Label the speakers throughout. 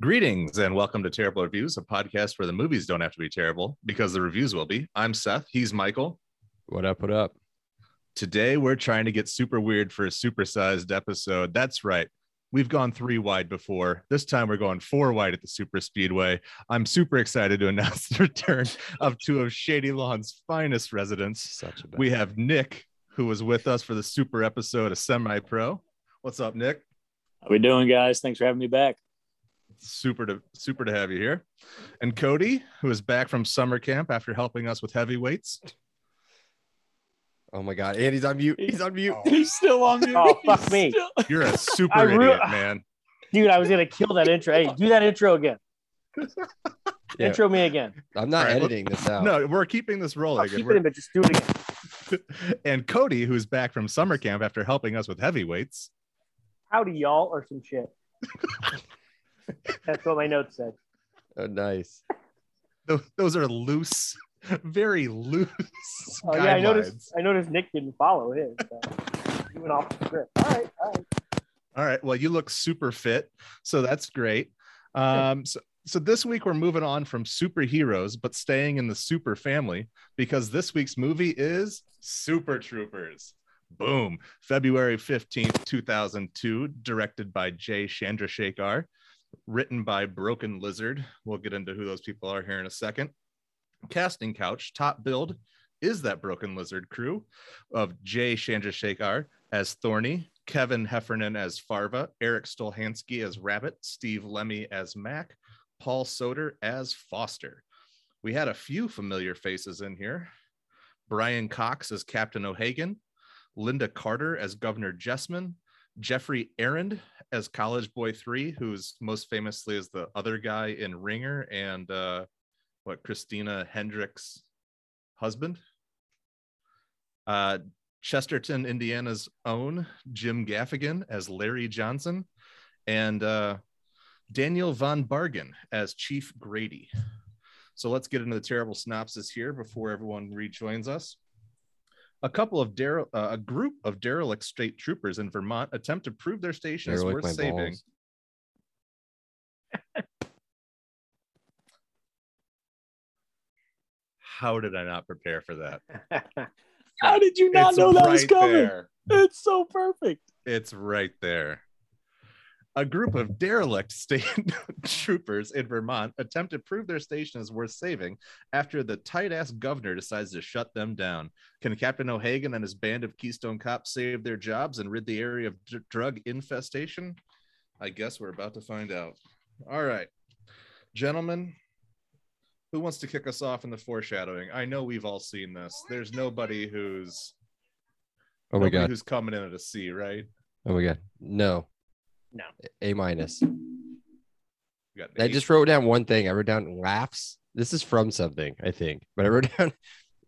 Speaker 1: Greetings and welcome to Terrible Reviews, a podcast where the movies don't have to be terrible because the reviews will be. I'm Seth. He's Michael.
Speaker 2: What up? What up?
Speaker 1: Today we're trying to get super weird for a supersized episode. That's right. We've gone three wide before. This time we're going four wide at the Super Speedway. I'm super excited to announce the return of two of Shady Lawn's finest residents.
Speaker 2: Such a bad
Speaker 1: We have Nick, who was with us for the super episode of Semi Pro. What's up, Nick?
Speaker 3: How we doing, guys? Thanks for having me back.
Speaker 1: super to super to have you here and cody who is back from summer camp after helping us with heavyweights
Speaker 2: Oh my god, and he's on mute. He's on mute.
Speaker 4: He's still on mute.
Speaker 3: Oh, fuck
Speaker 4: He's
Speaker 3: me.
Speaker 4: still-
Speaker 1: you're a
Speaker 3: I
Speaker 1: super
Speaker 3: re-
Speaker 1: idiot man
Speaker 3: Dude, I was gonna kill that intro. Hey, do that intro again.
Speaker 2: Yeah.
Speaker 3: Intro me again.
Speaker 2: I'm not
Speaker 1: All right, well-
Speaker 2: editing this out.
Speaker 1: no we're keeping this
Speaker 3: I'll
Speaker 1: rolling and,
Speaker 3: keep it
Speaker 1: we're-
Speaker 3: in, but just do it again.
Speaker 1: and cody who's back from summer camp after helping us with heavyweights
Speaker 3: Howdy y'all or some shit. That's what my notes said.
Speaker 2: Oh, nice.
Speaker 1: Tho- those are loose very loose
Speaker 3: Oh
Speaker 1: guidelines.
Speaker 3: yeah, I noticed I noticed Nick didn't follow his. So. He went off the script. All right, all right.
Speaker 1: All right. Well, you look super fit, so that's great. Um, so, so this week we're moving on from superheroes, but staying in the super family because this week's movie is Super Troopers. Boom! February fifteenth, two thousand two, directed by Jay Chandrasekhar, written by Broken Lizard. We'll get into who those people are here in a second. Casting couch top build is that Broken Lizard crew of Jay Chandrasekhar, as Thorny, Kevin Heffernan as Farva, Eric Stolhansky as Rabbit, Steve Lemmy as Mac, Paul Soder as Foster. We had a few familiar faces in here. Brian Cox as Captain O'Hagan, Linda Carter as Governor Jessman, Jeffrey Errand as College Boy 3, who's most famously is the other guy in Ringer and uh, what Christina Hendricks' husband. Uh, Chesterton, Indiana's own Jim Gaffigan as Larry Johnson, and uh, Daniel von Bargen as Chief Grady. So let's get into the terrible synopsis here before everyone rejoins us. A couple of dere- uh, a group of derelict state troopers in Vermont attempt to prove their station
Speaker 2: They're
Speaker 1: is
Speaker 2: like
Speaker 1: worth
Speaker 2: my
Speaker 1: saving.
Speaker 2: balls.
Speaker 1: How did I not prepare for that?
Speaker 4: How did you not know that was
Speaker 1: right
Speaker 4: coming?
Speaker 1: there.
Speaker 4: It's so perfect.
Speaker 1: It's right there. A group of derelict state troopers in Vermont attempt to prove their station is worth saving after the tight ass governor decides to shut them down. Can Captain O'Hagan and his band of Keystone cops save their jobs and rid the area of d- drug infestation? I guess we're about to find out. All right. Gentlemen, who wants to kick us off in the foreshadowing? I know we've all seen this. There's nobody who's
Speaker 2: Oh my
Speaker 1: nobody
Speaker 2: god.
Speaker 1: who's coming in at a C, right?
Speaker 2: Oh my god. No.
Speaker 3: No.
Speaker 2: A minus.
Speaker 1: We got an
Speaker 2: I
Speaker 1: eight.
Speaker 2: just wrote down one thing. I wrote down laughs. This is from something, I think, but I wrote down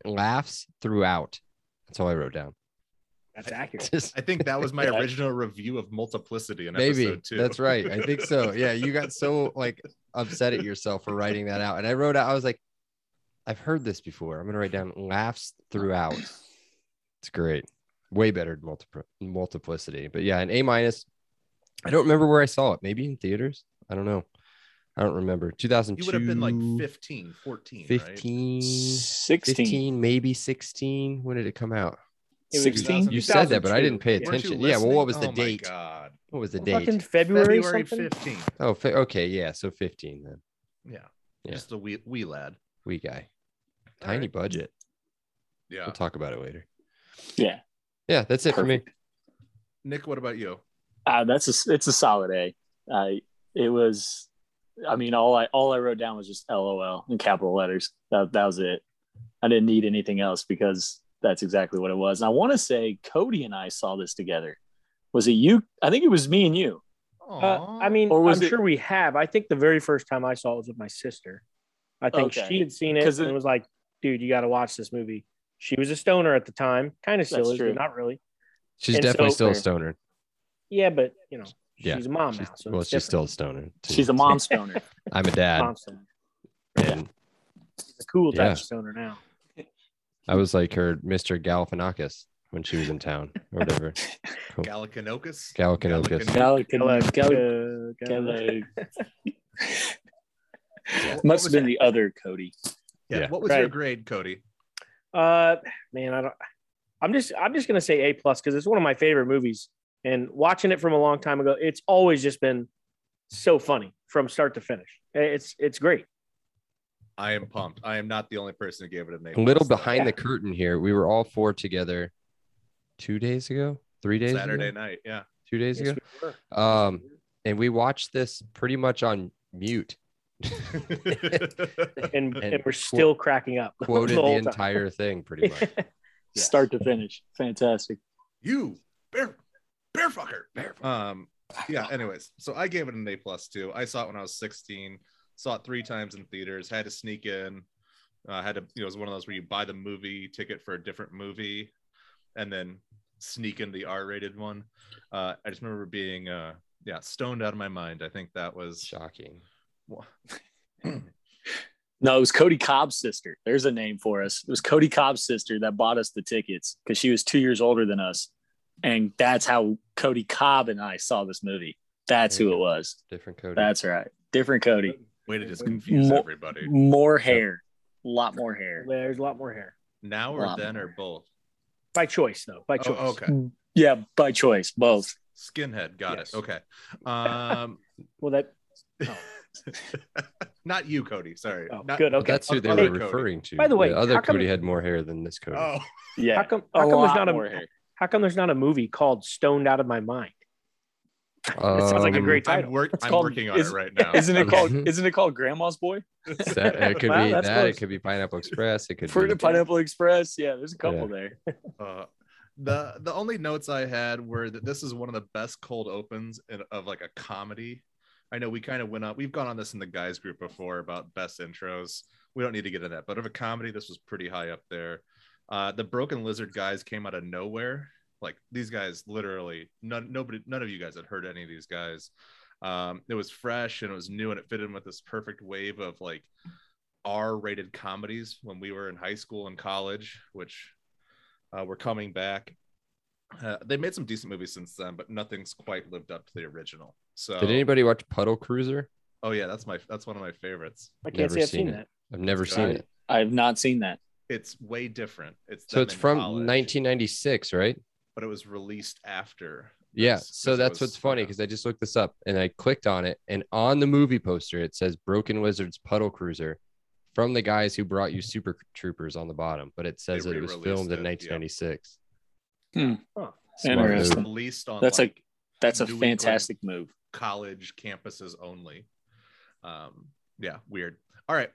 Speaker 2: laughs throughout. That's all I wrote down.
Speaker 3: That's accurate.
Speaker 2: Just-
Speaker 1: I think that was my
Speaker 3: Yeah.
Speaker 1: original review of multiplicity in
Speaker 2: Maybe
Speaker 1: episode two.
Speaker 2: that's right. I think so. Yeah, you got so like upset at yourself for writing that out, and I wrote out. I was like, I've heard this before. I'm gonna write down laughs throughout. It's great, way better than multipl- multiplicity. But yeah, an A minus. I don't remember where I saw it. Maybe in theaters. I don't know. I don't remember. 2002.
Speaker 1: You would have been like 15, 14, 15.
Speaker 2: 15,
Speaker 4: 16.
Speaker 2: 15, maybe 16. When did it come out?
Speaker 3: It was
Speaker 4: 16?
Speaker 2: You said that, but I didn't
Speaker 3: 2002.
Speaker 2: pay
Speaker 1: Weren't you
Speaker 2: attention. Yeah. Well, what was the
Speaker 1: listening?
Speaker 2: date?
Speaker 1: Oh my God.
Speaker 2: What was the
Speaker 3: Fucking
Speaker 2: date?
Speaker 3: February,
Speaker 1: February
Speaker 3: something?
Speaker 1: 15th.
Speaker 2: Oh, fa- okay. Yeah. So 15 then.
Speaker 1: Yeah.
Speaker 2: Yeah.
Speaker 1: Just a wee, wee lad.
Speaker 2: We guy.
Speaker 1: All
Speaker 2: Tiny
Speaker 1: right.
Speaker 2: budget.
Speaker 1: Yeah.
Speaker 2: We'll talk about it later.
Speaker 3: Yeah.
Speaker 2: Yeah, that's it for me.
Speaker 1: Nick, what about you?
Speaker 3: Uh,
Speaker 4: Uh, that's a it's a solid A. I it was, I mean, all I all I wrote down was just LOL in capital letters. That that was it. I didn't need anything else because that's exactly what it was. And I want to say Cody and I saw this together. Was it you? I think it was me and you.
Speaker 3: Uh,
Speaker 1: Aw.
Speaker 3: I mean,
Speaker 4: Or was
Speaker 3: I'm
Speaker 4: it-
Speaker 3: sure we have. I think the very first time I saw it was with my sister. I think
Speaker 4: Okay.
Speaker 3: she had seen it
Speaker 4: 'Cause it-
Speaker 3: and was like, "Dude, you got to watch this movie." She was a stoner at the time, kind of still
Speaker 4: That's
Speaker 3: is,
Speaker 4: true.
Speaker 3: but not really.
Speaker 2: She's
Speaker 3: And
Speaker 2: definitely
Speaker 3: so-
Speaker 2: still a stoner.
Speaker 3: Yeah, but you know,
Speaker 2: Yeah,
Speaker 3: she's a mom
Speaker 2: She's-
Speaker 3: now, so
Speaker 2: well,
Speaker 3: it's
Speaker 2: she's
Speaker 3: different.
Speaker 2: still a stoner. too.
Speaker 4: She's a mom stoner.
Speaker 2: I'm a dad.
Speaker 3: Mom stoner.
Speaker 2: And
Speaker 3: She's a cool type
Speaker 2: Yeah.
Speaker 3: of stoner now.
Speaker 2: I was like her Mr. Galifianakis when she was in town or whatever.
Speaker 1: Gallicanocus?
Speaker 2: Galifianakis.
Speaker 1: Galifianakis.
Speaker 4: Gal-
Speaker 3: Hello,
Speaker 4: Gal-
Speaker 3: hello, hello.
Speaker 4: Gal-
Speaker 1: What
Speaker 4: Must
Speaker 1: was
Speaker 4: have been
Speaker 1: your-
Speaker 4: the other Cody.
Speaker 1: yeah.
Speaker 2: Yeah.
Speaker 1: What was
Speaker 3: Right.
Speaker 1: your grade, Cody?
Speaker 3: Uh, man, I don't. I'm just I'm just gonna say A plus because it's one of my favorite movies, and watching it from a long time ago, it's always just been so funny from start to finish. It's it's great.
Speaker 1: I am pumped. I am not the only person who gave it an A.
Speaker 2: A little
Speaker 1: plus.
Speaker 2: behind the curtain here. We were all four together two days ago, three days
Speaker 1: Saturday
Speaker 2: ago,
Speaker 1: night. Yeah.
Speaker 2: two days
Speaker 3: Yes,
Speaker 2: ago.
Speaker 3: we were.
Speaker 2: Um, and we watched this pretty much on mute,
Speaker 3: and, and,
Speaker 2: and
Speaker 3: we're
Speaker 2: quote-
Speaker 3: still cracking up.
Speaker 2: quoted
Speaker 3: The
Speaker 2: the,
Speaker 3: whole time.
Speaker 2: entire thing pretty much.
Speaker 1: Yes.
Speaker 4: Start to finish. Fantastic.
Speaker 1: you bear bear fucker. Um yeah, anyways. So I gave it an A plus too. I saw it when I was 16, saw it three times in theaters, had to sneak in. Uh, had to, you know, it was one of those where you buy the movie ticket for a different movie and then sneak in the R rated one. Uh, I just remember being uh yeah, stoned out of my mind. I think that was
Speaker 2: Shocking.
Speaker 4: No, it was Cody Cobb's sister. There's a name for us. It was Cody Cobb's sister that bought us the tickets because she was two years older than us. And that's how Cody Cobb and I saw this movie. That's who it was.
Speaker 2: Different code.
Speaker 4: That's right. Different Cody.
Speaker 1: way to just confuse
Speaker 4: Mo-
Speaker 1: everybody.
Speaker 4: More hair. A lot more hair.
Speaker 3: There's a lot more hair
Speaker 1: Now or
Speaker 4: Wow.
Speaker 1: then or both.
Speaker 3: by choice though. By
Speaker 1: Oh,
Speaker 3: choice.
Speaker 1: okay.
Speaker 4: Yeah, by choice. Both.
Speaker 1: Skinhead, got
Speaker 3: Yes.
Speaker 1: it. Okay. Um
Speaker 3: Well, that
Speaker 1: Not you, Cody. Sorry.
Speaker 3: oh,
Speaker 1: Not-
Speaker 3: good. Okay.
Speaker 2: That's who they
Speaker 1: Other
Speaker 2: were
Speaker 1: Cody.
Speaker 2: referring to.
Speaker 3: By the way,
Speaker 2: other
Speaker 3: how come-
Speaker 2: Cody had more hair than this Cody.
Speaker 1: Oh,
Speaker 4: Yeah.
Speaker 3: How come?
Speaker 4: A
Speaker 3: How come there's
Speaker 4: lot
Speaker 3: not
Speaker 4: more
Speaker 3: a?
Speaker 4: hair.
Speaker 3: How come there's not a movie called Stoned Out of My Mind? It sounds like a
Speaker 2: Um,
Speaker 3: great
Speaker 1: I'm,
Speaker 3: title.
Speaker 1: work,
Speaker 4: It's
Speaker 1: I'm
Speaker 4: called-
Speaker 1: working on
Speaker 4: is-
Speaker 1: it right now.
Speaker 4: Isn't it
Speaker 2: Okay.
Speaker 4: called isn't it called Grandma's Boy?
Speaker 2: That, it could
Speaker 3: Wow,
Speaker 2: be that.
Speaker 3: that's
Speaker 2: It
Speaker 3: close.
Speaker 2: could be Pineapple Express. It could
Speaker 4: For
Speaker 2: be
Speaker 4: the Pineapple Express. Yeah, there's a couple there.
Speaker 1: Uh, the the only notes I had were that this is one of the best cold opens in, of like a comedy. I know we kind of went on. We've gone on this in the guys group before about best intros. We don't need to get into that, but of a comedy, this was pretty high up there. Uh, the Broken Lizard guys came out of nowhere. Like these guys, literally, none nobody, none of you guys had heard any of these guys. Um, it was fresh and it was new, and it fit in with this perfect wave of like R-rated comedies when we were in high school and college, which uh, were coming back. Uh, they made some decent movies since then, but nothing's quite lived up to the original. So,
Speaker 2: Did anybody watch Puddle Cruiser?
Speaker 1: oh yeah, that's my that's one of my favorites.
Speaker 3: I can't
Speaker 2: Never
Speaker 3: say I've
Speaker 2: seen
Speaker 3: seen,
Speaker 2: it.
Speaker 3: that.
Speaker 2: I've never
Speaker 1: It's
Speaker 2: seen
Speaker 1: good.
Speaker 2: it.
Speaker 4: I have not seen that.
Speaker 1: It's way different. It's
Speaker 2: So
Speaker 1: them
Speaker 2: it's
Speaker 1: in
Speaker 2: from
Speaker 1: college,
Speaker 2: 1996, right?
Speaker 1: but it was released after.
Speaker 2: Yeah.
Speaker 1: this-
Speaker 2: So
Speaker 1: this
Speaker 2: that's
Speaker 1: was-
Speaker 2: what's funny
Speaker 1: yeah.
Speaker 2: because I just looked this up and I clicked on it, and on the movie poster it says Broken Wizards Puddle Cruiser, from the guys who brought you Super Troopers on the bottom, but it says that it was
Speaker 1: re-released
Speaker 2: filmed in
Speaker 1: it, yeah.
Speaker 2: 1996. Oh,
Speaker 1: It was
Speaker 4: Interesting.
Speaker 1: released on
Speaker 4: That's
Speaker 1: like
Speaker 4: like that's a
Speaker 1: New England.
Speaker 4: fantastic move.
Speaker 1: college campuses only. Um, yeah, weird. All right,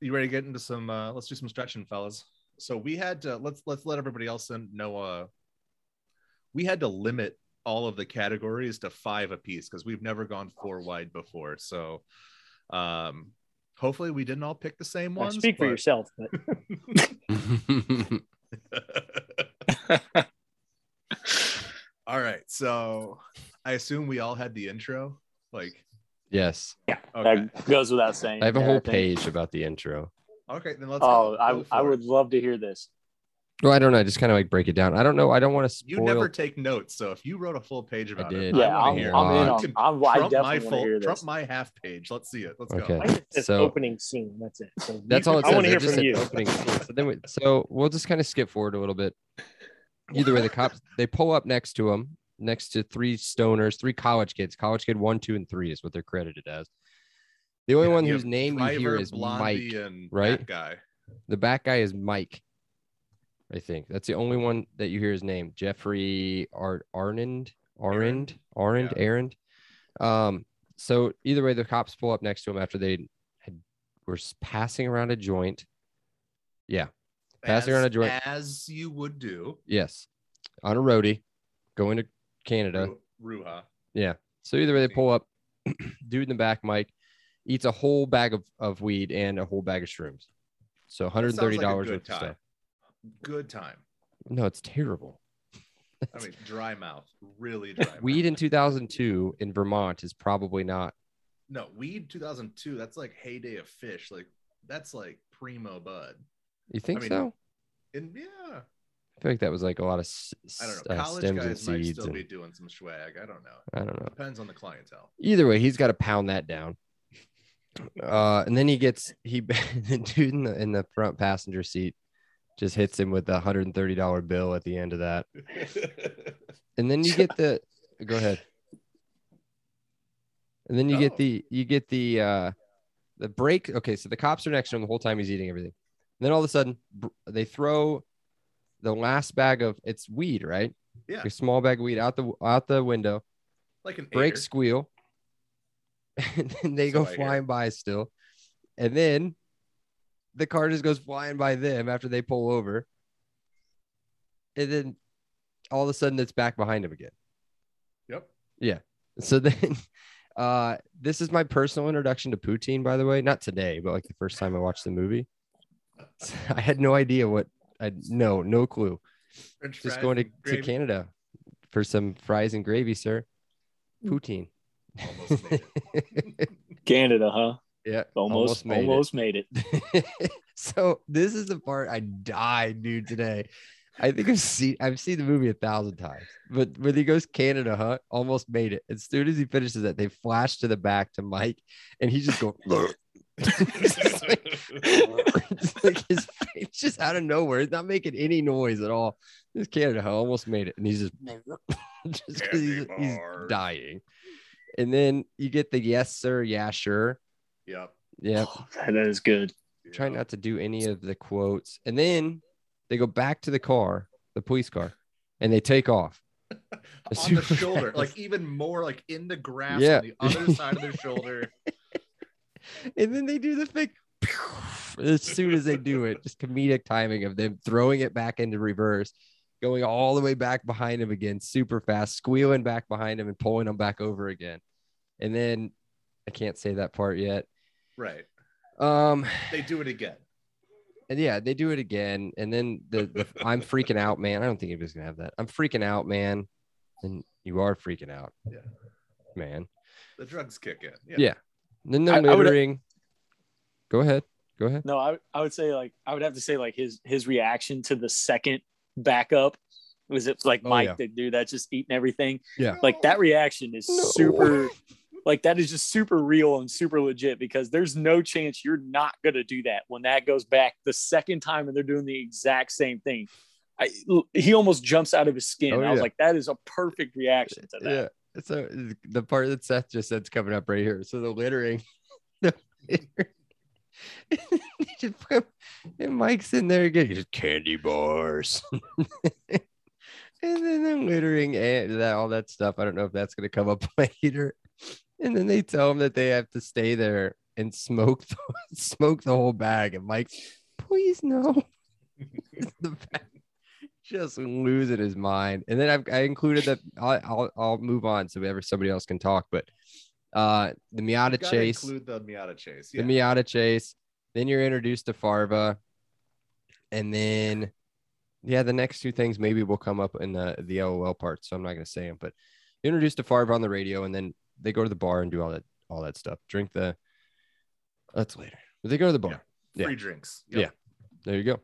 Speaker 1: you ready to get into some? Uh, let's do some stretching, fellas. So we had to let's let's let everybody else in know. Uh, we had to limit all of the categories to five apiece because we've never gone four wide before. So, um, hopefully, we didn't all pick the same
Speaker 3: Now,
Speaker 1: ones.
Speaker 3: speak for
Speaker 1: but-
Speaker 3: yourself. But
Speaker 1: all right, so I assume we all had the intro. Like,
Speaker 2: yes.
Speaker 1: okay,
Speaker 4: That goes without saying.
Speaker 2: I have a
Speaker 4: Yeah,
Speaker 2: whole
Speaker 4: think-
Speaker 2: page about the intro.
Speaker 1: okay, then let's.
Speaker 4: Oh,
Speaker 1: go-
Speaker 4: I,
Speaker 1: go
Speaker 4: I
Speaker 1: for it.
Speaker 4: would love to hear this.
Speaker 2: Well, Oh, I don't know. I just kind of like break it down. I don't know. I don't want to
Speaker 1: You
Speaker 2: spoil.
Speaker 1: never take notes, so if you wrote a full page about it,
Speaker 2: did. I
Speaker 4: Yeah,
Speaker 1: wanna
Speaker 4: I'm,
Speaker 1: hear it.
Speaker 4: I'm in
Speaker 2: Uh,
Speaker 4: on. I'm, I
Speaker 1: Trump my
Speaker 4: definitely want to
Speaker 1: full,
Speaker 4: hear this.
Speaker 1: Trump my half page. Let's see it. Let's
Speaker 2: Okay.
Speaker 1: go.
Speaker 3: I just said
Speaker 2: So-
Speaker 3: opening scene. That's it. So
Speaker 2: That's all it
Speaker 3: I
Speaker 2: says.
Speaker 3: wanna
Speaker 2: It
Speaker 3: hear from
Speaker 2: just said
Speaker 3: you.
Speaker 2: opening scene. So then we, so we'll just kind of skip forward a little bit. Either way, the cops they pull up next to him, next to three stoners, three college kids. College kid one, two, and three is what they're credited as. The only
Speaker 1: Yeah,
Speaker 2: one
Speaker 1: you
Speaker 2: whose
Speaker 1: have
Speaker 2: name you hear
Speaker 1: Driver,
Speaker 2: is
Speaker 1: Blondie,
Speaker 2: Mike.
Speaker 1: and
Speaker 2: right?
Speaker 1: that guy.
Speaker 2: The back guy is Mike. I think that's the only one that you hear his name. Jeffrey Ar- Arnand, Arnand, Arnand, Arnand. Um, so either way, the cops pull up next to him after they had, were s- passing around a joint. Passing
Speaker 1: as,
Speaker 2: around a joint.
Speaker 1: as you would do.
Speaker 2: Yes, on a roadie, going to Canada.
Speaker 1: Ru- Ruha.
Speaker 2: Yeah. So either way, they pull up. Dude in the back, Mike, eats a whole bag of, of weed and a whole bag of shrooms. So 130
Speaker 1: Sounds like a
Speaker 2: dollars
Speaker 1: good
Speaker 2: worth of
Speaker 1: time.
Speaker 2: stuff.
Speaker 1: Good time.
Speaker 2: No, it's terrible.
Speaker 1: I mean, dry mouth. Really dry. mouth.
Speaker 2: Weed in 2002 in Vermont is probably not
Speaker 1: No, weed 2002. That's like heyday of fish. Like that's like primo bud.
Speaker 2: You think
Speaker 1: mean,
Speaker 2: so?
Speaker 1: And yeah,
Speaker 2: I feel like that was like a lot of s-
Speaker 1: I don't
Speaker 2: s-
Speaker 1: know.
Speaker 2: uh,
Speaker 1: College
Speaker 2: stems and
Speaker 1: guys might
Speaker 2: seeds.
Speaker 1: still
Speaker 2: And,
Speaker 1: be doing some swag. I don't know.
Speaker 2: I don't know.
Speaker 1: Depends on the clientele.
Speaker 2: Either way, he's got to pound that down. Uh, and then he gets he the dude in the in the front passenger seat just hits him with the hundred and thirty dollar bill at the end of that. And then you get the go ahead. And then you
Speaker 1: Oh.
Speaker 2: get the you get the uh the break. Okay, so the cops are next to him the whole time he's eating everything. And then all of a sudden br- they throw the last bag of it's weed, right?
Speaker 1: Yeah.
Speaker 2: A small bag of weed out the out the window.
Speaker 1: like an
Speaker 2: Break
Speaker 1: eighter.
Speaker 2: squeal. And then they
Speaker 1: So
Speaker 2: go
Speaker 1: I hear.
Speaker 2: flying by still. And then the car just goes flying by them after they pull over. And then all of a sudden it's back behind him again.
Speaker 1: Yep.
Speaker 2: So then uh this is my personal introduction to poutine, by the way. Not today, but like the first time I watched the movie. I had no idea what I no, no clue.
Speaker 1: French
Speaker 2: Just
Speaker 1: fries
Speaker 2: going to,
Speaker 1: and
Speaker 2: to
Speaker 1: gravy.
Speaker 2: Canada for some fries and gravy, sir.
Speaker 4: Mm.
Speaker 2: Poutine.
Speaker 1: Almost made
Speaker 4: Canada, huh?
Speaker 2: yeah.
Speaker 4: Almost, almost made, it.
Speaker 2: it. so this is the part I died, dude, today. I think I've seen I've seen the movie a thousand times. But when he goes Canada, huh? Almost made it. As soon as he finishes that, they flash to the back to Mike and he's just going. It's just like- it's like his face just out of nowhere. It's not making any noise at all. This Canada huh? almost made it, and he's just, just 'cause he's,
Speaker 1: Candy
Speaker 2: he's
Speaker 1: bars.
Speaker 2: dying. And then you get the yes sir, yeah sure,
Speaker 1: Yep.
Speaker 2: yeah.
Speaker 4: Oh, that is good.
Speaker 2: Try
Speaker 1: Yep.
Speaker 2: not to do any of the quotes, and then they go back to the car, the police car, and they take off. A
Speaker 1: on the
Speaker 2: super
Speaker 1: shoulder,
Speaker 2: fast.
Speaker 1: like even more, like in the grass
Speaker 2: Yeah.
Speaker 1: on the other side of their shoulder.
Speaker 2: and then they do the thing as soon as they do it just comedic timing of them throwing it back into reverse going all the way back behind him again super fast squealing back behind him and pulling him back over again and then i can't say that part yet
Speaker 1: Right.
Speaker 2: um
Speaker 1: They do it again.
Speaker 2: and yeah they do it again and then the, the i'm freaking out man i don't think anybody's gonna have that i'm freaking out man and you are freaking out
Speaker 1: Yeah.
Speaker 2: man
Speaker 1: The drugs kick in.
Speaker 2: yeah, then they're
Speaker 4: I- I would-
Speaker 2: littering go ahead go ahead
Speaker 4: No, I I would say like I would have to say like his his reaction to the second backup was it like
Speaker 2: Oh,
Speaker 4: Mike
Speaker 2: yeah.
Speaker 4: the dude that's just eating everything.
Speaker 2: Yeah.
Speaker 4: Like that reaction is
Speaker 2: No.
Speaker 4: super like that is just super real and super legit because there's no chance you're not gonna do that when that goes back the second time and they're doing the exact same thing. I, he almost jumps out of his skin.
Speaker 2: Oh,
Speaker 4: I was
Speaker 2: yeah.
Speaker 4: like, that is a perfect reaction to that.
Speaker 2: Yeah. So the part that Seth just said's coming up right here. So the littering. The littering. Just put- and Mike's in there again. He's candy bars. and then the littering and that all that stuff. I don't know if that's gonna come up later. And then they tell him that they have to stay there and smoke the, smoke the whole bag. And Mike, please no. the bag just losing his mind. And then I've, I included that. I'll, I'll, I'll move on so ever somebody else can talk. But uh, the Miata
Speaker 1: Gotta
Speaker 2: chase,
Speaker 1: Include the Miata chase.
Speaker 2: the
Speaker 1: Yeah.
Speaker 2: Miata chase. Then you're introduced to Farva, and then yeah, the next two things maybe will come up in the the LOL part. So I'm not gonna say them, but introduced to Farva on the radio, and then they go to the bar and do all that all that stuff. Drink the. That's later. But they go to the bar.
Speaker 1: Yeah.
Speaker 2: yeah.
Speaker 1: Free drinks.
Speaker 2: There you go.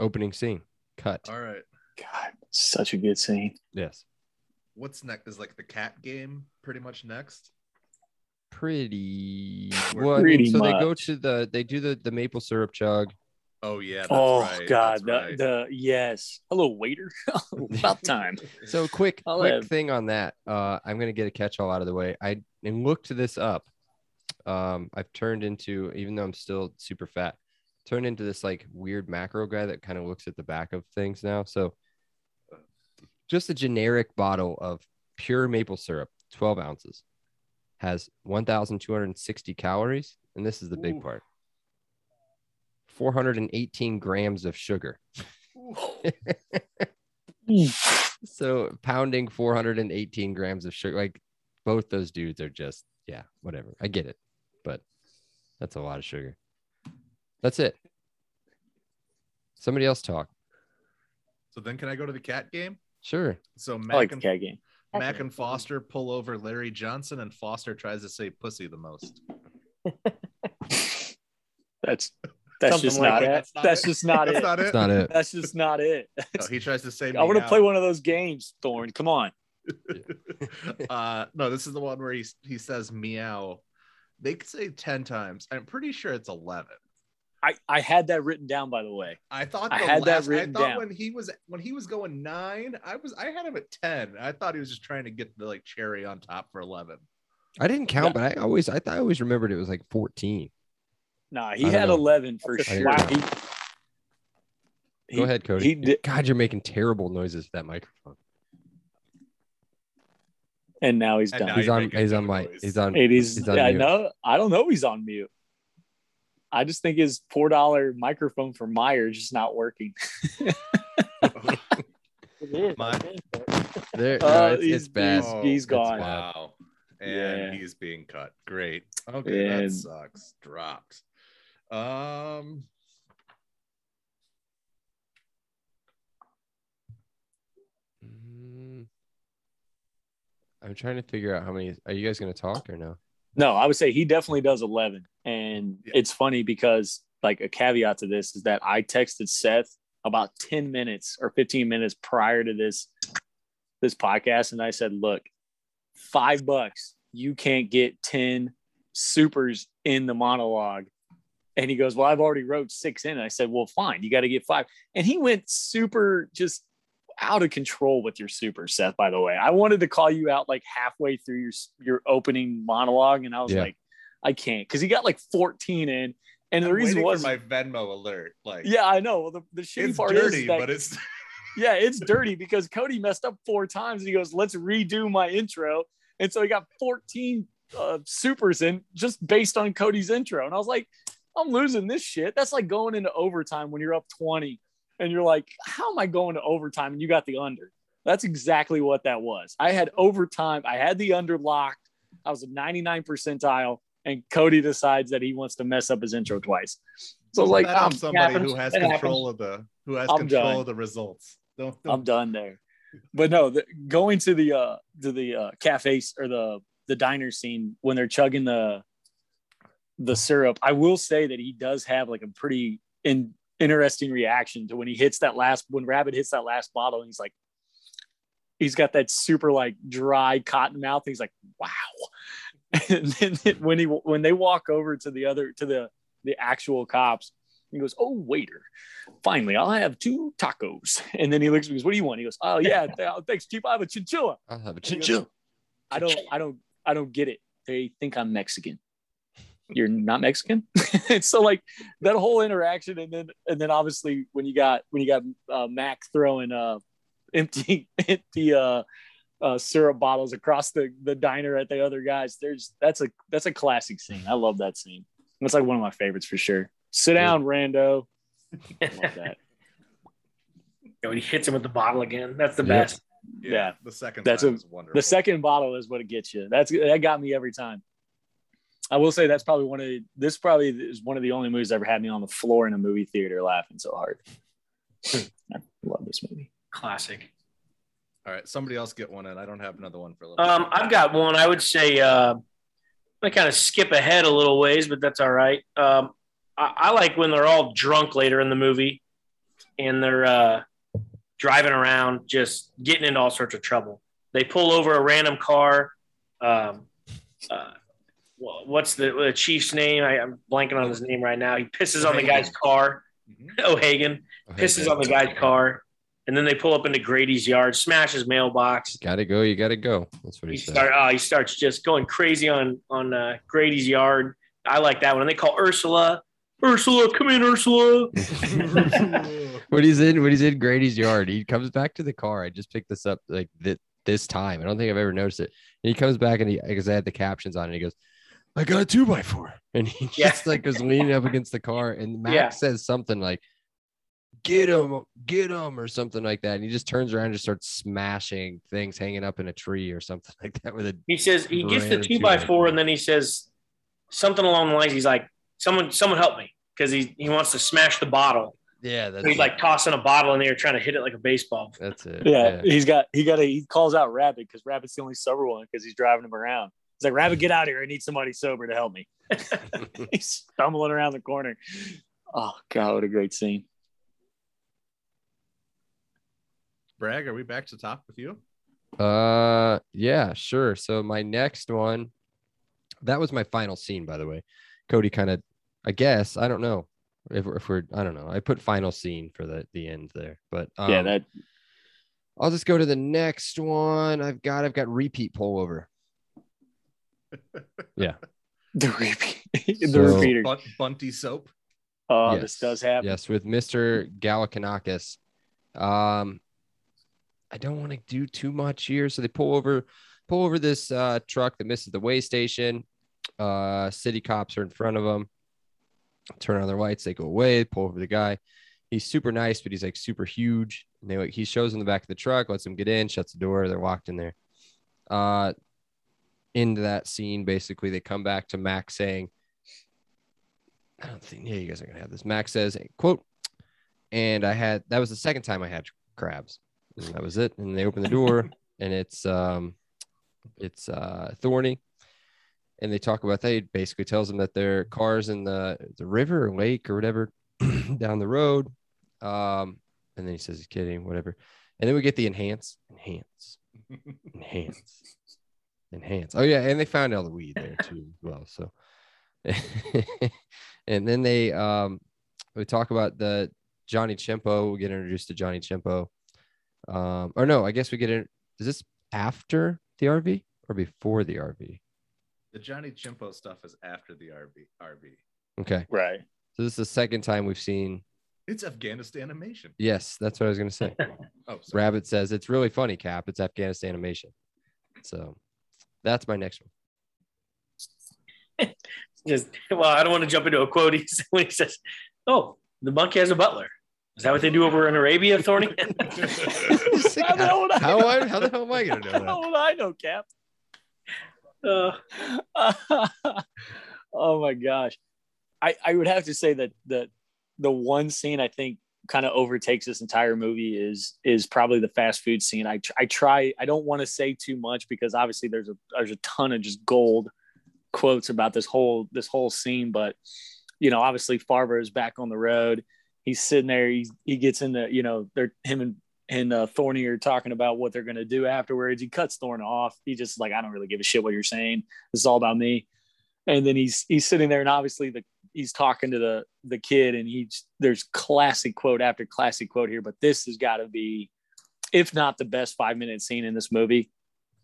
Speaker 2: Opening scene. Cut.
Speaker 1: All right.
Speaker 4: God, such a good scene.
Speaker 2: Yes.
Speaker 1: What's next? Is like the cat game pretty much next.
Speaker 2: pretty
Speaker 1: We're
Speaker 2: well. I mean,
Speaker 4: pretty
Speaker 2: so they go
Speaker 4: much.
Speaker 2: to the they do the the maple syrup chug.
Speaker 1: Oh yeah. That's
Speaker 4: oh
Speaker 1: right,
Speaker 4: God,
Speaker 1: that's
Speaker 4: the,
Speaker 1: right.
Speaker 4: the yes. Hello, waiter. About time.
Speaker 2: So quick
Speaker 4: I'll
Speaker 2: quick
Speaker 4: have-
Speaker 2: thing on that. Uh, I'm gonna get a catch all out of the way. I and looked this up. Um, I've turned into even though I'm still super fat, turned into this like weird macro guy that kind of looks at the back of things now. So just a generic bottle of pure maple syrup, 12 ounces, has 1,260 calories, and this is the big
Speaker 1: Ooh.
Speaker 2: part. 418 grams of sugar. So pounding 418 grams of sugar, like both those dudes are just, yeah, whatever. I get it, but that's a lot of sugar. That's it. Somebody else talk.
Speaker 1: so then, can I go to the cat game?
Speaker 2: Sure.
Speaker 1: So
Speaker 4: I like
Speaker 1: Mac
Speaker 4: the
Speaker 1: and
Speaker 4: cat game.
Speaker 1: Mac and Foster pull over Larry Johnson, and Foster tries to say "pussy" the most.
Speaker 4: That's that's
Speaker 3: Something
Speaker 4: just
Speaker 3: like
Speaker 4: not
Speaker 3: that.
Speaker 4: it.
Speaker 1: That's not
Speaker 4: That's
Speaker 1: it.
Speaker 4: just not
Speaker 1: That's
Speaker 4: it.
Speaker 1: not it.
Speaker 2: That's not it.
Speaker 4: That's just not it.
Speaker 1: No, he tries to say.
Speaker 4: I want to
Speaker 1: meow.
Speaker 4: play one of those games, Thorn. Come on.
Speaker 1: uh no this is the one where he he says meow They could say 10 times. I'm pretty sure it's 11.
Speaker 4: I, I had that written down by the way.
Speaker 1: I thought
Speaker 4: I
Speaker 1: the
Speaker 4: had that
Speaker 1: last-
Speaker 4: written
Speaker 1: I thought
Speaker 4: down.
Speaker 1: when he was when he was going nine, I was I had him at ten. I thought he was just trying to get the like cherry on top for eleven.
Speaker 2: I didn't count, but I always I thought I always remembered it was like 14.
Speaker 4: Nah,
Speaker 2: I
Speaker 4: he
Speaker 2: don't
Speaker 4: had
Speaker 2: know.
Speaker 4: eleven for
Speaker 5: That's a
Speaker 4: sure.
Speaker 2: slap.
Speaker 4: He,
Speaker 2: Go ahead, Cody.
Speaker 4: He did,
Speaker 2: God, you're making terrible noises with that microphone.
Speaker 4: and now he's
Speaker 1: And
Speaker 4: done.
Speaker 1: now
Speaker 2: He's
Speaker 1: you're
Speaker 2: on
Speaker 1: making
Speaker 2: he's on
Speaker 1: no
Speaker 2: my
Speaker 1: noise.
Speaker 2: he's on
Speaker 4: It is.
Speaker 2: He's on
Speaker 4: I
Speaker 2: mute.
Speaker 4: know. I don't know. He's on mute. I just think his four dollar microphone for Meyer is just not working.
Speaker 1: Oh My-
Speaker 2: there.
Speaker 4: Uh,
Speaker 2: no, it's,
Speaker 4: he's-
Speaker 2: it's bad.
Speaker 4: he's- he's
Speaker 2: It's
Speaker 4: gone.
Speaker 2: bad.
Speaker 1: Wow. And
Speaker 4: Yeah.
Speaker 1: he's being cut. Great. Okay, that
Speaker 4: And-
Speaker 1: sucks. Dropped. Um
Speaker 2: Mm. I'm trying to figure out how many. Are you guys going to talk or no?
Speaker 4: No, I would say he definitely does 11. And
Speaker 1: Yeah.
Speaker 4: it's funny because, like, a caveat to this is that I texted Seth about 10 minutes or 15 minutes prior to this this podcast and I said, "Look, 5 bucks. You can't get 10 supers in the monologue." And he goes, "Well, I've already wrote 6 in." And I said, "Well, fine. You got to get 5." And he went super just out of control with your super, Seth. By the way, I wanted to call you out like halfway through your your opening monologue, and I was
Speaker 2: Yeah.
Speaker 4: like, I can't because he got like 14 in, and the
Speaker 1: I'm
Speaker 4: reason
Speaker 1: waiting for
Speaker 4: was,
Speaker 1: my Venmo alert. Like
Speaker 4: yeah, I know. Well, the, the shitty
Speaker 1: it's
Speaker 4: part
Speaker 1: dirty,
Speaker 4: is that,
Speaker 1: but it's
Speaker 4: yeah, it's dirty because Cody messed up four times, and he goes, "Let's redo my intro," and so he got 14 uh, supers in just based on Cody's intro, and I was like, I'm losing this shit. That's like going into overtime when you're up 20 and you're like, how am I going to overtime? And you got the under. That's exactly what that was. I had overtime. I had the under locked. I was a 99 percentile, and Cody decides that he wants to mess up his intro twice. So I was like,
Speaker 1: bet on
Speaker 4: I'm,
Speaker 1: somebody
Speaker 4: happens.
Speaker 1: who has
Speaker 4: It happens.
Speaker 1: control of the who has
Speaker 4: I'm
Speaker 1: control
Speaker 4: done.
Speaker 1: of the results. Don't, don't
Speaker 4: I'm done there. But no, the, going to the uh to the uh cafe s- or the the diner scene when they're chugging the the syrup, I will say that he does have like a pretty in, interesting reaction to when he hits that last when Rabbit hits that last bottle and he's like he's got that super like dry cotton mouth. He's like, wow. And then when he when they walk over to the other to the the actual cops, he goes, "Oh waiter, finally I'll have two tacos." And then he looks, he goes, "What do you want?" He goes, "Oh yeah, th- thanks, chief. I have a chinchilla."
Speaker 2: I'll have a
Speaker 4: Chinchilla. I don't, I don't, I don't get it. They think I'm Mexican. You're not Mexican. and so like that whole interaction, and then and then obviously when you got when you got uh, Mac throwing uh empty empty uh, uh syrup bottles across the the diner at the other guys, there's that's a that's a classic scene. I love that scene. That's like one of my favorites for sure. Sit down, Rando. I love that.
Speaker 5: You know, he hits him with the bottle again. That's the
Speaker 2: Yeah.
Speaker 5: best.
Speaker 4: yeah.
Speaker 1: The second
Speaker 4: That's
Speaker 1: time
Speaker 4: a-
Speaker 1: was wonderful.
Speaker 4: The second bottle is what it gets you. That's that got me every time. I will say that's probably one of the, this probably is one of the only movies that ever had me on the floor in a movie theater laughing so hard. I love this movie.
Speaker 5: Classic.
Speaker 1: All right, somebody else get one in. I don't have another one for a little.
Speaker 5: Um, I've got one. I would say uh, I kind of skip ahead a little ways, but that's all right. Um, I, I like when they're all drunk later in the movie, and they're uh, driving around, just getting into all sorts of trouble. They pull over a random car. Um, uh, wha- what's the, the chief's name? I, I'm blanking on his name right now. He pisses on the guy's car.
Speaker 1: Mhm.
Speaker 5: O'Hagan pisses on the guy's car, and then they pull up into Grady's yard, smashes mailbox.
Speaker 2: Gotta go. You gotta go. That's what
Speaker 5: He
Speaker 2: he said.
Speaker 5: start, oh, he starts just going crazy on on uh, Grady's yard. I like that one. And they call Ursula, Ursula, come in, Ursula.
Speaker 2: when he's in when he's in Grady's yard, he comes back to the car. I just picked this up like thi- this time. I don't think I've ever noticed it. And he comes back and he because I had the captions on and he goes, I got a two by four. And he
Speaker 5: Yeah.
Speaker 2: just like was leaning up against the car. And Max
Speaker 5: Yeah.
Speaker 2: says something like, Get him, get him, or something like that. And he just turns around and just starts smashing things hanging up in a tree or something like that with a
Speaker 5: He says he gets the
Speaker 2: Brandon
Speaker 5: two by
Speaker 2: Cheatham.
Speaker 5: four, and then he says something along the lines. He's like, "Someone, someone help me," because he he wants to smash the bottle.
Speaker 2: yeah, that's
Speaker 5: He's
Speaker 2: it.
Speaker 5: like tossing a bottle in there, trying to hit it like a baseball.
Speaker 2: that's it.
Speaker 4: Yeah, he's got he got a he calls out Rabbit because Rabbit's the only sober one because he's driving him around. He's like, Rabbit, get out of here! I need somebody sober to help me. he's stumbling around the corner. Oh god, what a great scene!
Speaker 1: Bragg, are we back to top with you?
Speaker 2: Uh, yeah, sure. So my next one, That was my final scene, by the way. Cody kind of, I guess, I don't know if, we're- if we're, I don't know. I put final scene for the the end there, but um,
Speaker 4: yeah, that
Speaker 2: I'll just go to the next one. I've got, I've got repeat pull over.
Speaker 4: the repeat, the
Speaker 2: So-
Speaker 4: repeater.
Speaker 1: Bunt, bunty soap.
Speaker 4: Oh,
Speaker 2: Yes.
Speaker 4: this does happen.
Speaker 2: Yes, with Mr. Galakanakis. Um, I don't want to do too much here, so they pull over, pull over this uh, truck that misses the way station. Uh, city cops are in front of them. Turn on their lights, they go away. Pull over the guy. He's super nice, but he's like super huge. And they like he shows in the back of the truck, lets him get in, shuts the door. They're locked in there. Uh, into that scene, basically, they come back to Mac saying. I don't think yeah, you guys are gonna have this. Max says, quote, and I had that was the second time I had crabs. And that was it. And they open the door and it's um it's uh thorny. And they talk about they basically tells them that their cars in the the river or lake or whatever down the road. Um and then he says he's kidding, whatever. And then we get the enhance, enhance, enhance, enhance. Oh yeah, and they found all the weed there too as well. So and then they um we talk about the Johnny Chimpo. We get introduced to Johnny Chimpo. Um, or no, I guess we get in. Is this after the RV or before the RV?
Speaker 1: The Johnny Chimpo stuff is after the RB. RB.
Speaker 2: Okay,
Speaker 4: Right.
Speaker 2: so this is the second time we've seen.
Speaker 1: It's Afghanistan animation.
Speaker 2: Yes, that's what I was gonna say.
Speaker 1: Oh, sorry.
Speaker 2: Rabbit says it's really funny, Cap. It's Afghanistan animation. So that's my next one.
Speaker 3: Just well, I don't want to jump into a quote. He said- when he says, "Oh, the monkey has a butler." Is that what they do over in Arabia, Thorny?
Speaker 4: How the hell would I
Speaker 2: how,
Speaker 4: know?
Speaker 2: I, how the hell am I gonna know that?
Speaker 4: How would I know, Cap?
Speaker 3: uh,
Speaker 4: oh my gosh. I, I would have to say that the the one scene I think kind of overtakes this entire movie is is probably the fast food scene. I tr- I try I don't want to say too much because obviously there's a there's a ton of just gold quotes about this whole this whole scene, but you know obviously Farber is back on the road. He's sitting there. He he gets in the you know they're him and and uh, Thorny are talking about what they're going to do afterwards. He cuts Thorn off. He just like, I don't really give a shit what you're saying. This is all about me. And then he's he's sitting there, and obviously the he's talking to the the kid, and he's there's classic quote after classic quote here. But this has got to be, if not the best five minute scene in this movie,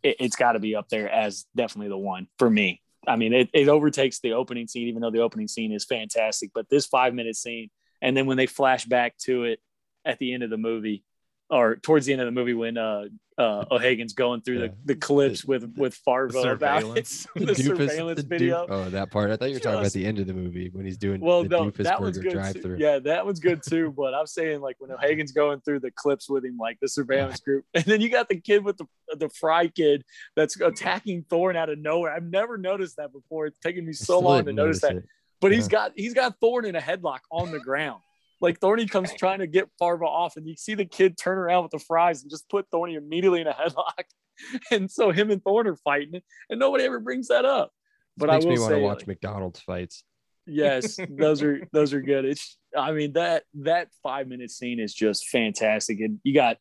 Speaker 4: it, it's got to be up there as definitely the one for me. I mean, it, it overtakes the opening scene, even though the opening scene is fantastic. But this five minute scene, and then when they flash back to it at the end of the movie, or towards the end of the movie when uh uh O'Hagan's going through
Speaker 2: Yeah.
Speaker 4: the, the clips with with Farvo about it,
Speaker 1: surveillance.
Speaker 4: the,
Speaker 2: doofus-
Speaker 4: surveillance
Speaker 2: the doof-
Speaker 4: video.
Speaker 2: oh, that part. I thought you were talking about
Speaker 4: Just-
Speaker 2: the end of the movie when he's doing
Speaker 4: Well,
Speaker 2: the
Speaker 4: no,
Speaker 2: doofus
Speaker 4: that one's
Speaker 2: burger
Speaker 4: good.
Speaker 2: drive
Speaker 4: Too.
Speaker 2: through.
Speaker 4: Yeah, that one's good too. But I'm saying like when O'Hagan's going through the clips with him, like the surveillance group, and then you got the kid with the the fry kid that's attacking Thorn out of nowhere. I've never noticed that before. It's taken me so long to notice that. But he's
Speaker 2: Yeah.
Speaker 4: got he's got Thorn in a headlock on the ground. Like Thorny comes trying to get Farva off, and you see the kid turn around with the fries and just put Thorny immediately in a headlock. And so him and Thorn are fighting, and nobody ever brings that up. But
Speaker 2: Makes
Speaker 4: I will
Speaker 2: me want
Speaker 4: say,
Speaker 2: to watch
Speaker 4: like,
Speaker 2: McDonald's fights.
Speaker 4: yes those are those are good it's i mean that that five minute scene is just fantastic and you got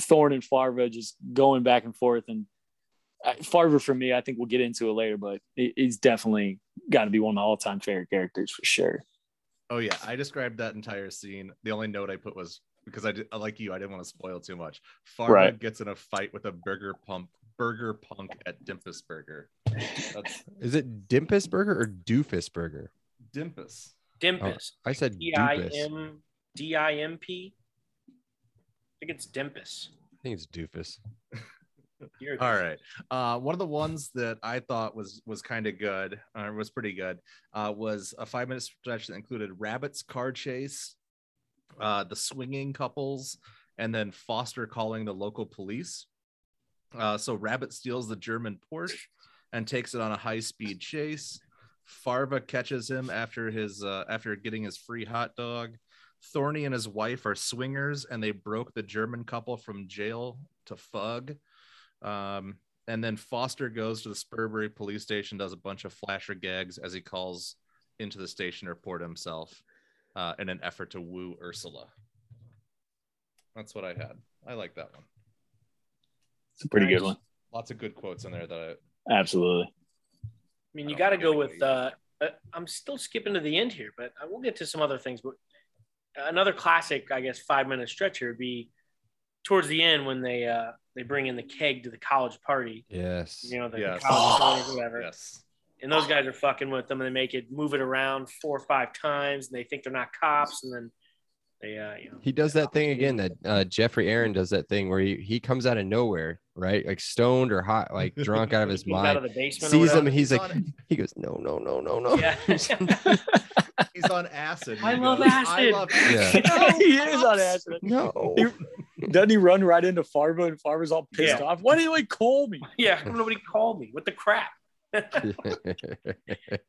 Speaker 4: thorn and farva just going back and forth and uh, farva for me i think we'll get into it later but he- he's definitely got to be one of my all-time favorite characters for sure
Speaker 1: Oh yeah, I described that entire scene. The only note I put was because I did, like you, I didn't want to spoil too much. Farma
Speaker 4: Right.
Speaker 1: gets in a fight with a burger pump burger punk at Dimpus Burger. That's
Speaker 2: Is it Dimpus Burger or Doofus Burger?
Speaker 1: Dimpus.
Speaker 3: Dimpus.
Speaker 2: I said
Speaker 3: D I
Speaker 2: Doofus. I
Speaker 3: M D I M P. I think it's Dimpus.
Speaker 2: think it's Doofus.
Speaker 3: You're-
Speaker 1: All right. Uh, one of the ones that I thought was was kind of good, or was pretty good, uh, was a five minute stretch that included rabbits car chase, uh, the swinging couples, and then Foster calling the local police. Uh, so Rabbit steals the German Porsche and takes it on a high speed chase. Farva catches him after his uh, after getting his free hot dog. Thorny and his wife are swingers, and they broke the German couple from jail to fug. Um, and then Foster goes to the Spurbury police station, does a bunch of flasher gags as he calls into the station to report himself uh, in an effort to woo Ursula. That's what I had. I like that one.
Speaker 4: it's a pretty
Speaker 3: Nice.
Speaker 4: good one
Speaker 1: Lots of good quotes in there that I,
Speaker 4: absolutely
Speaker 3: mean, you
Speaker 2: Oh,
Speaker 3: got to
Speaker 2: I'm
Speaker 3: go
Speaker 2: gonna
Speaker 3: with.
Speaker 2: go
Speaker 3: Uh, uh, I'm still skipping to the end here, but I will get to some other things. But another classic, I guess, five minute stretch here would be towards the end when they uh, they bring in the keg to the college party.
Speaker 2: Yes. Oh,
Speaker 3: You know, the,
Speaker 1: Yes.
Speaker 3: the college or whatever.
Speaker 1: Yes.
Speaker 3: And those guys are fucking with them, and they make it move it around four or five times, and they think they're not cops, and then they, uh, you know,
Speaker 2: He does that thing again that uh, Jeffrey Aaron does that thing where he, he comes out of nowhere, right? Like stoned or hot, like drunk out of his
Speaker 3: comes out of
Speaker 2: mind.
Speaker 3: the basement. or
Speaker 2: Sees him
Speaker 3: whatever.
Speaker 2: and he's like,
Speaker 1: on
Speaker 2: he goes, no, no, no, no, no.
Speaker 3: Yeah.
Speaker 1: He's on acid.
Speaker 3: I
Speaker 1: He
Speaker 3: love
Speaker 1: goes, I
Speaker 3: acid."
Speaker 1: love
Speaker 2: Yeah.
Speaker 1: acid.
Speaker 4: he is on acid.
Speaker 2: No.
Speaker 4: Doesn't he run right into Farva and Farva's all pissed
Speaker 3: Yeah.
Speaker 4: off? Why didn't he call me?
Speaker 3: yeah, how come nobody called me? What the crap?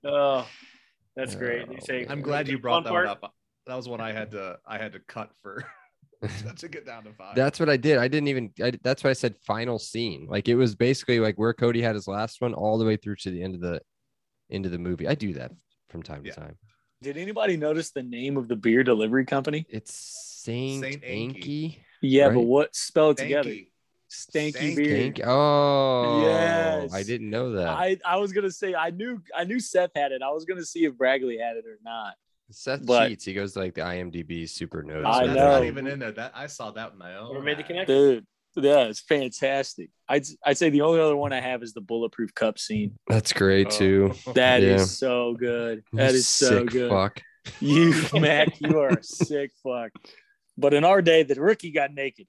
Speaker 3: Oh, that's great. You say,
Speaker 1: I'm glad you
Speaker 3: One
Speaker 1: brought that one
Speaker 3: part-
Speaker 1: up. That was one I had to I had to cut for to get down to five.
Speaker 2: that's what I did. I didn't even, I, that's why I said final scene. Like it was basically like where Cody had his last one all the way through to the end of the end of the movie. I do that from time to
Speaker 1: Yeah.
Speaker 2: time.
Speaker 4: Did anybody notice the name of the beer delivery company?
Speaker 2: It's Saint,
Speaker 1: Saint Anky.
Speaker 2: Anky.
Speaker 4: Yeah, but
Speaker 2: Right.
Speaker 4: what spelled
Speaker 1: Thank
Speaker 4: together?
Speaker 1: you.
Speaker 4: Stanky,
Speaker 1: Stanky.
Speaker 4: beer.
Speaker 2: Anky. Oh, I
Speaker 4: Yes.
Speaker 2: didn't know that.
Speaker 4: I, I was gonna say I knew I knew Seth had it. I was gonna see if Bragley had it or not.
Speaker 2: Seth
Speaker 4: But-
Speaker 2: cheats. He goes to like the IMDb super notes.
Speaker 4: I
Speaker 1: That's
Speaker 4: know.
Speaker 1: not even in there. That I saw that in my own.
Speaker 3: Never made the
Speaker 1: eyes.
Speaker 3: connection.
Speaker 4: Dude, yeah, it's fantastic. I'd I'd say the only other one I have is the bulletproof cup scene.
Speaker 2: That's great too.
Speaker 4: That is
Speaker 2: Yeah.
Speaker 4: so good. Oh. That is so
Speaker 2: Sick
Speaker 4: good.
Speaker 2: Fuck.
Speaker 4: You Mac, you are a sick fuck. But in our day, the rookie got naked.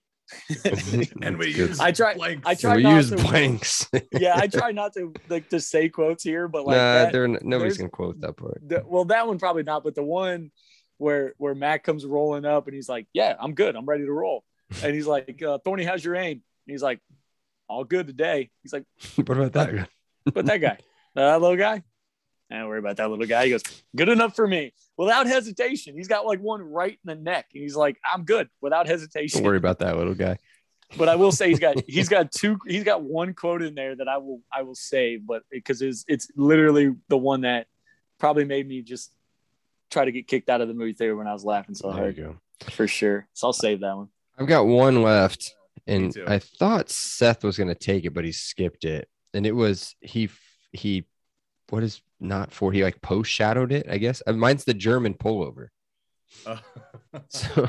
Speaker 1: And we
Speaker 2: Good.
Speaker 1: use
Speaker 4: I try-
Speaker 1: blanks.
Speaker 4: I try- tried
Speaker 2: we
Speaker 4: not
Speaker 2: use
Speaker 4: to-
Speaker 2: blanks.
Speaker 4: Yeah, I try not to like to say quotes here, but
Speaker 2: nah,
Speaker 4: like that,
Speaker 2: they're n- nobody's
Speaker 4: there's-
Speaker 2: gonna quote that part.
Speaker 4: the, well, that one probably not, but the one where where Matt comes rolling up and he's like, "Yeah, I'm good. I'm ready to roll." And he's like, uh, "Thorny, how's your aim?" And he's like, "All good today." He's like,
Speaker 2: what about that?
Speaker 4: "But that guy, that little guy." I don't worry about that little guy. He goes, "Good enough for me." Without hesitation, he's got like one right in the neck, and he's like, "I'm good." Without hesitation.
Speaker 2: Don't worry about that little guy.
Speaker 4: but I will say he's got he's got two he's got one quote in there that I will I will say, but because it's it's literally the one that probably made me just try to get kicked out of the movie theater when I was laughing so
Speaker 2: There you
Speaker 4: hard
Speaker 2: go.
Speaker 4: for sure. So I'll save that one.
Speaker 2: I've got one left,
Speaker 1: Me
Speaker 2: and
Speaker 1: too.
Speaker 2: I thought Seth was gonna take it, but he skipped it. And it was he f- he, what is not for? He like post shadowed it, I guess. Uh, Mine's the German pullover. So- So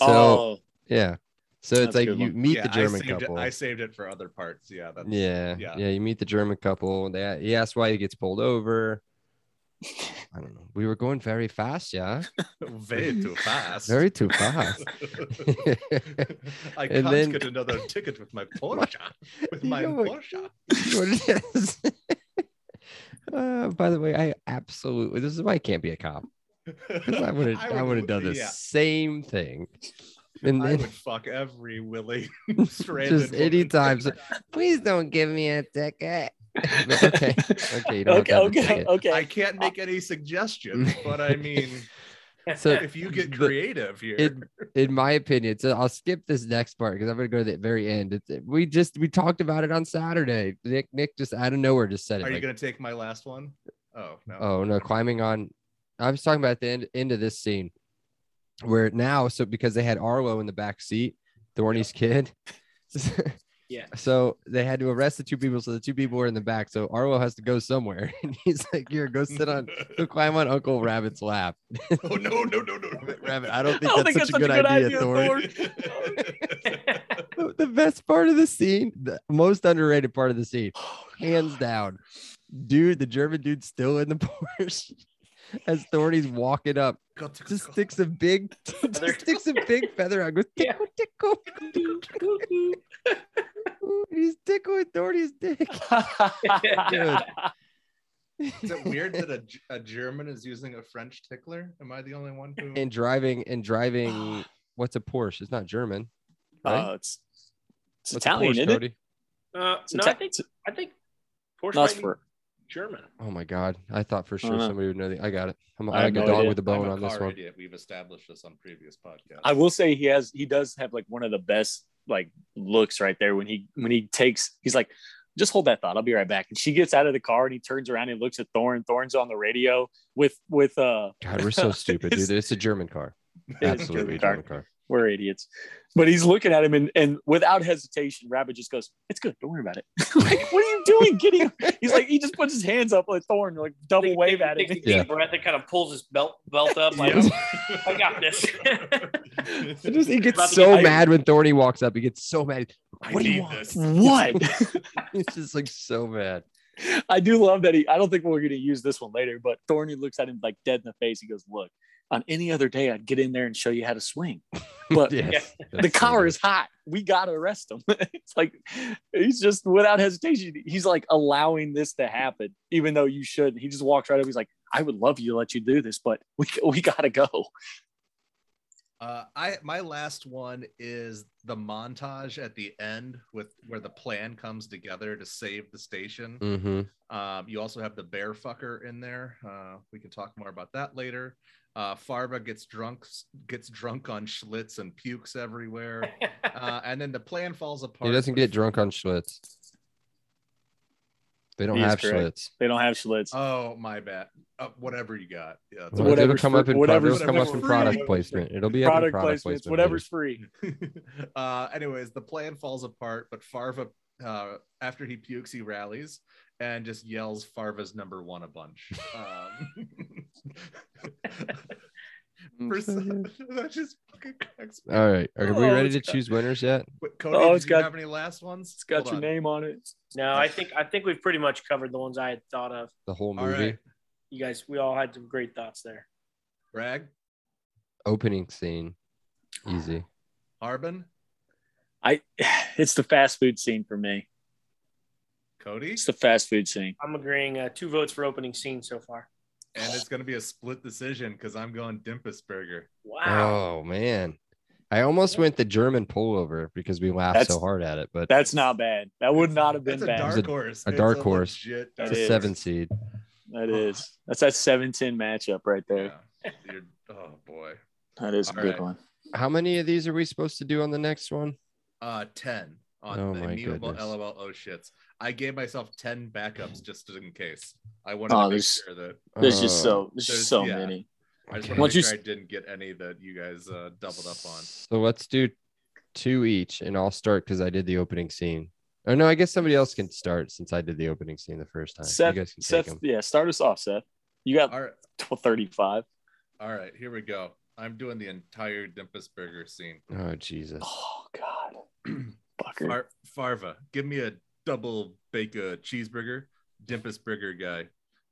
Speaker 1: Oh.
Speaker 4: Oh.
Speaker 2: yeah, so
Speaker 4: That's
Speaker 2: it's
Speaker 4: a
Speaker 2: like
Speaker 4: good
Speaker 2: you
Speaker 4: one.
Speaker 2: meet
Speaker 1: Yeah,
Speaker 2: the German
Speaker 1: I saved
Speaker 2: couple.
Speaker 1: It, I saved it for other parts. Yeah. That's,
Speaker 2: yeah,
Speaker 1: yeah.
Speaker 2: yeah, You meet the German couple. and They he asks why he gets pulled over. I don't know. We were going very fast, yeah,
Speaker 1: Way too fast.
Speaker 2: very too fast.
Speaker 1: I
Speaker 2: And
Speaker 1: can't
Speaker 2: then-
Speaker 1: get another ticket with my Porsche. With
Speaker 2: You
Speaker 1: my
Speaker 2: know what-
Speaker 1: Porsche.
Speaker 2: You know what it is? Uh, by the way, I absolutely this is why I can't be a cop because I would have I would have done the
Speaker 1: yeah,
Speaker 2: same thing. And
Speaker 1: I
Speaker 2: then,
Speaker 1: would fuck every Willie stranded.
Speaker 2: just
Speaker 1: woman.
Speaker 2: any times, please don't give me a ticket. But okay, okay, you don't
Speaker 4: okay,
Speaker 2: have to have a
Speaker 4: okay,
Speaker 2: ticket.
Speaker 4: okay.
Speaker 1: I can't make any suggestions, but I mean,
Speaker 2: So
Speaker 1: if you get
Speaker 2: the-
Speaker 1: creative here,
Speaker 2: it- in my opinion. So I'll skip this next part because I'm gonna go to the very end. It's, we just we talked about it on Saturday. Nick Nick just out of nowhere just said it.
Speaker 1: are you
Speaker 2: like,
Speaker 1: going to take my last one? Oh, no.
Speaker 2: oh no, climbing on. I was talking about the end end of this scene where now so because they had Arlo in the back seat, Thorny's kid.
Speaker 3: Yeah.
Speaker 2: So they had to arrest the two people. So the two people were in the back. So Arlo has to go somewhere, and he's like, "Here, go sit on, go climb on Uncle Rabbit's lap."
Speaker 1: oh, no, no, no, no. no.
Speaker 2: Rabbit, I don't think
Speaker 4: I don't
Speaker 2: that's
Speaker 4: think
Speaker 2: such a good, idea, Thorny.
Speaker 4: Thorny.
Speaker 2: the the best part of the scene, the most underrated part of the scene, hands down. Dude, the German dude's still in the Porsche as Thorny's walking up.
Speaker 1: Got to-
Speaker 2: Just sticks a big,
Speaker 3: Feather.
Speaker 2: just sticks a big feather out. Goes
Speaker 3: Yeah.
Speaker 2: tickle, tickle. Ooh, and He's tickling Thorny's dick.
Speaker 1: Is it weird that a, a German is using a French tickler? Am I the only one who?
Speaker 2: and driving and driving. What's a Porsche? It's not German. Right?
Speaker 4: Oh, it's it's
Speaker 2: What's a
Speaker 4: Italian,
Speaker 2: Porsche,
Speaker 4: isn't it?
Speaker 2: Cody?
Speaker 3: Uh,
Speaker 4: It's
Speaker 3: no,
Speaker 4: Ita-
Speaker 3: I think
Speaker 4: it's-
Speaker 3: I think Porsche
Speaker 4: no, it's
Speaker 3: might be
Speaker 4: for-
Speaker 3: German.
Speaker 2: Oh my god! I thought for sure
Speaker 4: Uh-huh.
Speaker 2: somebody would know that. I got it. I'm
Speaker 4: I
Speaker 2: like
Speaker 4: have
Speaker 2: a
Speaker 4: no
Speaker 2: dog
Speaker 4: idea.
Speaker 2: with a
Speaker 1: I'm
Speaker 2: bone
Speaker 1: a
Speaker 2: on this
Speaker 1: car
Speaker 2: one.
Speaker 1: idiot. We've established this on previous podcasts.
Speaker 4: I will say he has he does have like one of the best like looks right there when he when he takes he's like just hold that thought I'll be right back and she gets out of the car and he turns around and looks at Thorn Thorn's on the radio with with uh
Speaker 2: God, we're so stupid, dude. It's a German car.
Speaker 4: It is a
Speaker 2: Absolutely
Speaker 4: German car.
Speaker 2: German car.
Speaker 4: We're idiots. But he's looking at him and, and without hesitation, Rabbit just goes, It's good. Don't worry about it. like, what are you doing? Getting he's like, he just puts his hands up like Thorn, like double wave at
Speaker 5: Takes a
Speaker 4: it.
Speaker 5: deep
Speaker 2: Yeah.
Speaker 5: breath and kind of pulls his belt belt up. Like, I got this.
Speaker 2: It just, he
Speaker 5: About
Speaker 2: gets
Speaker 5: to
Speaker 2: so
Speaker 5: get-
Speaker 2: mad when Thorny walks up. He gets so mad.
Speaker 6: I
Speaker 2: What do you
Speaker 6: need
Speaker 2: want?
Speaker 6: this.
Speaker 4: What?
Speaker 2: It's just like so mad.
Speaker 4: I do love that he I don't think we're gonna use this one later, but Thorny looks at him like dead in the face. He goes, Look, on any other day I'd get in there and show you how to swing. But
Speaker 2: Yes.
Speaker 4: the collar is hot. We gotta arrest him. it's like he's just without hesitation. He's like allowing this to happen, even though you shouldn't. He just walks right up. He's like, "I would love you to let you do this, but we we gotta go."
Speaker 1: Uh, I my last one is the montage at the end with where the plan comes together to save the station.
Speaker 2: Mm-hmm.
Speaker 1: Um, you also have the bear fucker in there. Uh, we can talk more about that later. Uh, Farva gets drunk, gets drunk on Schlitz and pukes everywhere. Uh, and then the plan falls apart.
Speaker 2: He doesn't
Speaker 1: with-
Speaker 2: get drunk on Schlitz. They don't
Speaker 4: He is
Speaker 2: have
Speaker 4: correct.
Speaker 2: Schlitz.
Speaker 4: They don't have Schlitz.
Speaker 1: Oh my bad. Uh, whatever you got. Yeah, it's
Speaker 2: Well,
Speaker 1: okay.
Speaker 2: it'll
Speaker 4: Whatever's
Speaker 2: come
Speaker 4: free-
Speaker 2: up in
Speaker 4: whatever's
Speaker 2: it'll come up in
Speaker 1: free.
Speaker 2: product placement. It'll be up in
Speaker 4: product,
Speaker 2: product
Speaker 4: placements,
Speaker 2: placement.
Speaker 4: whatever's free.
Speaker 1: uh, anyways, the plan falls apart, but Farva, uh, after he pukes, he rallies and just yells Farva's number one a bunch. Um, for some- that just fucking cracks. me up.
Speaker 2: All right. Are we
Speaker 1: Oh,
Speaker 2: ready
Speaker 1: it's
Speaker 2: to
Speaker 1: got-
Speaker 2: choose winners yet?
Speaker 1: Wait, Cody,
Speaker 4: Oh,
Speaker 1: did
Speaker 4: it's
Speaker 1: you
Speaker 4: got-
Speaker 1: have any last ones?
Speaker 4: It's got
Speaker 1: Hold
Speaker 4: your
Speaker 1: on.
Speaker 4: name on it.
Speaker 5: no, I think I think we've pretty much covered the ones I had thought of.
Speaker 2: The whole
Speaker 1: All
Speaker 2: movie
Speaker 1: right,
Speaker 5: You guys, we all had some great thoughts there.
Speaker 1: Rag,
Speaker 2: opening scene. Easy.
Speaker 1: Harbin,
Speaker 4: I. It's the fast food scene for me.
Speaker 1: Cody,
Speaker 4: It's the fast food scene.
Speaker 5: I'm agreeing. Uh, two votes for opening scene so far.
Speaker 1: and it's gonna be a split decision because I'm going Dimpus Burger.
Speaker 5: Wow.
Speaker 2: Oh man. I almost went the German pullover because we laughed
Speaker 4: That's-
Speaker 2: so hard at it, but
Speaker 4: That's not bad. That would not have been
Speaker 1: That's a
Speaker 4: bad.
Speaker 1: dark
Speaker 2: It's a-
Speaker 1: horse.
Speaker 2: a
Speaker 1: It's
Speaker 2: dark horse.
Speaker 1: legit dark
Speaker 2: it's
Speaker 4: That's
Speaker 2: a
Speaker 4: is.
Speaker 2: seven seed.
Speaker 4: that is. That's that seven ten matchup right there.
Speaker 1: horse. Yeah. You're- oh boy.
Speaker 4: That is a
Speaker 1: All
Speaker 4: good
Speaker 1: right.
Speaker 4: one.
Speaker 2: How many of these are we supposed to do on the next one?
Speaker 1: Uh, ten on
Speaker 2: Oh,
Speaker 1: the
Speaker 2: my
Speaker 1: immutable
Speaker 2: goodness.
Speaker 1: LOL oh shits. I gave myself ten backups just in case. I wanted
Speaker 4: Oh,
Speaker 1: to make
Speaker 4: there's-
Speaker 1: sure that
Speaker 4: There's just
Speaker 2: Uh,
Speaker 4: so there's
Speaker 1: there's-
Speaker 4: just so
Speaker 1: yeah.
Speaker 4: many.
Speaker 1: I just
Speaker 2: okay.
Speaker 1: want
Speaker 4: Once
Speaker 1: to
Speaker 4: you
Speaker 1: make sure I
Speaker 4: s-
Speaker 1: didn't get any that you guys uh, doubled up on.
Speaker 2: So let's do two each, and I'll start because I did the opening scene. Oh no, I guess somebody else can start since I did the opening scene the first time.
Speaker 4: Seth,
Speaker 2: you guys can
Speaker 4: Seth,
Speaker 2: take 'em.
Speaker 4: yeah, start us off, Seth. You got
Speaker 1: All right,
Speaker 4: tw- 35.
Speaker 1: all right, here we go. I'm doing the entire Dimpus Burger scene.
Speaker 2: Oh Jesus!
Speaker 4: Oh, God. Fucker.
Speaker 1: Far- Farva, give me a double bake a cheeseburger, Dimpus Burger guy.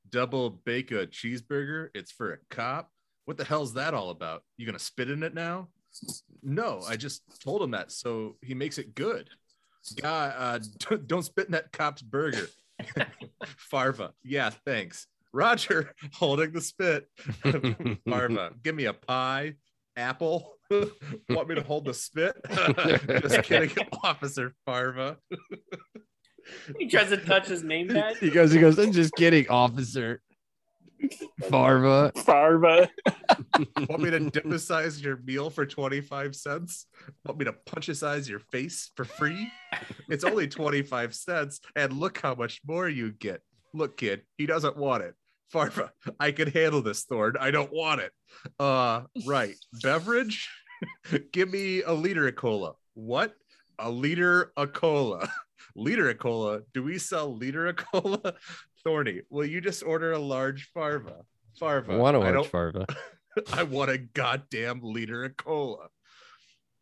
Speaker 1: Double bake a cheeseburger. It's for a cop. What the hell's that all about? You gonna spit in it now? No, I just told him that, so he makes it good. Guy, uh, don't, don't spit in that cop's burger. Farva, yeah, thanks. Roger, holding the spit. Farva, give me a pie, apple. Want me to hold the spit? Just kidding, Officer Farva. Oh.
Speaker 5: He tries to touch his name tag.
Speaker 2: he goes. He goes. I'm just kidding, officer. Farva.
Speaker 4: Farva.
Speaker 1: Want me to dimpicize your meal for 25 cents? Want me to punchicize your face for free? It's only 25 cents, and look how much more you get. Look, kid, he doesn't want it. Farva, I can handle this, Thorn. I don't want it. Uh, right. Beverage? Give me a liter of cola. What? A liter of cola. Liter of cola? Do we sell liter of cola? Thorny, will you just order a large Farva? Farva.
Speaker 2: I want to
Speaker 1: I don't
Speaker 2: watch Farva.
Speaker 1: I want a goddamn liter of cola.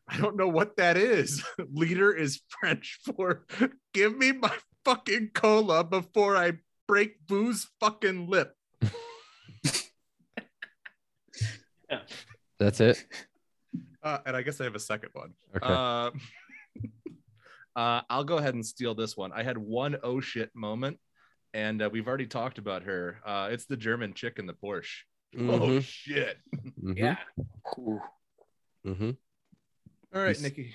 Speaker 1: I don't know what that is. liter is French for give me my fucking cola before I break Boo's fucking lip.
Speaker 2: That's it.
Speaker 1: Uh, and I guess I have a second one.
Speaker 2: Okay.
Speaker 1: Uh, uh, I'll go ahead and steal this one. I had one oh shit moment, and uh, we've already talked about her. Uh, it's the German chick in the Porsche. Oh
Speaker 2: Mhm,
Speaker 1: shit!
Speaker 2: mhm,
Speaker 5: Yeah.
Speaker 4: Ooh.
Speaker 2: mhm.
Speaker 1: All right,
Speaker 2: Yes.
Speaker 1: Nikki.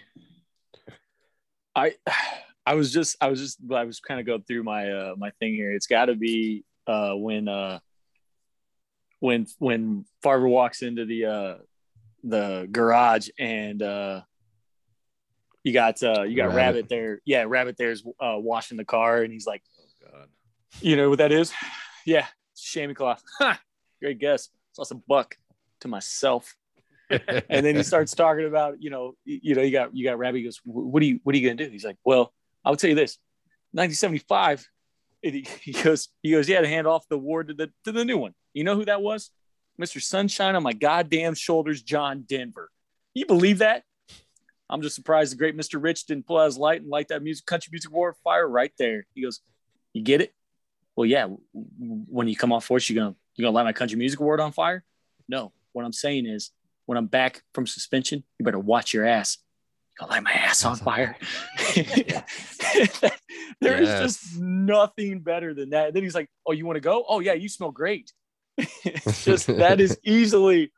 Speaker 4: I I was just I was just I was kind of going through my uh my thing here. It's got to be uh when uh when when Farver walks into the uh the garage and uh you got uh you got
Speaker 2: Rabbit.
Speaker 4: rabbit, there. Yeah, rabbit there's uh washing the car and he's like
Speaker 1: Oh god.
Speaker 4: You know what that is? Yeah, chamois cloth. Ha! Great guess. It's also buck to myself. and then he starts talking about you know y- you know you got you got Rabbi he goes "Wh- what are you what are you gonna do he's like well I'll tell you this 1975 and he, he goes he goes yeah to hand off the award to the to the new one you know who that was Mr Sunshine on my goddamn shoulders John Denver you believe that I'm just surprised the great Mr Rich didn't pull out his light and light that music country music war fire right there he goes you get it well yeah w- w- when you come off force you gonna you gonna light my country music award on fire no what I'm saying is when I'm back from suspension, you better watch your ass. I'll light my ass on fire. There is
Speaker 2: Yes.
Speaker 4: just nothing better than that. Then he's like, Oh, you want to go? Oh, yeah, you smell great. it's just that is easily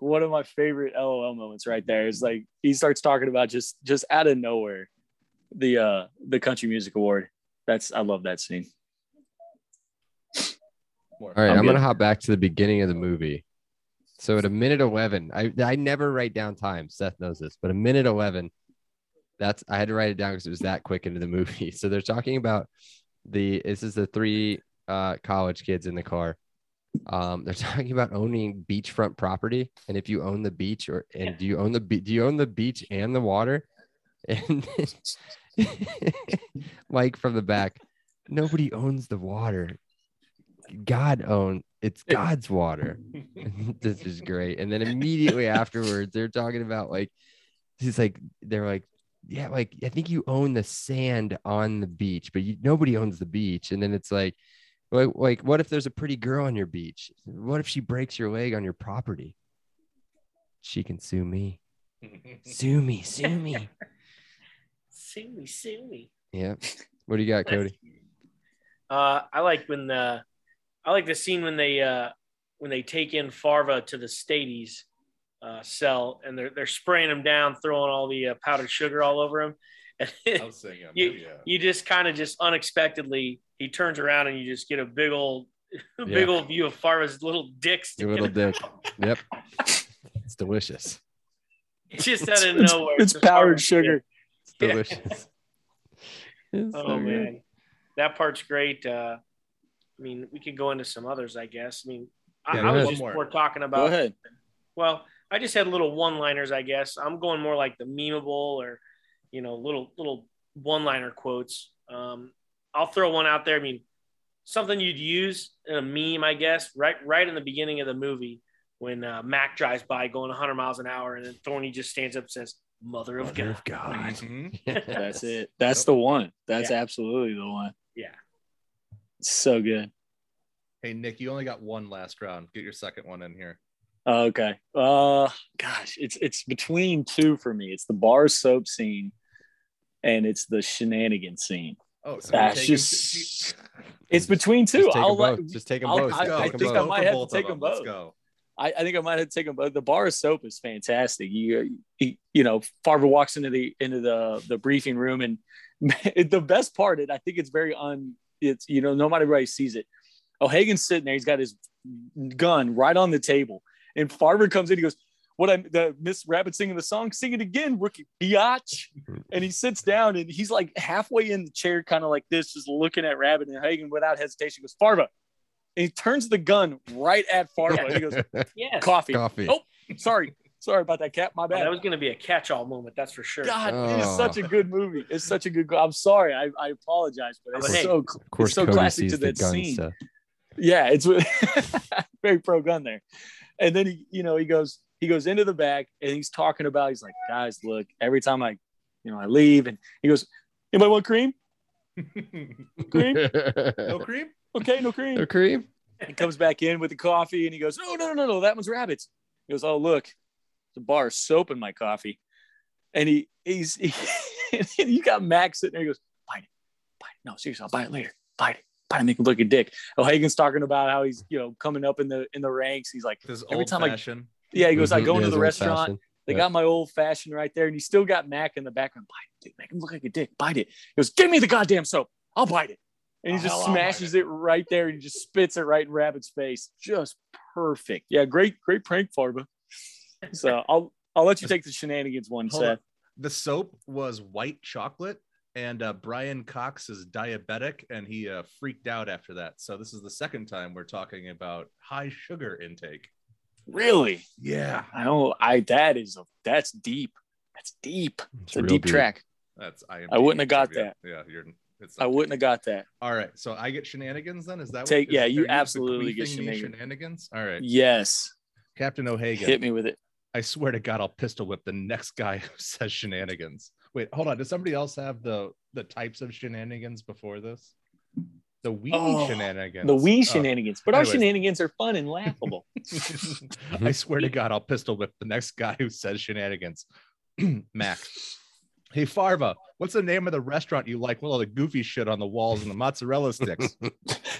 Speaker 4: one of my favorite LOL moments right there. It's like he starts talking about just just out of nowhere the uh the country music award. That's I love that scene.
Speaker 2: All right,
Speaker 4: I'm
Speaker 2: I'm,
Speaker 4: good.
Speaker 2: gonna hop back to the beginning of the movie. So at a minute eleven, I I never write down time. Seth knows this, but a minute eleven, that's I had to write it down because it was that quick into the movie. So they're talking about the this is the three uh, college kids in the car. Um, they're talking about owning beachfront property, and if you own the beach, or and do you own the be- do you own the beach and the water? And Mike from the back, nobody owns the water. God own it's God's water. this is great. And then immediately afterwards, they're talking about like he's like they're like, yeah, like I think you own the sand on the beach, but you, nobody owns the beach. And then it's like, like, like, what if there's a pretty girl on your beach? What if she breaks your leg on your property? She can sue me. Sue me, sue me.
Speaker 5: Sue me, sue me.
Speaker 2: yeah. What do you got, Cody?
Speaker 5: Uh, I like when the, I like the scene when they uh, when they take in Farva to the Stades uh, cell and they're they're spraying him down, throwing all the uh, powdered sugar all over him.
Speaker 1: I was saying,
Speaker 5: You-
Speaker 1: yeah.
Speaker 5: you just kind of just unexpectedly he turns around and you just get a big old big
Speaker 2: Yeah.
Speaker 5: old view of Farva's little dick
Speaker 2: Your
Speaker 5: sticking
Speaker 2: little dick. Yep. It's delicious.
Speaker 5: just out of
Speaker 4: It's-
Speaker 5: nowhere.
Speaker 4: It's
Speaker 5: just
Speaker 4: powered
Speaker 5: Farva's
Speaker 4: sugar.
Speaker 2: It's
Speaker 5: Yeah.
Speaker 2: delicious. It's
Speaker 5: dick.
Speaker 2: so
Speaker 5: Oh
Speaker 2: good.
Speaker 5: man, that part's great. Uh, I mean, we could go into some others, I guess. I mean, I,
Speaker 1: Yeah,
Speaker 5: I
Speaker 2: go
Speaker 5: was
Speaker 2: ahead.
Speaker 5: just
Speaker 1: One more.
Speaker 5: more talking
Speaker 4: Go
Speaker 5: about
Speaker 4: ahead.
Speaker 5: Well, I just had little one-liners, I guess. I'm going more like the memeable or, you know, little little one-liner quotes. Um, I'll throw one out there. I mean, something you'd use in a meme, I guess, right right in the beginning of the movie when uh, Mac drives by going 100 miles an hour, and then Thorny just stands up and says, "Mother of
Speaker 2: Mother of
Speaker 5: God."
Speaker 2: God.
Speaker 1: Mhm.
Speaker 4: That's it. That's the one. That's
Speaker 5: Yeah.
Speaker 4: absolutely the one.
Speaker 5: Yeah.
Speaker 4: So good.
Speaker 1: Hey Nick, you only got one last round. Get your second one in here.
Speaker 4: Oh, Okay. Uh gosh, it's it's between two for me. It's the bar soap scene and it's the shenanigan scene.
Speaker 1: Oh, so
Speaker 4: That's
Speaker 1: you're
Speaker 4: just-
Speaker 1: taking-
Speaker 4: It's between two.
Speaker 2: Just take
Speaker 4: I'll
Speaker 2: them
Speaker 4: let,
Speaker 2: both. Just take them
Speaker 4: I'll-
Speaker 2: both.
Speaker 4: I-
Speaker 1: Let's go.
Speaker 4: I
Speaker 2: Take 'em
Speaker 4: think I
Speaker 1: Go
Speaker 2: both.
Speaker 4: might
Speaker 1: for
Speaker 4: have
Speaker 1: both
Speaker 4: to
Speaker 1: of
Speaker 4: take 'em
Speaker 1: them. Let's
Speaker 4: both.
Speaker 1: go.
Speaker 4: I, I think I might have to take them, but the bar of soap is fantastic. You, you, you know, Farber walks into the into the the briefing room, and the best part, it I think it's very un, it's you know, nobody really sees it. O'Hagan's sitting there, he's got his gun right on the table, and Farber comes in, he goes, "What I the Miss Rabbit singing the song, sing it again, rookie biatch." And he sits down, and he's like halfway in the chair, kind of like this, just looking at Rabbit, and Hagen without hesitation goes, "Farber." And he turns the gun right at Farber. and He goes,
Speaker 5: Yes,
Speaker 4: "Coffee."
Speaker 2: Coffee.
Speaker 4: Oh, sorry, sorry about that, Cap. My
Speaker 5: Well,
Speaker 4: bad.
Speaker 5: that was going to be a catch-all moment, that's for sure.
Speaker 4: God, it
Speaker 2: Oh.
Speaker 4: is such a good movie. It's such a good. I'm sorry. I, I apologize, but it's
Speaker 5: But hey,
Speaker 4: so cl-
Speaker 2: of course,
Speaker 4: it's so
Speaker 2: Cody
Speaker 4: classic
Speaker 2: sees
Speaker 4: to
Speaker 2: the
Speaker 4: that
Speaker 2: gun
Speaker 4: scene.
Speaker 2: stuff.
Speaker 4: yeah, it's very pro gun there. And then he, you know, he goes, he goes into the back and he's talking about, he's like, guys, look, every time I, you know, I leave and he goes, anybody want cream? Cream?
Speaker 1: no cream?
Speaker 4: Okay, no cream.
Speaker 2: No cream.
Speaker 4: He comes back in with the coffee and he goes, "Oh, No, no, no, no, no, that one's rabbits. He goes, Oh, look, the bar of soap in my coffee. And he he's he, and you got Max sitting there. He goes, Bite it, bite it. No, seriously, I'll bite it later. Bite it, bite it, make him look a dick. O'Hagan's talking about how he's, you know, coming up in the in the ranks. He's like,
Speaker 1: This
Speaker 4: Every
Speaker 1: old
Speaker 4: time I-
Speaker 1: fashioned.
Speaker 4: Yeah, he goes, I
Speaker 2: Mhm.
Speaker 4: go
Speaker 2: Yeah,
Speaker 4: into the
Speaker 2: it's
Speaker 4: restaurant.
Speaker 2: old-fashioned.
Speaker 4: They
Speaker 2: Yeah.
Speaker 4: got my old fashioned right there, and you still got Mac in the background. Bite it, dude. Make him look like a dick. Bite it. He goes, Give me the goddamn soap. I'll bite it. And he
Speaker 1: Oh, hell,
Speaker 4: just
Speaker 1: I'll bite
Speaker 4: smashes it. right there and he just spits it right in Rabbit's face. Just perfect. Yeah, great, great prank, Farba. So I'll I'll let you take the shenanigans one,
Speaker 1: Hold
Speaker 4: Seth.
Speaker 1: on. The soap was white chocolate, and uh, Brian Cox is diabetic, and he uh, freaked out after that. So this is the second time we're talking about high sugar intake.
Speaker 4: Really?
Speaker 1: Yeah,
Speaker 4: I don't. I that is a that's deep. That's deep. It's, a
Speaker 2: real
Speaker 4: deep, track.
Speaker 1: that's I.
Speaker 4: I wouldn't have got that.
Speaker 1: Yeah, you're. It's
Speaker 4: I wouldn't have got that.
Speaker 1: All right, so I get shenanigans then. Is that What,
Speaker 4: Take-
Speaker 1: is-
Speaker 4: yeah,
Speaker 1: are
Speaker 4: you
Speaker 1: the
Speaker 4: absolutely get
Speaker 1: queefing me
Speaker 4: shenanigans.
Speaker 1: shenanigans. All right,
Speaker 4: Yes.
Speaker 1: Captain O'Hagan.
Speaker 4: Hit me with it.
Speaker 1: I swear to God, I'll pistol whip the next guy who says shenanigans. Wait, hold on. Does somebody else have the the types of shenanigans before this? The wee
Speaker 4: Oh,
Speaker 1: shenanigans.
Speaker 4: The wee
Speaker 1: Oh.
Speaker 4: shenanigans, but
Speaker 1: Anyways.
Speaker 4: our shenanigans are fun and laughable.
Speaker 1: I swear
Speaker 2: Mm-hmm.
Speaker 1: to God, I'll pistol whip the next guy who says shenanigans. Mac. Hey Farva, what's the name of the restaurant you like with all the goofy shit on the walls and the mozzarella sticks?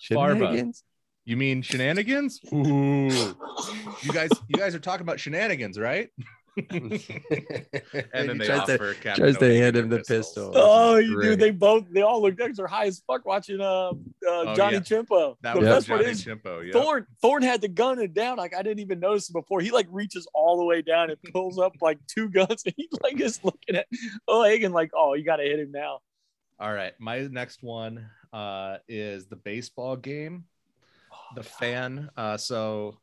Speaker 2: Shenanigans?
Speaker 1: you mean shenanigans? Ooh. You guys, you guys are talking about shenanigans, right? And then
Speaker 2: He
Speaker 1: they
Speaker 2: tries to-
Speaker 1: offer Captain
Speaker 2: tries to
Speaker 1: O'Hagan
Speaker 2: hand
Speaker 1: their
Speaker 2: him the
Speaker 1: pistols.
Speaker 2: pistol.
Speaker 4: oh,
Speaker 2: This is
Speaker 4: you
Speaker 2: great.
Speaker 4: dude, they both they all look they're high as fuck watching uh, uh Johnny
Speaker 1: Oh, yeah.
Speaker 4: Chimpo.
Speaker 1: That
Speaker 4: the
Speaker 1: was
Speaker 4: best
Speaker 1: Johnny
Speaker 4: one is
Speaker 1: Chimpo. Yeah.
Speaker 4: Thorn Thorn had the gun and down. Like I didn't even notice it before. He like reaches all the way down and pulls up like two guns and he like is looking at oh Hagen like, oh, you gotta hit him now.
Speaker 1: All right. My next one uh, is the baseball game,
Speaker 4: Oh,
Speaker 1: the fan. Uh, so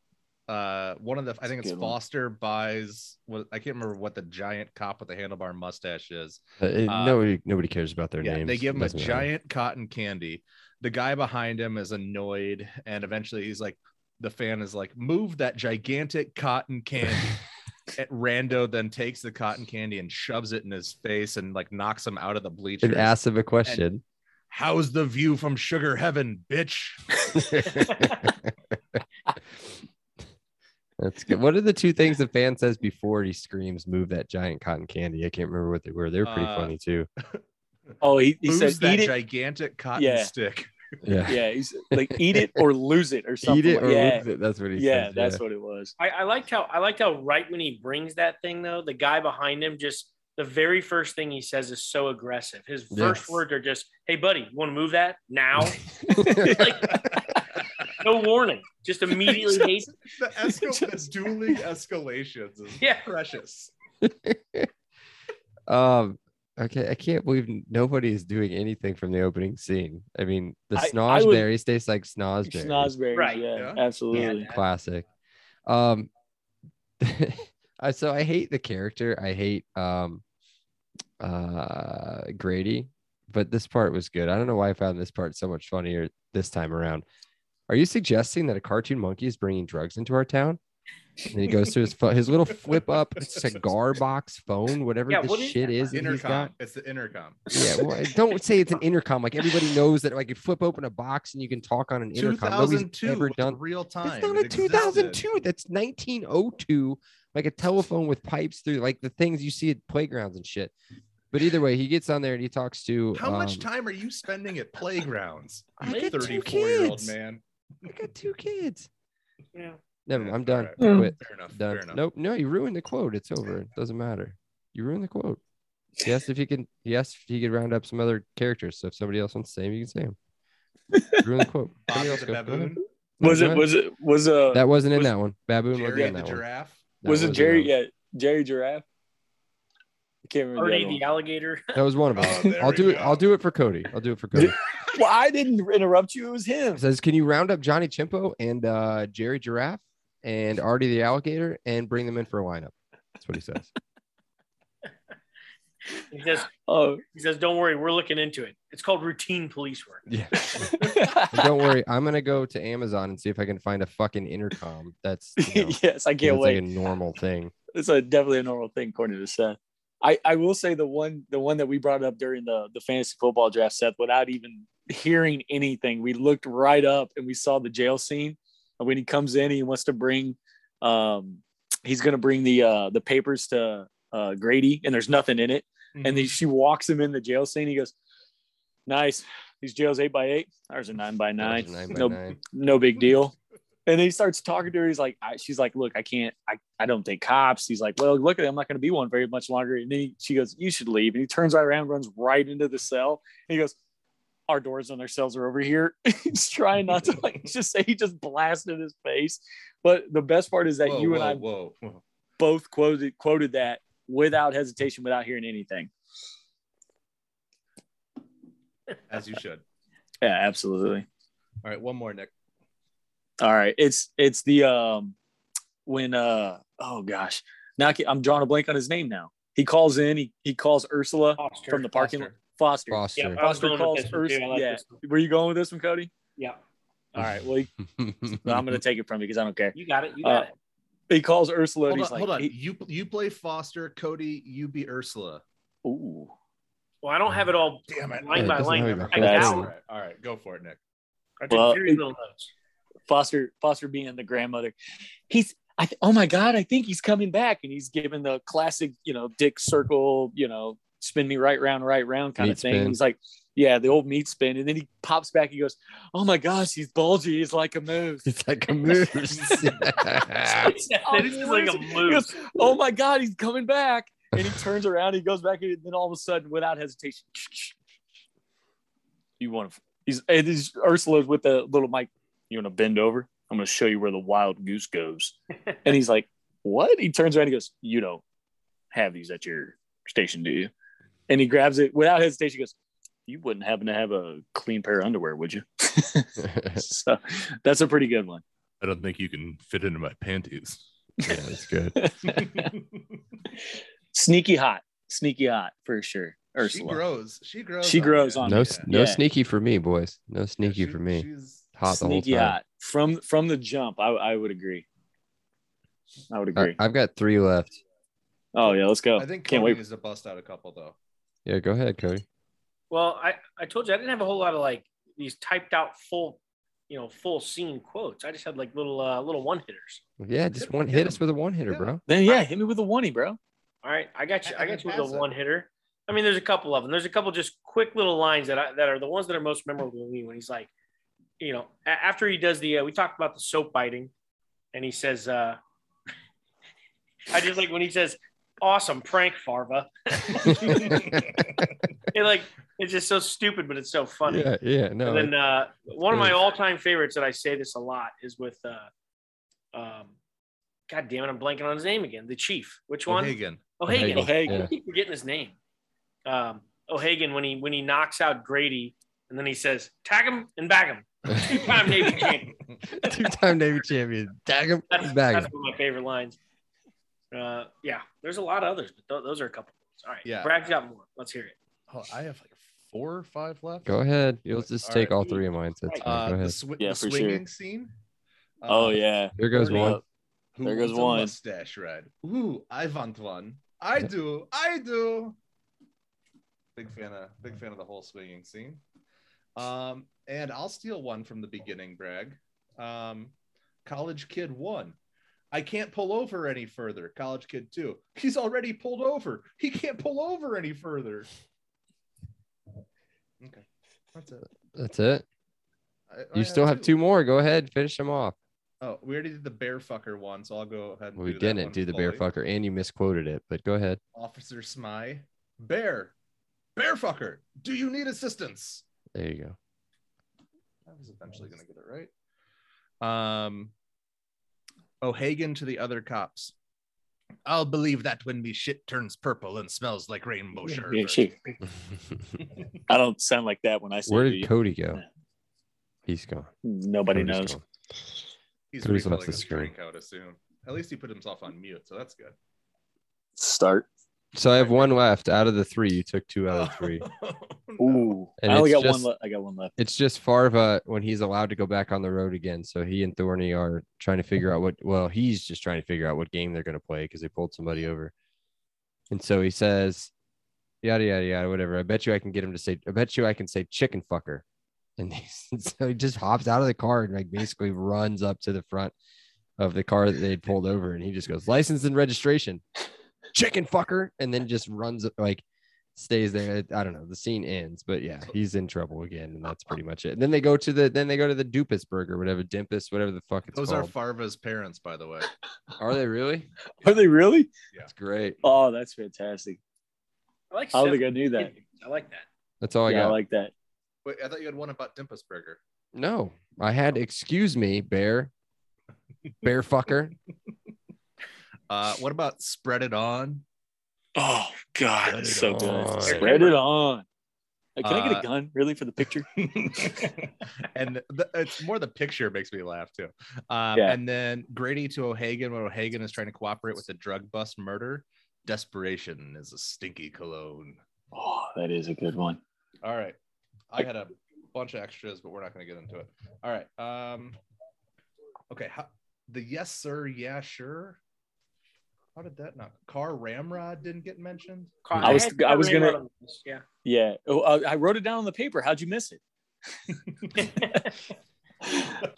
Speaker 1: uh, one of the, I
Speaker 4: a
Speaker 1: think it's
Speaker 4: good one.
Speaker 1: Foster buys, what, I can't remember what the giant cop with the handlebar mustache is.
Speaker 2: Uh, it-
Speaker 1: Uh,
Speaker 2: nobody, nobody cares about their
Speaker 1: Yeah,
Speaker 2: names.
Speaker 1: They give
Speaker 2: It
Speaker 1: him a
Speaker 2: doesn't matter.
Speaker 1: giant cotton candy. The guy behind him is annoyed, and eventually he's like, the fan is like, move that gigantic cotton candy. And Rando then takes the cotton candy and shoves it in his face and like knocks him out of the bleachers.
Speaker 2: and ask him a question.
Speaker 1: How's the view from sugar heaven, bitch?
Speaker 2: That's good. What are the two things the fan says before he screams, "Move that giant cotton candy"? I can't remember what they were. They were pretty
Speaker 1: Uh,
Speaker 2: funny too.
Speaker 4: Oh, he, he
Speaker 1: Who's
Speaker 4: said
Speaker 1: that
Speaker 4: eat it.
Speaker 1: gigantic cotton
Speaker 4: Yeah.
Speaker 1: stick?
Speaker 2: Yeah,
Speaker 4: Yeah, he's like eat it or lose it or something.
Speaker 2: eat it
Speaker 4: like-
Speaker 2: or
Speaker 4: yeah,
Speaker 2: lose it. That's what he
Speaker 4: yeah,
Speaker 2: says.
Speaker 4: that's what it was.
Speaker 5: I, I liked how I liked how right when he brings that thing though, the guy behind him just the very first thing he says is so aggressive. His first
Speaker 2: Yes.
Speaker 5: words are just, "Hey, buddy, you want to move that now?" It's like, no warning, just immediately hates.
Speaker 1: The, escal- the dueling escalations is
Speaker 5: Yeah.
Speaker 1: precious.
Speaker 2: Um, okay, I can't believe nobody is doing anything from the opening scene. I mean, the
Speaker 4: I- I
Speaker 2: snozzberry
Speaker 4: would-
Speaker 2: tastes like snozzberry.
Speaker 4: Snosberry,
Speaker 5: Right,
Speaker 4: Yeah,
Speaker 1: yeah.
Speaker 4: absolutely.
Speaker 2: Classic. Um, I so I hate the character. I hate um, uh, Grady, but this part was good. I don't know why I found this part so much funnier this time around. Are you suggesting that a cartoon monkey is bringing drugs into our town? And then he goes to his phone, his little flip up cigar box phone, whatever
Speaker 5: Yeah,
Speaker 2: the
Speaker 5: what is
Speaker 2: shit
Speaker 5: that?
Speaker 2: is that he's got.
Speaker 1: Intercom. It's the intercom.
Speaker 2: Yeah, well, I- don't say it's an intercom. Like everybody knows that. Like you flip open a box and you can talk on an intercom. Nobody's
Speaker 1: 2002
Speaker 2: ever
Speaker 1: was
Speaker 2: done.
Speaker 1: real time.
Speaker 2: It's not
Speaker 1: It
Speaker 2: a
Speaker 1: existed.
Speaker 2: 2002. That's 1902. Like a telephone with pipes through, like the things you see at playgrounds and shit. But either way, he gets on there and he talks to.
Speaker 1: How much
Speaker 2: um,
Speaker 1: time are you spending at playgrounds?
Speaker 2: I
Speaker 1: You
Speaker 2: got two
Speaker 1: 34 year old
Speaker 2: kids.
Speaker 1: man.
Speaker 2: I got two kids.
Speaker 5: Yeah.
Speaker 2: Never.
Speaker 1: Yeah,
Speaker 2: mind, I'm
Speaker 1: all
Speaker 2: done.
Speaker 1: right.
Speaker 2: Quit.
Speaker 1: Fair enough.
Speaker 2: Done.
Speaker 1: Fair enough.
Speaker 2: Nope. No, you ruined the quote. It's over. It doesn't matter. You ruined the quote. He asked if he can. He asked if he could round up some other characters. So if somebody else wants to say him, you can say him. Ruin the quote. Somebody
Speaker 1: Bobby
Speaker 2: else
Speaker 1: the
Speaker 2: go. Go ahead.
Speaker 1: baboon,
Speaker 2: No,
Speaker 4: Was
Speaker 2: go
Speaker 4: it?
Speaker 2: ahead.
Speaker 4: Was it? Was uh?
Speaker 2: that wasn't in
Speaker 4: was-
Speaker 2: that one. Baboon wasn't
Speaker 1: Jerry
Speaker 2: in
Speaker 1: the
Speaker 2: that one.
Speaker 1: giraffe.
Speaker 2: That
Speaker 4: was it
Speaker 2: wasn't
Speaker 4: Jerry?
Speaker 2: in that
Speaker 4: Yeah, Jerry Giraffe. I can't remember. the
Speaker 5: Ernie
Speaker 4: other
Speaker 5: the
Speaker 4: one.
Speaker 5: alligator.
Speaker 2: one. That was one of
Speaker 1: Oh,
Speaker 2: them.
Speaker 1: there
Speaker 2: I'll
Speaker 1: we
Speaker 2: do it.
Speaker 1: go.
Speaker 2: I'll do it for Cody. I'll do it for Cody.
Speaker 4: Well, I didn't interrupt you. It was him.
Speaker 2: It says, can you round up Johnny Chimpo and uh, Jerry Giraffe and Artie the alligator and bring them in for a lineup? That's what he says.
Speaker 5: He says,
Speaker 4: Oh,
Speaker 5: he says, "Don't worry, we're looking into it. It's called routine police work."
Speaker 2: yeah. And don't worry, I'm gonna go to Amazon and see if I can find a fucking intercom. That's you know,
Speaker 4: yes, I can't
Speaker 2: that's
Speaker 4: wait.
Speaker 2: like a normal thing.
Speaker 4: it's a definitely a normal thing according to Seth. I, I will say the one the one that we brought up during the the fantasy football draft, Seth, without even hearing anything, we looked right up and we saw the jail scene. And when he comes in, he wants to bring um he's gonna bring the uh the papers to uh Grady and there's nothing in it. And
Speaker 1: Mm-hmm.
Speaker 4: then she walks him in the jail scene. He goes, Nice. These jails eight by eight. Ours are nine by nine.
Speaker 2: Nine by
Speaker 4: no
Speaker 2: nine.
Speaker 4: no big deal. And then he starts talking to her. He's like, I, she's like, look, I can't, I, I don't take cops. He's like, well, look at it. I'm not going to be one very much longer. And then he, she goes, you should leave. And he turns right around, runs right into the cell. And he goes, our doors on their cells are over here. he's trying not to like just say he just blasted his face. But the best part is that
Speaker 1: Whoa,
Speaker 4: you
Speaker 1: whoa,
Speaker 4: and I
Speaker 1: Whoa, whoa.
Speaker 4: both quoted quoted that without hesitation, without hearing anything.
Speaker 1: As you should.
Speaker 4: Yeah, absolutely.
Speaker 1: All right. One more, Nick.
Speaker 4: All right. It's it's the um when uh oh gosh, now I can, I'm drawing a blank on his name now. He calls in. He he calls Ursula
Speaker 5: Foster,
Speaker 4: from the parking lot.
Speaker 5: Foster.
Speaker 4: Foster.
Speaker 5: Yeah,
Speaker 2: Foster.
Speaker 5: I was
Speaker 4: Foster
Speaker 5: going with
Speaker 4: calls
Speaker 5: this one, too. I
Speaker 4: Ursula-
Speaker 5: like
Speaker 4: yeah.
Speaker 5: this one.
Speaker 4: Were you going with this one, Cody?
Speaker 5: Yeah.
Speaker 4: All right. Well, he, I'm going to take it from you because I don't care.
Speaker 5: You got it. You got
Speaker 4: Uh, He calls Ursula.
Speaker 1: Hold
Speaker 4: and
Speaker 1: on,
Speaker 4: he's like,
Speaker 1: hold on.
Speaker 4: he-
Speaker 1: You you play Foster, Cody. You be Ursula.
Speaker 4: ooh.
Speaker 5: Well, I don't have it all
Speaker 1: Damn it.
Speaker 5: line
Speaker 2: Yeah,
Speaker 5: by
Speaker 2: it doesn't
Speaker 5: line.
Speaker 2: have
Speaker 5: I
Speaker 2: it
Speaker 5: write
Speaker 2: by
Speaker 5: it
Speaker 4: line.
Speaker 5: down.
Speaker 1: All right, all right, go for it, Nick.
Speaker 5: I took
Speaker 4: Well,
Speaker 5: very
Speaker 4: it-
Speaker 5: little notes.
Speaker 4: Foster Foster being the grandmother, he's I th- oh my god, I think he's coming back, and he's giving the classic you know Dick circle you know spin me right round right round kind
Speaker 2: Meat
Speaker 4: of thing.
Speaker 2: spin.
Speaker 4: He's like yeah, the old meat spin, and then he pops back. He goes, oh my gosh, he's bulgy. He's like a moose.
Speaker 2: It's like a moose.
Speaker 5: Yeah, this is like a
Speaker 4: He
Speaker 5: moose.
Speaker 4: goes, oh my god, he's coming back. And he turns around, he goes back, and then all of a sudden, without hesitation, you want to. He's and he's- Ursula's with the little mic. You want to bend over? I'm going to show you where the wild goose goes. and he's like, "What?" He turns around, and he goes, "You don't have these at your station, do you?" And he grabs it without hesitation. He goes, "You wouldn't happen to have a clean pair of underwear, would you?" so that's a pretty good one.
Speaker 1: I don't think you can fit into my panties.
Speaker 2: yeah, that's good.
Speaker 4: Sneaky hot, sneaky hot for sure.
Speaker 1: She
Speaker 4: Ursula.
Speaker 1: grows. She grows.
Speaker 4: She grows
Speaker 1: you.
Speaker 4: on
Speaker 2: No,
Speaker 4: you.
Speaker 2: s- no
Speaker 4: Yeah.
Speaker 2: sneaky for me, boys. No sneaky
Speaker 1: She-
Speaker 2: for me.
Speaker 1: She's
Speaker 2: Hot the whole
Speaker 4: sneaky
Speaker 2: time.
Speaker 4: hot from from the jump. I, I would agree. I would
Speaker 2: I,
Speaker 4: agree.
Speaker 2: I've got three left.
Speaker 4: oh yeah, let's go.
Speaker 1: I think
Speaker 4: can't
Speaker 1: Cody
Speaker 4: wait.
Speaker 1: needs to bust out a couple though.
Speaker 2: Yeah, go ahead, Cody.
Speaker 5: Well, I, I told you I didn't have a whole lot of like these typed out full, you know, full scene quotes. I just had like little uh, little one hitters.
Speaker 2: Yeah, just
Speaker 1: Hit-
Speaker 2: one
Speaker 1: hit
Speaker 2: hit us
Speaker 1: him.
Speaker 2: with a one hitter,
Speaker 1: Yeah.
Speaker 2: bro.
Speaker 4: Then yeah, hit me with a oney, bro.
Speaker 5: All right, I got you.
Speaker 1: I-
Speaker 5: I
Speaker 1: I
Speaker 5: got you
Speaker 1: can
Speaker 5: with a
Speaker 1: pass it.
Speaker 5: one hitter. I mean, there's a couple of them. There's a couple just quick little lines that I, that are the ones that are most memorable to me. When he's like, you know, a- after he does the, uh, we talked about the soap biting, and he says, uh, I just like when he says, "Awesome prank, Farva." It like it's just so stupid, but it's so funny.
Speaker 2: Yeah, yeah, no. Mm.
Speaker 5: and then uh, one of my
Speaker 2: great.
Speaker 5: all-time favorites that I say this a lot is with, uh, um, God damn it, I'm blanking on his name again. The chief. Which one?
Speaker 1: Hagen.
Speaker 5: O'Hagan.
Speaker 4: O'Hagan. O'Hagan.
Speaker 1: Uh,
Speaker 5: I keep forgetting his name. Um, O'Hagan when he when he knocks out Grady and then he says, "Tag him and bag him." Two-time Navy champion.
Speaker 2: Two-time Navy champion. Tag him,
Speaker 5: That's,
Speaker 2: bag
Speaker 5: that's
Speaker 2: him.
Speaker 5: one of my favorite lines. Uh, yeah, there's a lot of others, but th- those are a couple. All right,
Speaker 1: Yeah.
Speaker 5: Brad's got more. Let's hear it.
Speaker 1: Oh, I have like four or five left.
Speaker 2: Go ahead. You'll just
Speaker 1: All
Speaker 2: take
Speaker 1: right.
Speaker 2: all three of mine. so That's fine.
Speaker 1: Uh,
Speaker 2: Go
Speaker 1: the,
Speaker 2: ahead.
Speaker 1: swi-
Speaker 4: Yeah,
Speaker 1: the
Speaker 4: for sure.
Speaker 1: swinging scene.
Speaker 4: Oh
Speaker 1: Uh,
Speaker 4: yeah.
Speaker 2: Here goes
Speaker 1: Ernie.
Speaker 2: one.
Speaker 1: Who
Speaker 4: There goes
Speaker 1: wants a
Speaker 4: one.
Speaker 1: mustache ride. Ooh, I want one. I do. I do. Big fan of big fan of the whole swinging scene. Um, and I'll steal one from the beginning, brag. Um, college kid one. I can't pull over any further. College kid two. He's already pulled over. He can't pull over any further. Okay. That's it.
Speaker 2: That's it.
Speaker 1: I- I
Speaker 2: You still have two more. Go ahead. Finish them off.
Speaker 1: Oh, we already did the bear fucker one, so I'll go ahead. And
Speaker 2: We
Speaker 1: do that
Speaker 2: didn't
Speaker 1: one
Speaker 2: do the bear
Speaker 1: fully.
Speaker 2: fucker, and you misquoted it, but go ahead.
Speaker 1: Officer Smy. Bear. Bear fucker. Do you need assistance?
Speaker 2: There you go.
Speaker 1: I was eventually gonna get it right. Um O'Hagan to the other cops. I'll believe that when me shit turns purple and smells like
Speaker 4: Oh,
Speaker 1: rainbow sherbet.
Speaker 4: Yeah, she, I don't sound like that when I say
Speaker 2: Where
Speaker 4: it,
Speaker 2: did
Speaker 4: do you?
Speaker 2: Cody go? He's gone.
Speaker 4: Nobody
Speaker 2: Cody's
Speaker 4: knows.
Speaker 2: gone.
Speaker 1: He's
Speaker 2: Who's left
Speaker 1: refilling
Speaker 2: the
Speaker 1: his
Speaker 2: screen?
Speaker 1: drink, I would assume. At least he put himself on mute, so that's good.
Speaker 4: Start.
Speaker 2: So I have one left out of the three. You took two out of three.
Speaker 1: Oh,
Speaker 4: Ooh.
Speaker 2: And
Speaker 4: I only
Speaker 2: it's
Speaker 4: got
Speaker 2: just-
Speaker 4: one left. I got one left.
Speaker 2: It's just Farva when he's allowed to go back on the road again. So he and Thorny are trying to figure out what. Well, he's just trying to figure out what game they're going to play because they pulled somebody over. And so he says, "Yada yada yada, whatever." I bet you I can get him to say. I bet you I can say chicken fucker. And he- so he just hops out of the car and like basically runs up to the front of the car that they had pulled over, and he just goes, "License and registration, chicken fucker," and then just runs like stays there. I don't know. The scene ends, but yeah, he's in trouble again, and that's pretty much it. And then they go to the then they go to the Dupas Burger, whatever Dimpus, whatever the fuck it's
Speaker 1: Those are
Speaker 2: called.
Speaker 1: Farva's parents, by the way.
Speaker 2: Are, they really?
Speaker 4: Are they really?
Speaker 2: That's great.
Speaker 4: Oh, that's fantastic.
Speaker 5: I like.
Speaker 4: I don't
Speaker 5: Seth.
Speaker 4: think I knew that.
Speaker 5: I like that.
Speaker 2: That's all Oh, I
Speaker 4: yeah, I
Speaker 2: got.
Speaker 4: like that.
Speaker 1: Wait, I thought you had one about Dimpus Burger.
Speaker 2: no, I had excuse me, bear, bear fucker.
Speaker 1: Uh, what about spread it on?
Speaker 4: Oh God,
Speaker 2: Spread
Speaker 4: it's
Speaker 2: it
Speaker 4: so good.
Speaker 2: on.
Speaker 4: Spread it on. Like, can I get
Speaker 1: Uh,
Speaker 4: a gun really for the picture?
Speaker 1: and the, it's more the picture makes me laugh too. Um,
Speaker 4: Yeah.
Speaker 1: And then Grady to O'Hagan when O'Hagan is trying to cooperate with the drug bust murder. Desperation is a stinky cologne.
Speaker 4: oh, that is a good one.
Speaker 1: All right, I had a bunch of extras, but we're not going to get into it. All right. Um, okay. How, the yes sir, yeah sure. How did that not? Car Ramrod didn't get mentioned.
Speaker 5: Car-
Speaker 4: I was-
Speaker 5: had
Speaker 4: I was
Speaker 5: Cameron
Speaker 4: gonna-
Speaker 5: Rod on this, Yeah.
Speaker 4: Yeah. Oh, I, I wrote it down on the paper. How'd you miss it?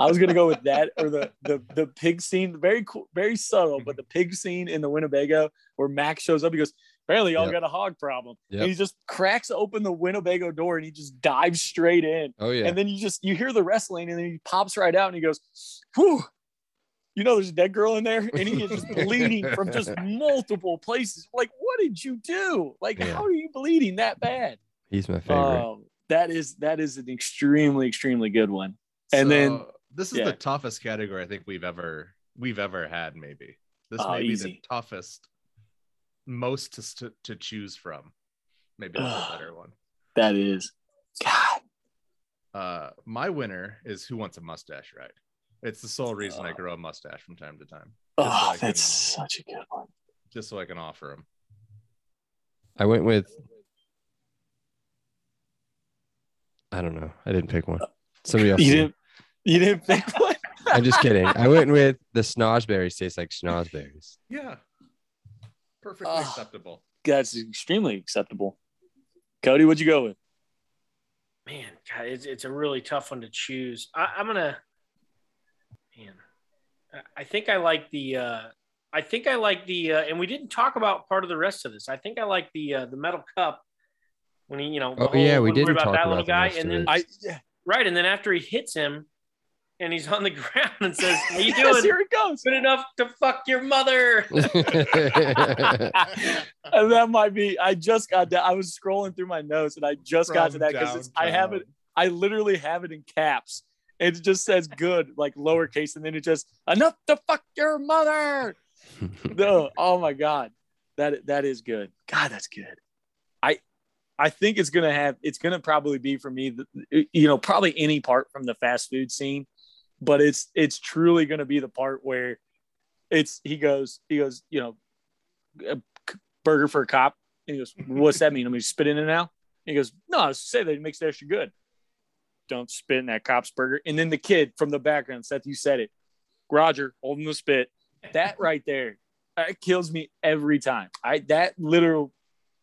Speaker 4: I was gonna go with that or the the the pig scene. Very cool, very subtle,
Speaker 2: Mm-hmm.
Speaker 4: but the pig scene in the Winnebago where Max shows up. He goes, "Apparently, y'all
Speaker 2: Yep.
Speaker 4: got a hog problem."
Speaker 2: Yep.
Speaker 4: And he just cracks open the Winnebago door and he just dives straight in.
Speaker 2: Oh yeah.
Speaker 4: And then you just you hear the wrestling and then he pops right out and he goes, "Whew." You know, there's a dead girl in there, and he is just bleeding from just multiple places. Like, what did you do? Like,
Speaker 2: Yeah.
Speaker 4: how are you bleeding that bad?
Speaker 2: He's my favorite.
Speaker 4: Oh, that is that is an extremely extremely good one. And then-
Speaker 1: this is
Speaker 4: yeah.
Speaker 1: the toughest category I think we've ever we've ever had. Maybe this
Speaker 4: Oh,
Speaker 1: may be the
Speaker 4: easy.
Speaker 1: toughest, most to st- to choose from. Maybe that's a
Speaker 4: Ugh.
Speaker 1: better one.
Speaker 4: That is, God,
Speaker 1: Uh, my winner is who wants a mustache ride. It's the sole reason I
Speaker 4: Ugh.
Speaker 1: grow a mustache from time to time, Just so
Speaker 4: oh,
Speaker 1: I
Speaker 4: that's
Speaker 1: can-
Speaker 4: such a good one.
Speaker 1: just so I can offer them.
Speaker 2: I went with. I don't know. I didn't pick one. Somebody else.
Speaker 4: You
Speaker 2: did.
Speaker 4: didn't, you didn't pick one.
Speaker 2: I'm just kidding. I went with the snozberries taste like schnozberries.
Speaker 1: Yeah, perfectly
Speaker 4: Ugh.
Speaker 1: acceptable.
Speaker 4: That's extremely acceptable. Cody, what'd you go with?
Speaker 5: man, God, it's, it's a really tough one to choose. I, I'm gonna, man, I- I think I like the, uh, I think I like the, uh, and we didn't talk about part of the rest of this. I think I like the uh, the metal cup when he, you know, the
Speaker 2: Oh, yeah, we
Speaker 5: when we were
Speaker 2: didn't talk
Speaker 5: that
Speaker 2: about
Speaker 5: little
Speaker 2: the
Speaker 5: guy,
Speaker 2: rest
Speaker 5: and
Speaker 2: of
Speaker 5: then
Speaker 2: it.
Speaker 4: I yeah,
Speaker 5: right, and then after he hits him, and he's on the ground and says, "How you
Speaker 4: yes,
Speaker 5: doing?
Speaker 4: here it goes.
Speaker 5: Good enough to fuck your mother."
Speaker 4: And that might be. I just got that. I was scrolling through my notes and I just got to
Speaker 1: From
Speaker 4: that because I
Speaker 1: downtown.
Speaker 4: have it. I literally have it in caps. It just says good, like lowercase, and then it just enough to fuck your mother. no, oh my god, that that is good. God, that's good. I I think it's gonna have it's gonna probably be for me, the, you know, probably any part from the fast food scene, but it's it's truly gonna be the part where it's he goes he goes you know, a c- burger for a cop, and he goes, what's that mean? I'm gonna spit in it now. And he goes, no, I was to say that it makes it extra good. Don't spit in that cop's burger. And then the kid from the background, Seth, you said it. Roger holding the spit. That right there, that kills me every time. I that literal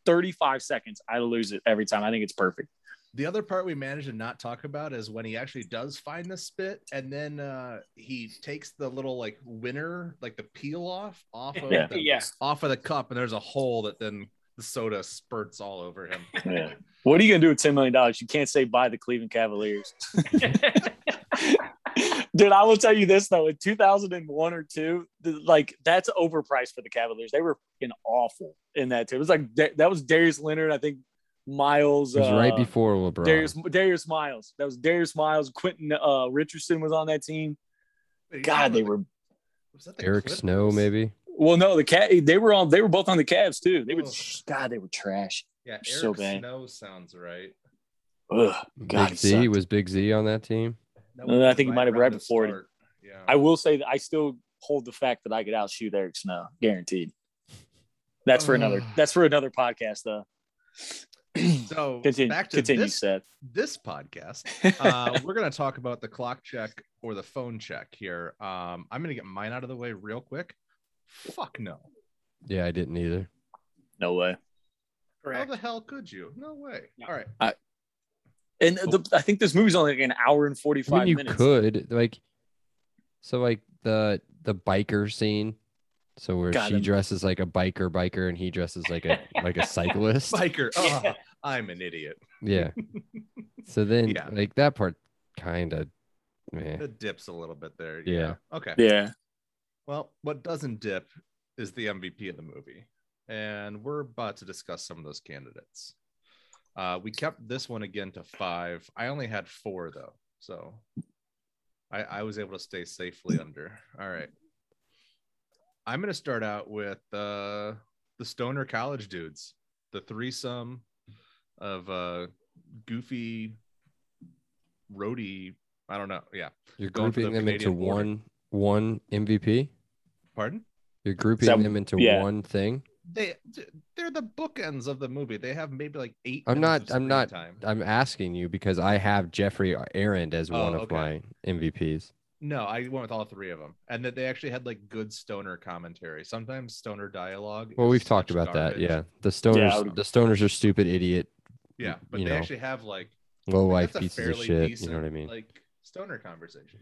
Speaker 4: 35 seconds, I lose it every time. I think it's perfect.
Speaker 1: The other part we managed to not talk about is when he actually does find the spit, and then uh, he takes the little like winner, like the peel off off of
Speaker 4: Yeah.
Speaker 1: the,
Speaker 5: yeah.
Speaker 1: off of the cup, and there's a hole that then the soda spurts all over him.
Speaker 4: Yeah. What are you gonna do with 10 million dollars? You can't say buy the Cleveland Cavaliers. Dude, I will tell you this though. In 2001 or two, the- like that's overpriced for the Cavaliers. They were fucking awful in that too. It was like that that was Darius Leonard, I think Miles
Speaker 2: it was right
Speaker 4: uh,
Speaker 2: before LeBron.
Speaker 4: Darius Darius Miles. That was Darius Miles. Quentin uh, Richardson was on that team. God, they were
Speaker 1: Was that the
Speaker 2: Eric
Speaker 1: Clippers?
Speaker 2: Snow, maybe.
Speaker 4: well. No, the cat. They were on. They were both on the Cavs too. They were.
Speaker 1: Ugh.
Speaker 4: God, they were trash.
Speaker 1: Yeah, Eric
Speaker 4: So bad.
Speaker 1: Snow sounds right.
Speaker 4: Ugh.
Speaker 2: Big
Speaker 4: God, he
Speaker 2: Z
Speaker 4: sucked.
Speaker 2: was Big Z on that team.
Speaker 1: That
Speaker 4: Uh,
Speaker 1: was
Speaker 4: I think he might have
Speaker 1: around
Speaker 4: right
Speaker 1: the
Speaker 4: before it.
Speaker 1: start. Yeah,
Speaker 4: I will say that I still hold the fact that I could outshoot Eric Snow, guaranteed. That's for another.
Speaker 1: Ugh.
Speaker 4: That's for another podcast, though.
Speaker 1: so
Speaker 4: Continue.
Speaker 1: back to
Speaker 4: continue,
Speaker 1: this
Speaker 4: Seth.
Speaker 1: this podcast. uh, we're going to talk about the clock check or the phone check here. Um, I'm going to get mine out of the way real quick. Fuck no.
Speaker 2: Yeah, I didn't either.
Speaker 4: no way.
Speaker 1: How
Speaker 5: Correct.
Speaker 1: the hell could you? No way.
Speaker 5: No.
Speaker 1: All right.
Speaker 4: And the, I think this movie's only like an hour and
Speaker 2: I
Speaker 4: forty-five
Speaker 2: mean, you
Speaker 4: minutes.
Speaker 2: could like, so like the the biker scene. So where
Speaker 4: Got
Speaker 2: she
Speaker 4: him.
Speaker 2: dresses like a biker, biker, and he dresses like a like a cyclist.
Speaker 1: Biker.
Speaker 5: Yeah.
Speaker 1: Ugh, Oh, I'm an idiot.
Speaker 2: yeah. So then,
Speaker 1: Yeah.
Speaker 2: like that part, kind of, man.
Speaker 1: It dips a little bit there.
Speaker 2: Yeah.
Speaker 1: Okay.
Speaker 4: Yeah.
Speaker 1: Well, what doesn't dip is the MVP of the movie. And we're about to discuss some of those candidates. Uh, we kept this one again to five. I only had four, though. So I, I was able to stay safely under. All right. I'm going to start out with uh, the Stoner College dudes, the threesome of uh, goofy roadie. I don't know. Yeah.
Speaker 2: You're
Speaker 1: Going for
Speaker 2: grouping
Speaker 1: the
Speaker 2: them into
Speaker 1: Canadian border.
Speaker 2: one one MVP.
Speaker 1: Pardon?
Speaker 2: You're grouping
Speaker 4: that-
Speaker 2: them into
Speaker 4: yeah.
Speaker 2: one thing.
Speaker 1: They they're the bookends of the movie. They have maybe like eight.
Speaker 2: I'm
Speaker 1: minutes
Speaker 2: not-
Speaker 1: of
Speaker 2: I'm not-
Speaker 1: screen Time.
Speaker 2: I'm asking you because I have Jeffrey Arend as
Speaker 1: Oh,
Speaker 2: one of
Speaker 1: okay.
Speaker 2: my MVPs.
Speaker 1: No, I went with all three of them, and that they actually had like good stoner commentary. Sometimes stoner dialogue.
Speaker 2: Well,
Speaker 1: is
Speaker 2: we've talked
Speaker 1: such
Speaker 2: about that.
Speaker 1: garbage.
Speaker 2: Yeah, the stoners,
Speaker 4: Yeah, I would-
Speaker 2: the stoners are stupid, idiot,
Speaker 1: yeah, but
Speaker 2: you
Speaker 1: they
Speaker 2: know.
Speaker 1: actually have like
Speaker 2: low
Speaker 1: like,
Speaker 2: life
Speaker 1: that's a
Speaker 2: pieces of
Speaker 1: fairly
Speaker 2: shit.
Speaker 1: decent,
Speaker 2: you know what I mean?
Speaker 1: Like stoner conversation.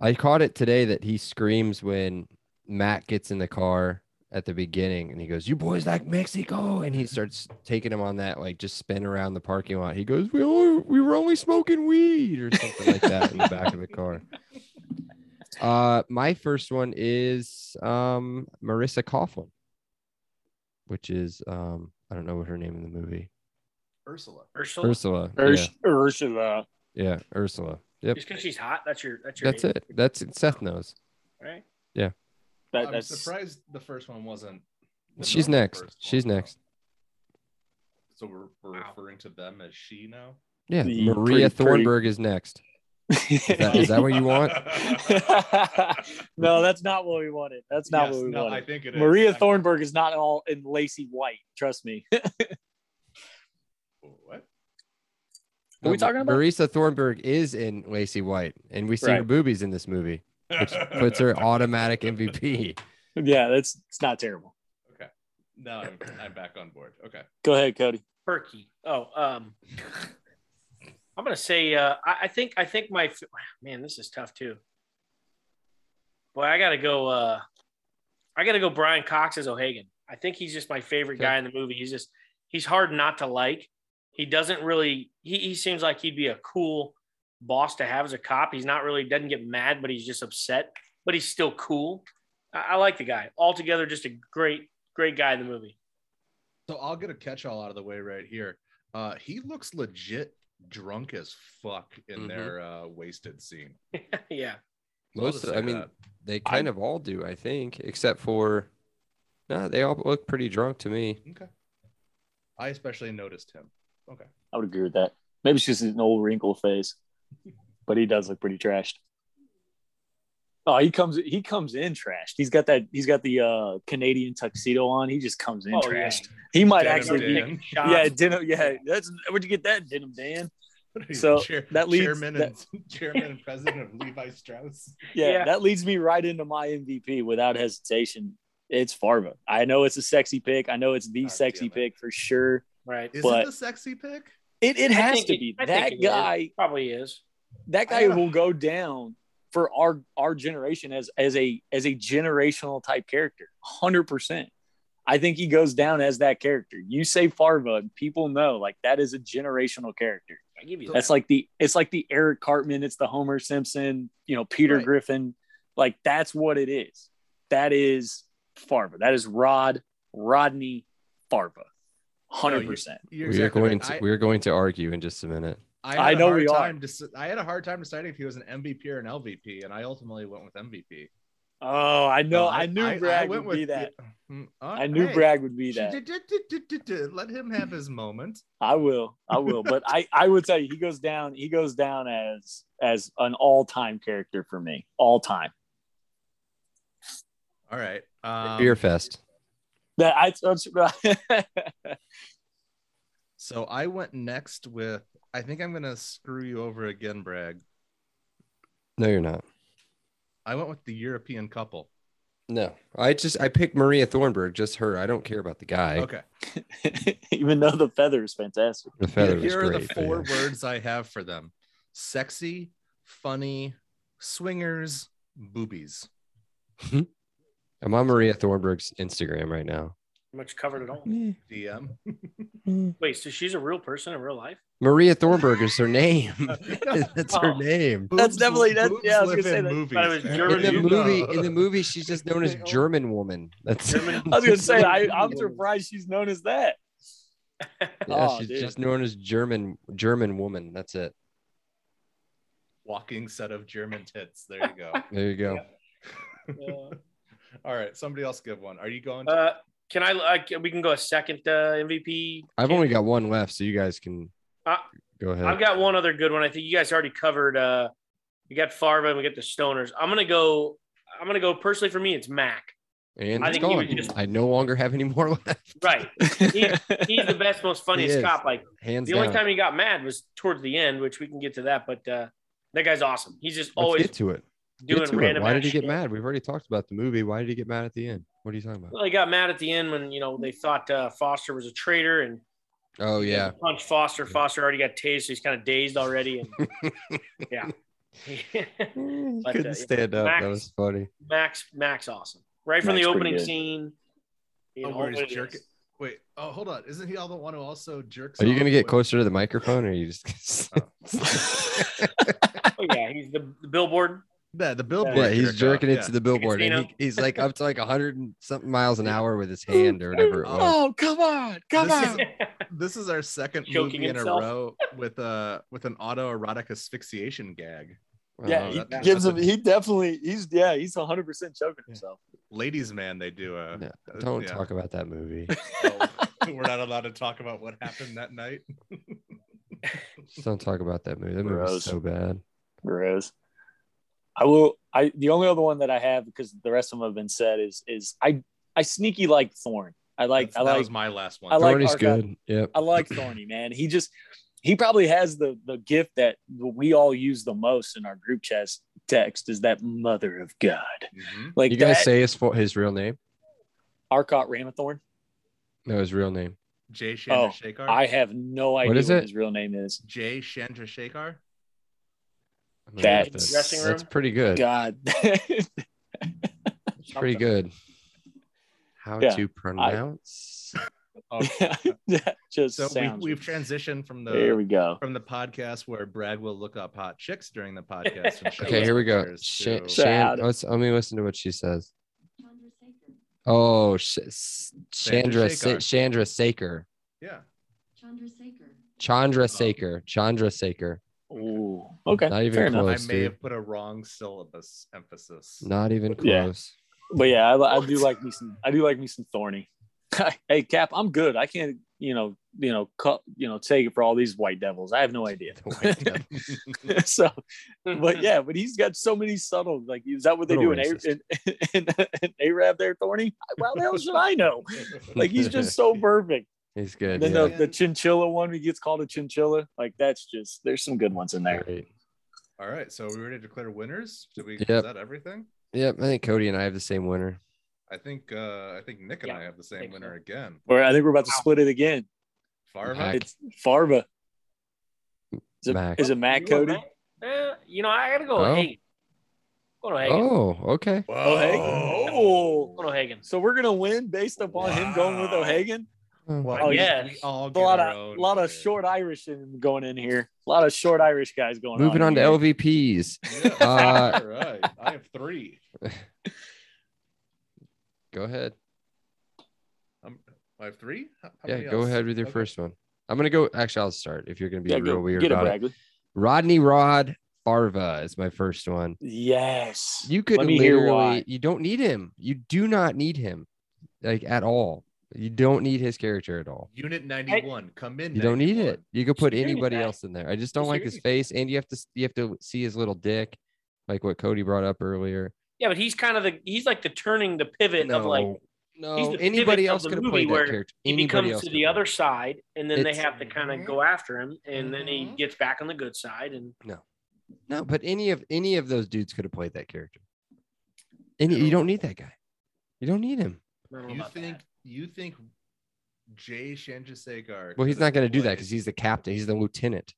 Speaker 2: I caught it today that he screams when Matt gets in the car at the beginning and he goes, You boys like Mexico? And he starts taking him on that, like just spin around the parking lot. He goes, We only, we were only smoking weed or something like that in the back of the car. Uh, my first one is um, Marissa Coughlin, which is, um, I don't know what her name in the movie.
Speaker 1: Ursula.
Speaker 5: Ursula.
Speaker 2: Ursula.
Speaker 4: Urs- Ursula.
Speaker 2: Yeah, yeah, Ursula. Yep.
Speaker 5: Just because she's hot, that's your that's your
Speaker 2: That's it. That's it. Seth knows.
Speaker 5: right?
Speaker 4: That,
Speaker 1: I'm
Speaker 4: that's
Speaker 1: surprised the first one wasn't. the
Speaker 2: She's
Speaker 1: non-
Speaker 2: next.
Speaker 1: first
Speaker 2: She's
Speaker 1: one, though.
Speaker 2: next.
Speaker 1: So we're, we're
Speaker 5: Wow.
Speaker 1: referring to them as she now.
Speaker 2: Yeah,
Speaker 4: The
Speaker 2: Maria
Speaker 4: pretty- pretty-
Speaker 2: Thornburg is next. Is that, is that what you want?
Speaker 4: no, that's not what we wanted. That's not
Speaker 1: Yes,
Speaker 4: what we
Speaker 1: no, I
Speaker 4: wanted.
Speaker 1: think it is.
Speaker 4: Maria
Speaker 1: I'm-
Speaker 4: Thornburg is not all in lacy white. Trust me.
Speaker 1: What?
Speaker 2: Are
Speaker 4: we talking about-
Speaker 2: Marisa Thornburg is in Lacey White, and we see her
Speaker 4: Right.
Speaker 2: boobies in this movie, which puts her automatic MVP.
Speaker 4: yeah, that's it's not terrible.
Speaker 1: No, I'm, I'm back on board. Okay.
Speaker 4: Go ahead, Cody.
Speaker 5: Perky. Oh, um, I'm gonna say uh, I, I think I think my f- man. This is tough too. Boy, I gotta go. Uh, I gotta go. Brian Cox as O'Hagan. I think he's just my favorite
Speaker 2: Okay.
Speaker 5: guy in the movie. He's just he's hard not to like. He doesn't really. He he seems like he'd be a cool boss to have as a cop. He's not really doesn't get mad, but he's just upset. But he's still cool. I, I like the guy altogether. Just a great great guy in the movie.
Speaker 1: So I'll get a catch all out of the way right here. Uh, he looks legit drunk as fuck in
Speaker 2: Mhm.
Speaker 1: their uh, wasted scene.
Speaker 5: yeah.
Speaker 1: I'll
Speaker 2: Most,
Speaker 1: just
Speaker 2: of,
Speaker 1: say
Speaker 2: I mean,
Speaker 1: that.
Speaker 2: they kind of all do, I think, except for no, they all look pretty drunk to me.
Speaker 1: I especially noticed him.
Speaker 4: I would agree with that. Maybe it's just an old wrinkle phase, but he does look pretty trashed. Oh, he comes he comes in trashed. He's got that he's got the uh Canadian tuxedo on. He just comes in
Speaker 5: Oh, yeah.
Speaker 4: trashed. He might
Speaker 1: Denim
Speaker 4: actually
Speaker 1: Dan.
Speaker 4: be
Speaker 1: be-
Speaker 4: Yeah, denim. Yeah, that's where'd you get that denim, Dan?
Speaker 1: What are you,
Speaker 4: So, that leads-
Speaker 1: chairman and chairman and president of Levi Strauss.
Speaker 4: Yeah,
Speaker 5: Yeah.
Speaker 4: that leads me right into my MVP without hesitation. It's Farva. I know it's a sexy pick. I know it's the
Speaker 1: God damn
Speaker 4: sexy
Speaker 1: it.
Speaker 4: pick for sure.
Speaker 5: Right.
Speaker 1: Is
Speaker 4: But-
Speaker 1: it the sexy pick?
Speaker 4: It it
Speaker 5: I
Speaker 4: has
Speaker 5: think
Speaker 4: to
Speaker 5: it-
Speaker 4: be
Speaker 5: I think
Speaker 4: that
Speaker 5: it is.
Speaker 4: guy.
Speaker 5: Probably is.
Speaker 4: that
Speaker 1: I
Speaker 4: guy
Speaker 1: gotta-
Speaker 4: will go down for our our generation as as a as a generational type character 100% i think he goes down as that character you say farva and people know like that is a generational character
Speaker 5: I give you
Speaker 4: that's
Speaker 5: that.
Speaker 4: like the it's like the eric cartman it's the homer simpson you know peter
Speaker 1: Right.
Speaker 4: griffin like that's what it is that is farva that is rod rodney farva 100%
Speaker 1: You're
Speaker 2: we
Speaker 1: exactly
Speaker 2: are going
Speaker 1: right.
Speaker 2: to
Speaker 1: I-
Speaker 2: we're going to argue in just a minute.
Speaker 1: I,
Speaker 4: I
Speaker 1: had a
Speaker 4: know
Speaker 1: hard
Speaker 4: we are.
Speaker 1: time deci- I had a hard time deciding if he was an MVP or an LVP, and I ultimately went with MVP.
Speaker 4: oh i know
Speaker 1: So
Speaker 4: i, knew bragg would be that
Speaker 1: Mm,
Speaker 4: i knew
Speaker 1: hey,
Speaker 4: bragg would be
Speaker 1: she
Speaker 4: that
Speaker 1: did- did- did- did- did- did. Let him have his moment.
Speaker 4: I will. I will. But I, I would tell you, he goes down. He goes down as as an all time character for me. All time.
Speaker 1: All right. Um,
Speaker 2: Beer fest.
Speaker 4: That I. That's,
Speaker 1: So I went next with. I think I'm gonna screw you over again, Bragg.
Speaker 2: No, you're not.
Speaker 1: I went with the European couple.
Speaker 2: No, I just I picked Maria Thornburg, just her. I don't care about the guy.
Speaker 1: Okay.
Speaker 4: even though the feather is fantastic.
Speaker 2: The feather was
Speaker 1: Here are
Speaker 2: great.
Speaker 1: the
Speaker 2: but
Speaker 1: four
Speaker 2: yeah.
Speaker 1: words I have for them: sexy, funny, swingers, boobies.
Speaker 2: I'm on Maria Thornburg's Instagram right now.
Speaker 5: Much covered at all.
Speaker 1: DM.
Speaker 5: Wait, so she's a real person in real life?
Speaker 2: Maria Thornburg is her name. That's her
Speaker 5: Oh.
Speaker 2: name.
Speaker 1: Boobs-
Speaker 4: That's definitely- that's-
Speaker 1: boobs
Speaker 4: yeah, I was
Speaker 1: live
Speaker 4: gonna say
Speaker 1: in
Speaker 4: that.
Speaker 1: movies,
Speaker 5: But it was
Speaker 1: man.
Speaker 5: German
Speaker 2: In the
Speaker 5: You
Speaker 2: movie, in the movie, she's just known as
Speaker 1: They all-
Speaker 2: German woman. That's
Speaker 5: German.
Speaker 4: I was gonna say I, I'm surprised she's known as that.
Speaker 2: yeah,
Speaker 4: Oh,
Speaker 2: she's
Speaker 4: dude.
Speaker 2: just known as German German woman. That's it.
Speaker 1: walking set of German tits. There you go.
Speaker 2: There you go.
Speaker 1: All right, somebody else give one. Are you going? To-
Speaker 5: Uh, can I? Uh, we can go a second uh, MVP.
Speaker 2: I've only got one left, so you guys can Go ahead.
Speaker 5: Uh, I've got one other good one. I think you guys already covered. Uh, we got Farva and we get the Stoners. I'm gonna go. I'm gonna go personally for me. It's Mac.
Speaker 2: and
Speaker 5: I
Speaker 2: it's
Speaker 5: think he
Speaker 2: gone.
Speaker 5: would just-
Speaker 2: I no longer have any more left.
Speaker 5: Right. He- He's the best, most funniest
Speaker 2: is.
Speaker 5: cop. Like
Speaker 2: Hands
Speaker 5: the
Speaker 2: down.
Speaker 5: only time he got mad was towards the end, which we can get to that. But uh, that guy's awesome. He's just
Speaker 2: Let's
Speaker 5: always
Speaker 2: get to it. Get
Speaker 5: doing
Speaker 2: to it.
Speaker 5: random.
Speaker 2: Why did
Speaker 5: ass
Speaker 2: he get
Speaker 5: shit.
Speaker 2: mad? We've already talked about the movie. Why did he get mad at the end? What are you talking about?
Speaker 5: Well, he got mad at the end when you know they thought uh, Foster was a traitor and
Speaker 2: Oh yeah.
Speaker 5: punch Foster. Foster already got tased, so he's kind of dazed already. And yeah,
Speaker 2: He
Speaker 5: But, uh, yeah.
Speaker 2: couldn't stand up.
Speaker 5: Max-
Speaker 2: That was funny.
Speaker 5: Max, Max, awesome. Right from
Speaker 4: Max
Speaker 5: the
Speaker 4: pretty
Speaker 5: opening
Speaker 4: good.
Speaker 5: scene. you
Speaker 1: Oh,
Speaker 5: know,
Speaker 1: where he's
Speaker 5: what it
Speaker 1: jerking.
Speaker 5: is.
Speaker 1: Wait. Oh, hold on. Isn't he all the one who also jerks?
Speaker 2: Are you
Speaker 1: off
Speaker 2: gonna get
Speaker 1: with-
Speaker 2: closer to the microphone, or are you just?
Speaker 5: Oh yeah, he's the, the billboard.
Speaker 1: Yeah, the billboard.
Speaker 2: yeah, he's
Speaker 1: jerk
Speaker 2: jerking
Speaker 1: off,
Speaker 2: it to the billboard, and
Speaker 5: Casino.
Speaker 2: he, he's like up to like hundred and something miles an hour with his hand or whatever it was.
Speaker 4: oh, come on. Come
Speaker 1: This
Speaker 4: on.
Speaker 1: is- This is our second
Speaker 5: Choking
Speaker 1: movie
Speaker 5: himself.
Speaker 1: in a row with a with an autoerotic asphyxiation gag.
Speaker 4: yeah,
Speaker 2: Oh,
Speaker 4: he
Speaker 1: that- that's
Speaker 4: gives
Speaker 1: a-
Speaker 4: him. He definitely. He's yeah. He's 100 percent choking himself.
Speaker 1: Ladies, man, they do a.
Speaker 2: No,
Speaker 1: uh,
Speaker 2: don't
Speaker 1: yeah.
Speaker 2: talk about that movie.
Speaker 1: Oh, we're not allowed to talk about what happened that night.
Speaker 2: Just don't talk about that movie. That
Speaker 4: Gross.
Speaker 2: movie's so bad.
Speaker 4: Gross. I will. I the only other one that I have because the rest of them have been said is is I I sneaky like Thorn. I like
Speaker 1: That's-
Speaker 4: I
Speaker 1: that
Speaker 4: like
Speaker 1: was my last one.
Speaker 4: I like
Speaker 2: Thorny's
Speaker 4: Archive.
Speaker 2: good. Yep.
Speaker 4: I like Thorny, man. He just he probably has the the gift that we all use the most in our group chats text is that mother of God.
Speaker 1: Mhm.
Speaker 4: Like
Speaker 2: You guys
Speaker 4: that
Speaker 2: say his fo- his real name?
Speaker 4: Arcot Ramathorn.
Speaker 2: No, his real name.
Speaker 1: Jay Chandra
Speaker 4: Oh,
Speaker 1: Shekhar.
Speaker 4: I have no idea
Speaker 2: is
Speaker 4: what
Speaker 2: it?
Speaker 4: his real name is.
Speaker 1: Jay Chandra Shekhar.
Speaker 2: I'm gonna look
Speaker 4: That's-
Speaker 2: this.
Speaker 5: Dressing
Speaker 2: That's
Speaker 5: room?
Speaker 2: pretty good.
Speaker 4: God.
Speaker 2: It's pretty good. How
Speaker 4: Yeah,
Speaker 2: to pronounce?
Speaker 1: Oh,
Speaker 4: that just
Speaker 1: so we,
Speaker 4: sounds
Speaker 1: we've transitioned from the
Speaker 4: There we go.
Speaker 1: from the podcast where Brad will look up hot chicks during the podcast. And show
Speaker 2: okay,
Speaker 1: us
Speaker 2: here we go.
Speaker 1: pictures
Speaker 2: Shan,
Speaker 1: to-
Speaker 2: Shan,
Speaker 4: Sad.
Speaker 2: let's let me listen to what she says. Oh, Sh- S-
Speaker 1: Sandra
Speaker 2: Chandra
Speaker 1: Sekar.
Speaker 2: Sa- Chandra Saker,
Speaker 1: yeah,
Speaker 6: Chandra Saker.
Speaker 4: Oh.
Speaker 2: Chandra Saker, Chandra Saker.
Speaker 4: Ooh. Okay.
Speaker 2: Not even
Speaker 4: fair enough.
Speaker 1: I
Speaker 2: Close,
Speaker 1: may
Speaker 2: dude.
Speaker 1: have put a wrong syllabus emphasis.
Speaker 2: Not even
Speaker 4: Yeah.
Speaker 2: close.
Speaker 4: But yeah, I, I do like me some. I do like me some Thorny. hey Cap, I'm good. I can't, you know, you know, cut, you know, take it for all these white devils. I have no idea.
Speaker 2: The white devil.
Speaker 4: so, but yeah, but he's got so many subtle. Like, is that what they
Speaker 2: Little
Speaker 4: do in, a- in, in, in Arab there, Thorny? How the hell should I know? Like, he's just so perfect.
Speaker 2: He's good.
Speaker 4: And then
Speaker 2: yeah.
Speaker 4: the, the chinchilla one, he gets called a chinchilla. Like, that's just there's some good ones in there.
Speaker 2: Great.
Speaker 1: All right, so are we ready to declare winners? Did we? Is
Speaker 2: Yep.
Speaker 1: that everything?
Speaker 2: Yep, I think Cody and I have the same winner.
Speaker 1: I think uh, I think Nick and
Speaker 5: Yeah,
Speaker 1: I have the same
Speaker 5: think
Speaker 1: winner again.
Speaker 4: Or I think we're about to
Speaker 5: Wow.
Speaker 4: split it again.
Speaker 1: Farva,
Speaker 2: Mac.
Speaker 4: It's Farva. Is it,
Speaker 2: Mac.
Speaker 4: is it Mac
Speaker 5: You want
Speaker 4: Cody?
Speaker 5: Mac? Eh, you know, I gotta go
Speaker 2: Oh.
Speaker 5: with Hagen. Go to Hagen.
Speaker 2: Oh, okay.
Speaker 4: Oh, Hagen. Oh.
Speaker 5: Go to Hagen.
Speaker 4: So we're gonna win based upon him going with
Speaker 1: Wow.
Speaker 4: O'Hagan.
Speaker 1: Well,
Speaker 5: Oh,
Speaker 1: we-
Speaker 5: yes.
Speaker 1: we all
Speaker 4: A
Speaker 1: get
Speaker 4: lot
Speaker 1: our
Speaker 4: of
Speaker 1: own
Speaker 4: lot of
Speaker 1: here.
Speaker 4: short Irish in- going in here. A lot of short Irish guys going.
Speaker 2: Moving on to
Speaker 4: in here.
Speaker 2: LVPs.
Speaker 1: Yes,
Speaker 2: Uh,
Speaker 1: all right, I have three.
Speaker 2: Go ahead.
Speaker 1: Um, I have three. How how
Speaker 2: Yeah,
Speaker 1: many
Speaker 2: go
Speaker 1: else?
Speaker 2: ahead with your
Speaker 1: Okay.
Speaker 2: first one. I'm gonna go. Actually, I'll start if you're gonna be
Speaker 4: Yeah,
Speaker 2: real
Speaker 4: go-
Speaker 2: weird
Speaker 4: get it,
Speaker 2: about it.
Speaker 4: Bagley.
Speaker 2: Rodney Rod Farva is my first one.
Speaker 4: Yes.
Speaker 2: You could
Speaker 4: Let me hear
Speaker 2: literally.
Speaker 4: why.
Speaker 2: You don't need him. You do not need him, like at all. You don't need his character at all.
Speaker 1: Unit ninety-one, come in.
Speaker 2: You don't need
Speaker 1: 91.
Speaker 2: it. You could put
Speaker 5: Disagree with
Speaker 2: anybody
Speaker 5: that.
Speaker 2: else in there. I just don't like his
Speaker 5: Disagree
Speaker 2: face, and you have to you have to see his little dick, like what Cody brought up earlier.
Speaker 5: Yeah, but he's kind of the he's like the turning the pivot of like
Speaker 2: no,
Speaker 5: pivot
Speaker 2: anybody
Speaker 5: of
Speaker 2: else
Speaker 5: the
Speaker 2: could
Speaker 5: movie
Speaker 2: play that
Speaker 5: where
Speaker 2: character.
Speaker 5: he
Speaker 2: Anybody
Speaker 5: becomes
Speaker 2: else
Speaker 5: to
Speaker 2: could
Speaker 5: the
Speaker 2: play
Speaker 5: other
Speaker 2: it.
Speaker 5: side, and then they
Speaker 2: It's-
Speaker 5: have to kind
Speaker 4: Mm-hmm.
Speaker 5: of go after him, and then he
Speaker 1: Mhm.
Speaker 5: gets back on the good side. And
Speaker 2: No, but any of any of those dudes could have played that character. Any
Speaker 5: True.
Speaker 2: you don't need that guy. You don't need him.
Speaker 5: I don't know
Speaker 1: You
Speaker 5: about
Speaker 1: think
Speaker 5: that.
Speaker 1: you think Jay Shandrasegar?
Speaker 2: Well, he's not going to do that because
Speaker 1: he's.
Speaker 2: he's the captain. He's the lieutenant.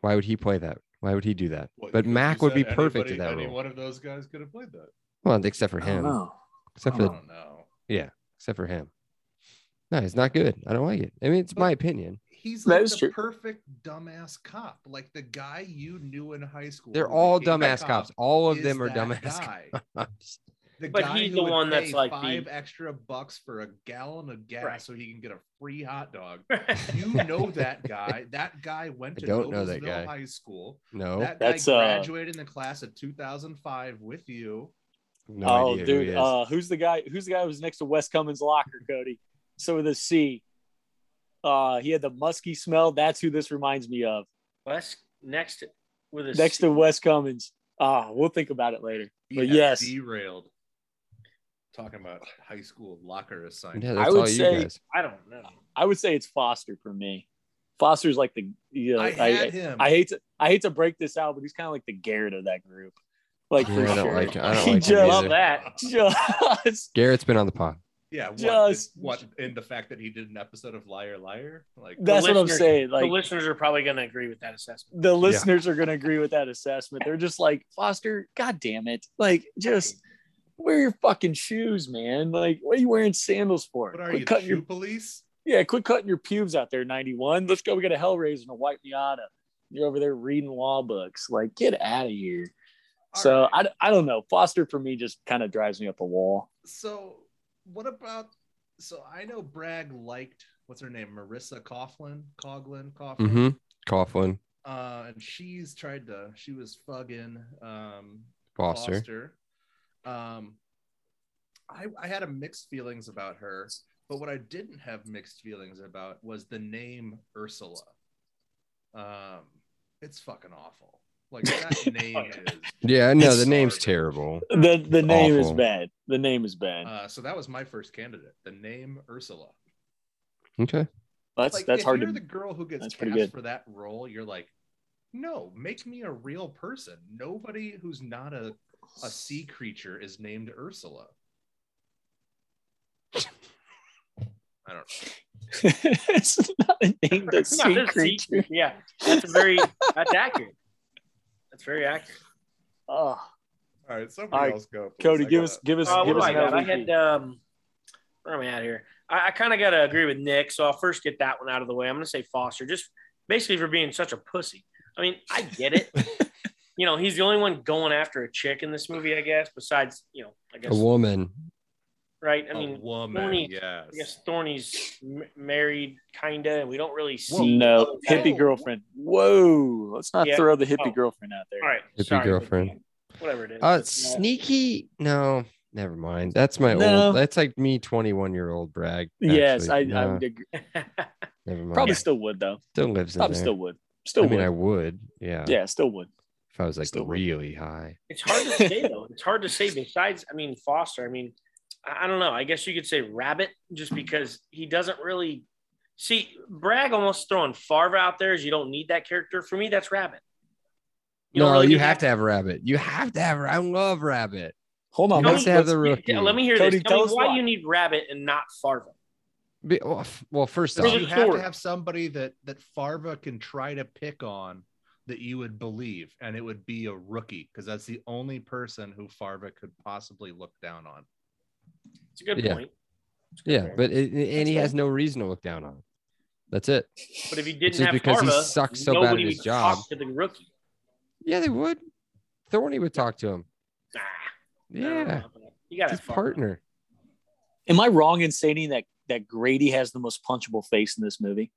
Speaker 2: Why would he play that? Why would he do that?
Speaker 1: What,
Speaker 2: but
Speaker 1: you- you
Speaker 2: Mac would
Speaker 1: said
Speaker 2: be perfect in
Speaker 1: anybody-
Speaker 2: that
Speaker 1: any
Speaker 2: role.
Speaker 1: one of those guys could have played that.
Speaker 2: Well, except for
Speaker 4: I don't
Speaker 2: him.
Speaker 4: know.
Speaker 2: Except
Speaker 1: I
Speaker 2: for the-
Speaker 1: don't know.
Speaker 2: except for him. No, it's not good. I don't like it. I mean, it's my opinion.
Speaker 1: He's
Speaker 4: That
Speaker 1: like
Speaker 4: is
Speaker 1: the
Speaker 4: true.
Speaker 1: perfect dumbass cop, like the guy you knew in high school.
Speaker 2: They're
Speaker 1: who
Speaker 2: all
Speaker 1: became a
Speaker 2: dumbass
Speaker 1: cop
Speaker 2: cops. All of
Speaker 1: is
Speaker 2: them are
Speaker 1: that
Speaker 2: dumbass
Speaker 1: guy.
Speaker 2: cops.
Speaker 1: The
Speaker 5: But
Speaker 1: guy
Speaker 5: he's
Speaker 1: who
Speaker 5: the
Speaker 1: would
Speaker 5: one that's
Speaker 1: pay
Speaker 5: like the-
Speaker 1: five extra bucks for a gallon of gas
Speaker 5: Right.
Speaker 1: so he can get a free hot dog. You know that guy. That guy went
Speaker 2: I
Speaker 1: to
Speaker 2: don't know that
Speaker 1: Noblesville
Speaker 2: guy.
Speaker 1: High School.
Speaker 2: No,
Speaker 1: That guy
Speaker 4: That's, uh,
Speaker 1: graduated in the class of 2005 with you.
Speaker 2: no
Speaker 4: oh,
Speaker 2: idea who he
Speaker 4: dude,
Speaker 2: is.
Speaker 4: uh, who's the guy? Who's the guy who's next to Wes Cummins' locker, Cody? So with a C, Uh, he had the musky smell. That's who this reminds me of.
Speaker 5: Wes next with a
Speaker 4: Next to Wes Cummins. Ah, we'll think about it later. But yes,
Speaker 1: derailed. Talking about high school locker assignment.
Speaker 2: Yeah, that's
Speaker 4: would
Speaker 2: all you
Speaker 4: say-
Speaker 2: guys.
Speaker 5: I don't know.
Speaker 4: I would say it's Foster for me. Foster's like the you know,
Speaker 1: I
Speaker 4: I,
Speaker 1: had
Speaker 4: I-
Speaker 1: him.
Speaker 4: I hate to I hate to break this out, but he's kind of like the Garrett of that group. Like
Speaker 2: Yeah,
Speaker 4: for
Speaker 2: I don't
Speaker 4: sure.
Speaker 2: like him. I don't
Speaker 4: He
Speaker 2: like him
Speaker 4: just-
Speaker 5: Love
Speaker 2: either.
Speaker 5: that.
Speaker 4: Just
Speaker 2: Garrett's been on the pod.
Speaker 1: yeah, what,
Speaker 4: Just-
Speaker 1: what in the fact that he did an episode of Liar Liar? Like
Speaker 4: that's what I'm
Speaker 5: listeners-
Speaker 4: saying.
Speaker 5: the
Speaker 4: Like
Speaker 5: listeners are probably going to agree with that assessment.
Speaker 4: the listeners are going to agree with that assessment. They're just like, Foster, God damn it. Like, just wear your fucking shoes, man. Like, what are you wearing sandals for?
Speaker 1: what are
Speaker 4: Quit
Speaker 1: you, the
Speaker 4: cutting
Speaker 1: shoe
Speaker 4: your,
Speaker 1: police?
Speaker 4: yeah, quit cutting your pubes out there, 91. Let's go get a Hellraiser and a White Miata. You're over there reading law books. Like, get out of here. so
Speaker 1: All right.
Speaker 4: I, I don't know. Foster for me just kind of drives me up a wall.
Speaker 1: so what about so I know Bragg liked what's her name? Marissa Coughlin, Coughlin, Coughlin.
Speaker 2: Mm-hmm. Coughlin,
Speaker 1: Uh, and she's tried to she was fucking um
Speaker 2: Foster.
Speaker 1: Um, I, I had a mixed feelings about her, but what I didn't have mixed feelings about was the name Ursula. Um, it's fucking awful. Like that name is.
Speaker 2: Yeah, no,
Speaker 4: It's-
Speaker 2: the name's terrible.
Speaker 4: The the name is
Speaker 2: Awful.
Speaker 4: bad. The name is bad.
Speaker 1: Uh, so that was my first candidate. The name Ursula.
Speaker 2: Okay.
Speaker 4: that's
Speaker 1: Like,
Speaker 4: that's
Speaker 1: if
Speaker 4: hard
Speaker 1: You're
Speaker 4: to
Speaker 1: the girl who gets
Speaker 4: that's
Speaker 1: cast
Speaker 4: pretty good.
Speaker 1: for that role. You're like, no, make me a real person. Nobody who's not a a sea creature is named Ursula. I don't know.
Speaker 4: it's not a name that's
Speaker 5: It's not
Speaker 4: sea
Speaker 5: this sea
Speaker 4: creature.
Speaker 5: Yeah, that's a very that's accurate. That's very accurate.
Speaker 4: Oh,
Speaker 1: All right, somebody
Speaker 4: All right,
Speaker 1: else go. please.
Speaker 4: Cody,
Speaker 1: I
Speaker 4: give
Speaker 1: gotta-
Speaker 4: us give us
Speaker 5: Uh, what
Speaker 4: give
Speaker 5: do
Speaker 4: us
Speaker 5: I got?
Speaker 4: another
Speaker 5: I had um, where am I at here? I, I kind of got to agree with Nick, so I'll first get that one out of the way. I'm going to say Foster, just basically for being such a pussy. I mean, I get it. you know, he's the only one going after a chick in this movie, I guess. Besides, you know, I guess
Speaker 2: A woman.
Speaker 5: right. I
Speaker 1: a
Speaker 5: mean,
Speaker 1: woman,
Speaker 5: Tony-
Speaker 1: yes.
Speaker 5: I guess Thorny's m- married, kinda, and we don't really see.
Speaker 4: No,
Speaker 5: Whoa. Oh,
Speaker 4: hippie girlfriend. Whoa, let's not
Speaker 5: Yeah.
Speaker 4: throw the hippie
Speaker 5: Oh.
Speaker 4: girlfriend out there.
Speaker 5: All right,
Speaker 2: Hippie
Speaker 5: sorry.
Speaker 2: girlfriend.
Speaker 5: Whatever it is.
Speaker 2: Uh,
Speaker 5: It's not-
Speaker 2: sneaky. No, never mind. That's my
Speaker 4: No.
Speaker 2: old. That's like me, twenty-one year old brag.
Speaker 4: Yes, I,
Speaker 2: actually. uh,
Speaker 4: I
Speaker 2: No,
Speaker 4: would agree.
Speaker 5: uh,
Speaker 2: never mind.
Speaker 4: probably still would though.
Speaker 2: still lives in
Speaker 4: Probably
Speaker 2: there.
Speaker 4: still would. Still
Speaker 2: I mean,
Speaker 4: would.
Speaker 2: I would. Yeah.
Speaker 4: yeah, still would.
Speaker 2: If I was like
Speaker 4: Still would.
Speaker 2: really high.
Speaker 5: It's hard to say though. It's hard to say. Besides, I mean, Foster. I mean, I I don't know. I guess you could say Rabbit, just because he doesn't really see Bragg almost throwing Favre out there. Is you don't need that character for me. That's Rabbit.
Speaker 2: no,
Speaker 5: don't really
Speaker 2: you
Speaker 5: need
Speaker 2: have
Speaker 5: that-
Speaker 2: to have rabbit. You have to have. I love rabbit.
Speaker 4: Hold on,
Speaker 2: You have
Speaker 5: Tony-
Speaker 2: to have the
Speaker 5: Yeah,
Speaker 2: rookie.
Speaker 5: let me hear
Speaker 4: Cody,
Speaker 5: this. Tell
Speaker 4: tell
Speaker 5: me
Speaker 4: us
Speaker 5: why,
Speaker 4: why.
Speaker 5: you need Rabbit and not Favre.
Speaker 2: Be- well, f- well, first
Speaker 1: So
Speaker 5: For
Speaker 2: off,
Speaker 5: the
Speaker 1: you have to
Speaker 5: story.
Speaker 1: have somebody that that Farva can try to pick on that you would believe, and it would be a rookie because that's the only person who Farva could possibly look down on.
Speaker 5: It's a good
Speaker 2: Yeah.
Speaker 5: point. It's a good
Speaker 2: yeah,
Speaker 5: point.
Speaker 2: but it, and he
Speaker 4: fair.
Speaker 2: has no reason to look down on. That's it.
Speaker 5: but if you
Speaker 2: It's
Speaker 5: didn't
Speaker 2: just
Speaker 5: have
Speaker 2: because he
Speaker 5: Farva,
Speaker 2: sucks so bad at
Speaker 5: nobody
Speaker 2: his
Speaker 5: would
Speaker 2: job.
Speaker 5: talk to the rookie.
Speaker 2: Yeah, they would. Thorny would talk to him.
Speaker 5: Nah, I don't
Speaker 2: Yeah,
Speaker 5: know. you got
Speaker 2: his partner.
Speaker 4: Am I wrong in stating that that Grady has the most punchable face in this movie?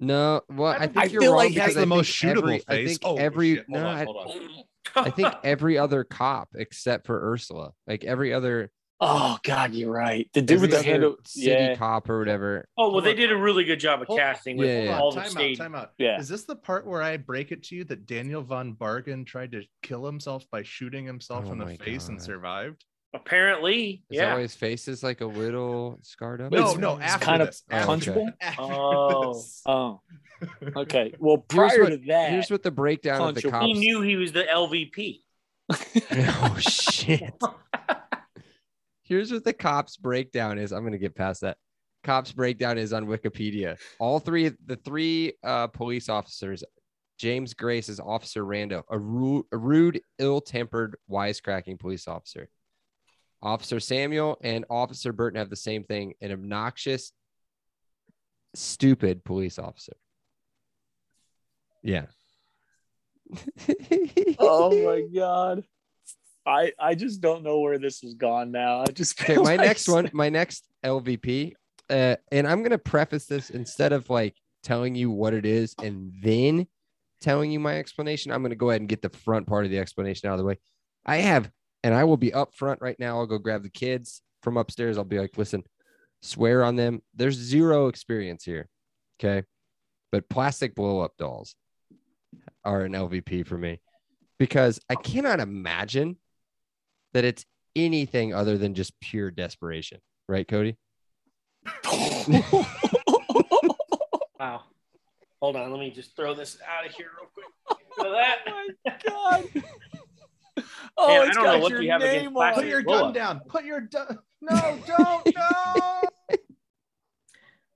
Speaker 2: No, well,
Speaker 5: I
Speaker 2: I
Speaker 5: don't-
Speaker 2: think
Speaker 4: I
Speaker 2: you're
Speaker 4: feel
Speaker 2: wrong
Speaker 4: like he
Speaker 2: because
Speaker 1: has Oh, the
Speaker 2: I
Speaker 1: most
Speaker 2: think
Speaker 1: shootable
Speaker 2: every, I
Speaker 1: face.
Speaker 2: think
Speaker 1: Oh,
Speaker 2: every
Speaker 1: shit. Hold
Speaker 2: no,
Speaker 1: on,
Speaker 2: I,
Speaker 1: hold on.
Speaker 2: I think every other cop except for Ursula, like every other
Speaker 4: Oh God, you're right. The dude
Speaker 2: every
Speaker 4: with the
Speaker 2: other
Speaker 4: handle.
Speaker 2: city
Speaker 4: Yeah,
Speaker 2: cop or whatever.
Speaker 5: Oh well, they did a really good job of
Speaker 1: Hold-
Speaker 5: casting with
Speaker 2: Yeah, yeah.
Speaker 5: all the
Speaker 1: time out,
Speaker 5: stage.
Speaker 1: time out.
Speaker 4: yeah.
Speaker 1: Is this the part where I break it to you that Daniel von Bargen tried to kill himself by shooting himself
Speaker 2: Oh
Speaker 1: in the
Speaker 2: my
Speaker 1: face and
Speaker 2: God.
Speaker 1: survived?
Speaker 5: Apparently,
Speaker 2: Is that
Speaker 5: yeah.
Speaker 2: why his face is like a little scarred up?
Speaker 1: No,
Speaker 4: It's-
Speaker 1: no, after
Speaker 4: kind of
Speaker 1: this, after
Speaker 4: punchable?
Speaker 1: this, after
Speaker 5: Oh.
Speaker 1: this.
Speaker 4: Oh, okay. Well,
Speaker 2: Here's
Speaker 4: prior
Speaker 2: what-
Speaker 4: to that,
Speaker 2: Here's what the breakdown of the
Speaker 4: Punchable.
Speaker 5: He
Speaker 2: cops.
Speaker 5: knew he was the LVP.
Speaker 2: oh shit. Here's what the cops breakdown is. I'm gonna get past that. Cops breakdown is on Wikipedia. All three, the three uh, police officers, James Grace is Officer Rando, a, ru- a rude, ill-tempered, wisecracking police officer. Officer Samuel and Officer Burton have the same thing: an obnoxious, stupid police officer. Yeah.
Speaker 4: oh my god i i just don't know where this has gone now i just
Speaker 2: Okay,
Speaker 4: feel
Speaker 2: my
Speaker 4: like-
Speaker 2: next one, my next LVP, uh, and I'm gonna preface this instead of like telling you what it is and then telling you my explanation. I'm gonna go ahead and get the front part of the explanation out of the way. I have, and I will be up front right now. I'll go grab the kids from upstairs. I'll be like, listen, swear on them. There's zero experience here. Okay. But plastic blow up dolls are an LVP for me because I cannot imagine that it's anything other than just pure desperation. Right, Cody?
Speaker 4: Oh
Speaker 5: Wow. Hold on, let me just throw this out of here real quick. So that
Speaker 4: God.
Speaker 5: Oh, Man, I it's don't know got what your you have against name on it.
Speaker 1: Put your
Speaker 5: Blow
Speaker 1: gun
Speaker 5: up.
Speaker 1: down. Put your du- no, don't, no.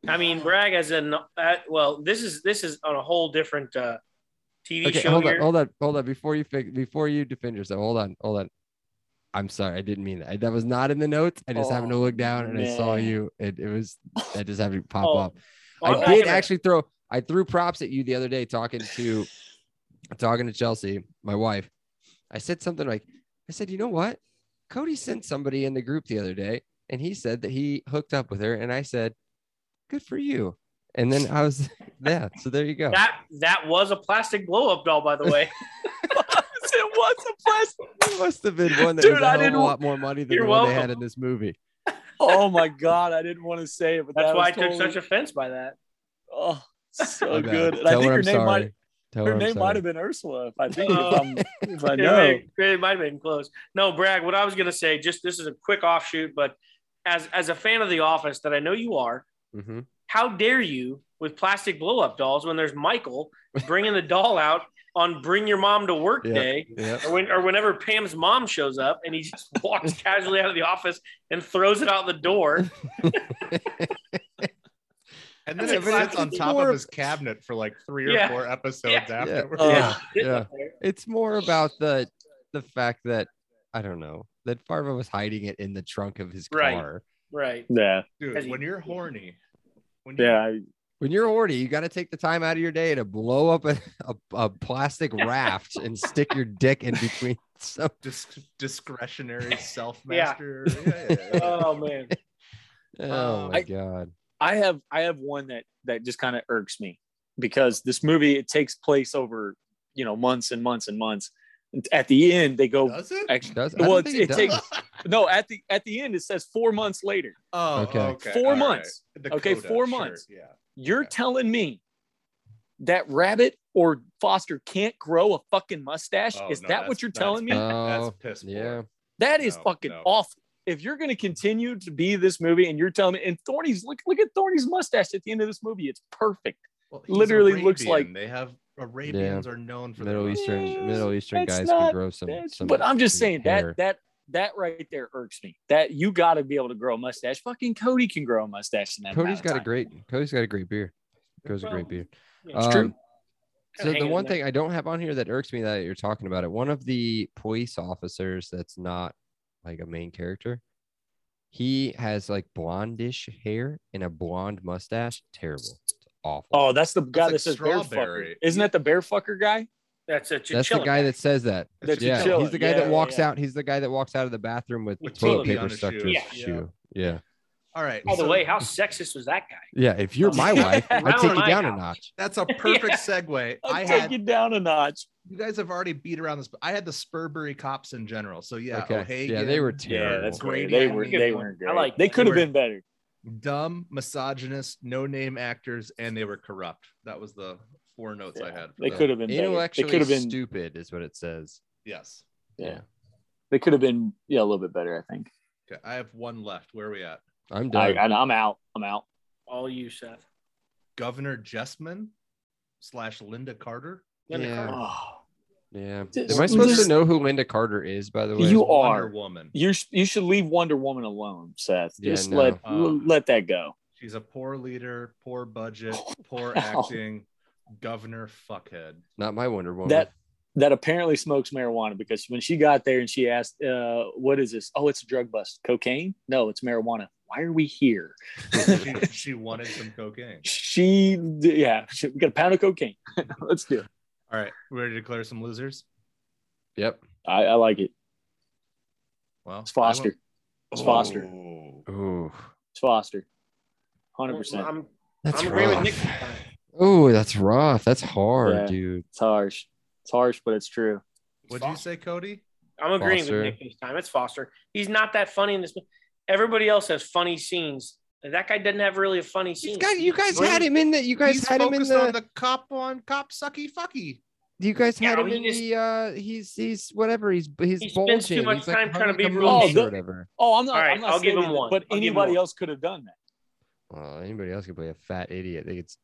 Speaker 5: I mean, brag as in uh, well, this is this is on a whole different uh, TV
Speaker 2: okay,
Speaker 5: show
Speaker 2: hold
Speaker 5: here.
Speaker 2: on, hold on, hold on. Before you fig- before you defend yourself, hold on, hold on. I'm sorry, I didn't mean that. I- that was not in the notes. I just happened to
Speaker 4: Oh,
Speaker 2: look down and I saw
Speaker 4: man.
Speaker 2: you. It, it was that just happened to pop
Speaker 5: Oh,
Speaker 2: up.
Speaker 5: I'm
Speaker 2: I
Speaker 5: not
Speaker 2: did
Speaker 5: gonna-
Speaker 2: actually throw I threw props at you the other day talking to talking to Chelsea, my wife. I said something like, I said, you know what? Cody sent somebody in the group the other day and he said that he hooked up with her. And I said, Good for you. And then I was yeah, so there you go.
Speaker 5: That that was a plastic blow up doll, by the way.
Speaker 4: it was a plastic.
Speaker 2: It must have been one that
Speaker 4: Dude,
Speaker 2: was a
Speaker 4: I
Speaker 2: hell of a
Speaker 4: didn't-
Speaker 2: lot more money than
Speaker 5: You're
Speaker 2: the one they
Speaker 5: welcome.
Speaker 2: had in this movie.
Speaker 4: Oh my God. I didn't want to say it, but
Speaker 5: That's
Speaker 4: that
Speaker 5: why I
Speaker 4: was totally,
Speaker 5: took such offense by that.
Speaker 4: Oh,
Speaker 2: My
Speaker 4: so
Speaker 2: bad.
Speaker 4: good. And
Speaker 2: Tell
Speaker 4: I think
Speaker 2: her
Speaker 4: her
Speaker 2: I'm
Speaker 4: name
Speaker 2: sorry.
Speaker 4: might
Speaker 2: Tell
Speaker 4: her
Speaker 2: I'm
Speaker 4: name
Speaker 2: sorry.
Speaker 4: might have been Ursula if I think if,
Speaker 5: Oh.
Speaker 4: I'm, if I
Speaker 5: It
Speaker 4: know.
Speaker 5: may- It might have been close. No, brag. What I was gonna say, just this is a quick offshoot, but as as a fan of The Office that I know you are,
Speaker 2: hmm
Speaker 5: how dare you with plastic blow up dolls when there's Michael bringing the doll out on Bring Your Mom to Work
Speaker 2: Yeah.
Speaker 5: Day?
Speaker 2: Yep.
Speaker 5: or, when, or whenever Pam's mom shows up and he just walks casually out of the office and throws it out the door.
Speaker 1: And then
Speaker 5: That's
Speaker 1: it
Speaker 5: a
Speaker 1: sits
Speaker 5: classic
Speaker 1: on top of
Speaker 2: form.
Speaker 1: his cabinet for like three or
Speaker 5: Yeah.
Speaker 1: four episodes
Speaker 5: Yeah.
Speaker 1: afterwards.
Speaker 2: Yeah.
Speaker 5: Yeah.
Speaker 2: Yeah. It's more about the the fact that I don't know that Farva was hiding it in the trunk of his car.
Speaker 5: Right. Right.
Speaker 4: Yeah.
Speaker 1: Dude, when you're horny, when you
Speaker 4: Yeah. I-
Speaker 2: When you're horny, you got to take the time out of your day to blow up a, a, a plastic raft and stick your dick in between. So
Speaker 1: dis- discretionary self master. Yeah. yeah, yeah.
Speaker 5: Oh man.
Speaker 2: oh
Speaker 1: Um,
Speaker 2: my
Speaker 4: I-
Speaker 2: god,
Speaker 4: I have I have one that that just kind of irks me because this movie it takes place over you know months and months and months. At the end they go
Speaker 1: Does it?
Speaker 4: actually
Speaker 2: does I don't
Speaker 4: well it,
Speaker 2: think
Speaker 4: it
Speaker 2: does.
Speaker 4: takes no at the at the end it says four months later.
Speaker 1: Oh,
Speaker 2: Okay.
Speaker 1: okay.
Speaker 4: Four
Speaker 1: all
Speaker 4: months.
Speaker 1: The
Speaker 4: Okay,
Speaker 1: coda,
Speaker 4: four
Speaker 1: sure,
Speaker 4: months.
Speaker 1: Yeah.
Speaker 4: You're
Speaker 1: Yeah.
Speaker 4: telling me that rabbit or Foster can't grow a fucking mustache?
Speaker 1: Oh,
Speaker 4: Is
Speaker 1: no,
Speaker 4: that
Speaker 1: that's-
Speaker 4: what you're
Speaker 1: that's
Speaker 4: telling me?
Speaker 2: Oh,
Speaker 1: That's piss. poor.
Speaker 2: yeah.
Speaker 4: That is
Speaker 1: No,
Speaker 4: fucking
Speaker 1: no.
Speaker 4: awful. If you're going to continue to be this movie and you're telling me, and Thorny's look look at Thorny's mustache at the end of this movie, it's perfect.
Speaker 1: Well,
Speaker 4: Literally looks like-
Speaker 1: Arabian. they have Arabians are known for their
Speaker 2: Middle Eastern
Speaker 1: mustaches.
Speaker 2: Middle Eastern
Speaker 4: that's
Speaker 2: guys
Speaker 4: not-
Speaker 2: can grow some.
Speaker 4: That's-
Speaker 2: some-
Speaker 4: but I'm just
Speaker 2: some
Speaker 4: saying
Speaker 2: hair.
Speaker 4: that that that right there irks me. That you got to be able to grow a mustache. Fucking Cody can grow a mustache in that.
Speaker 2: Cody's got a
Speaker 4: great.
Speaker 2: great Cody's got a great beard. Grows a
Speaker 5: Well,
Speaker 2: great beard.
Speaker 5: yeah.
Speaker 2: Um,
Speaker 4: true.
Speaker 5: Kinda
Speaker 2: So the
Speaker 5: hanging
Speaker 2: one
Speaker 5: in there.
Speaker 2: thing I don't have on here that irks me that you're talking about it. One of the police officers that's not like a main character, he has like blondish hair and a blonde mustache. Terrible. It's awful.
Speaker 4: Oh, that's the guy
Speaker 1: like
Speaker 4: that says bear fucker.
Speaker 1: strawberry.
Speaker 4: Isn't that the bear fucker guy?
Speaker 5: That's a
Speaker 2: that's the
Speaker 5: chinchilla.
Speaker 2: guy that says that.
Speaker 4: That's
Speaker 2: yeah,
Speaker 4: Chilla.
Speaker 2: he's the guy that
Speaker 4: Yeah,
Speaker 2: walks
Speaker 4: yeah.
Speaker 2: out. He's the guy that walks out of the bathroom with,
Speaker 1: With Chilla
Speaker 2: toilet paper
Speaker 1: on his
Speaker 2: stuck to
Speaker 1: shoe.
Speaker 2: his
Speaker 1: Yeah.
Speaker 2: shoe. Yeah.
Speaker 1: All right.
Speaker 5: By the
Speaker 1: so
Speaker 5: way, how sexist was that guy?
Speaker 2: yeah, If you're my wife, I'd
Speaker 5: Round
Speaker 2: take you
Speaker 5: my
Speaker 2: down a
Speaker 5: house.
Speaker 2: notch.
Speaker 1: that's a perfect segue.
Speaker 4: I'll
Speaker 1: I
Speaker 4: take
Speaker 1: had
Speaker 4: you down a notch.
Speaker 1: you guys have already beat around this, but I had the Spurbury cops in general. So yeah,
Speaker 2: okay.
Speaker 1: O'Hagan,
Speaker 2: yeah, they were
Speaker 4: Yeah,
Speaker 2: terrible.
Speaker 4: that's
Speaker 1: Grady
Speaker 4: great. They were
Speaker 1: Hammond.
Speaker 4: they weren't great.
Speaker 5: I like
Speaker 4: they
Speaker 5: that.
Speaker 4: could have
Speaker 1: They were-
Speaker 4: been better.
Speaker 1: dumb, misogynist, no-name actors, and they were corrupt. That was the four notes I had. for
Speaker 4: They
Speaker 1: that.
Speaker 4: could have been better. They
Speaker 2: Intellectually
Speaker 4: could have been
Speaker 2: stupid is what it says.
Speaker 1: Yes.
Speaker 4: yeah. They could have been yeah, a little bit better, I think.
Speaker 1: Okay. I have one left. Where are we at?
Speaker 2: I'm
Speaker 4: I,
Speaker 2: done.
Speaker 4: I, I'm out. I'm out.
Speaker 5: All you, Seth.
Speaker 1: Governor Jessman slash Linda Carter.
Speaker 5: Linda
Speaker 2: Yeah.
Speaker 5: Carter.
Speaker 4: Oh,
Speaker 2: Yeah.
Speaker 4: Just-
Speaker 2: Am I supposed to
Speaker 4: just-
Speaker 2: know who Linda Carter is, by the way?
Speaker 4: You
Speaker 1: Wonder
Speaker 4: are.
Speaker 1: Woman.
Speaker 4: you sh- you should leave Wonder Woman alone, Seth.
Speaker 2: Yeah,
Speaker 4: Just
Speaker 2: no.
Speaker 4: let
Speaker 1: Oh.
Speaker 4: let that go.
Speaker 1: She's a poor leader, poor budget, poor
Speaker 4: Wow.
Speaker 1: acting, governor fuckhead.
Speaker 2: Not my Wonder Woman.
Speaker 4: That that apparently smokes marijuana because when she got there and she asked, uh, "What is this? Oh, it's a drug bust. Cocaine? No, it's marijuana. Why are we here?"
Speaker 1: she, she wanted some cocaine.
Speaker 4: She, yeah, she, we got a pound of cocaine. Let's do it.
Speaker 1: All right, we ready to declare some losers?
Speaker 2: Yep.
Speaker 4: I, I like it.
Speaker 1: Well,
Speaker 4: It's Foster. It's Foster.
Speaker 1: Oh.
Speaker 2: Ooh.
Speaker 4: It's Foster. Hundred percent.
Speaker 5: I'm,
Speaker 2: That's
Speaker 5: I'm agreeing with
Speaker 2: rough.
Speaker 5: Nick. this time.
Speaker 2: Ooh, that's rough. That's hard,
Speaker 4: Yeah.
Speaker 2: dude.
Speaker 4: It's harsh. It's harsh, but it's true.
Speaker 1: What'd you say, Cody?
Speaker 5: I'm agreeing
Speaker 2: Foster.
Speaker 5: with Nick this time. It's Foster. He's not that funny in this. mo- Everybody else has funny scenes That guy doesn't have really a funny
Speaker 2: You
Speaker 5: scene.
Speaker 2: guys, you guys
Speaker 1: Well,
Speaker 2: had him in the. You guys
Speaker 1: He's
Speaker 2: had him in
Speaker 1: focused
Speaker 2: the,
Speaker 1: on the cop on cop sucky fucky.
Speaker 2: You guys
Speaker 5: Yeah,
Speaker 2: had him
Speaker 5: he
Speaker 2: in
Speaker 5: just-
Speaker 2: the. Uh, he's he's whatever. He's he's
Speaker 5: He
Speaker 2: bulging.
Speaker 5: spends too much
Speaker 2: he's like
Speaker 5: time trying to
Speaker 2: hung
Speaker 5: be
Speaker 2: like a
Speaker 5: rude.
Speaker 2: moose
Speaker 4: Oh,
Speaker 2: or
Speaker 4: the-
Speaker 2: whatever.
Speaker 4: Oh, I'm not.
Speaker 5: All right,
Speaker 4: I'm not
Speaker 5: I'll give
Speaker 4: saying
Speaker 5: him
Speaker 4: that-
Speaker 5: one.
Speaker 4: But
Speaker 5: I'll give him
Speaker 4: anybody
Speaker 5: one.
Speaker 4: else could have done that.
Speaker 2: Well, Oh, anybody else could play a fat idiot that gets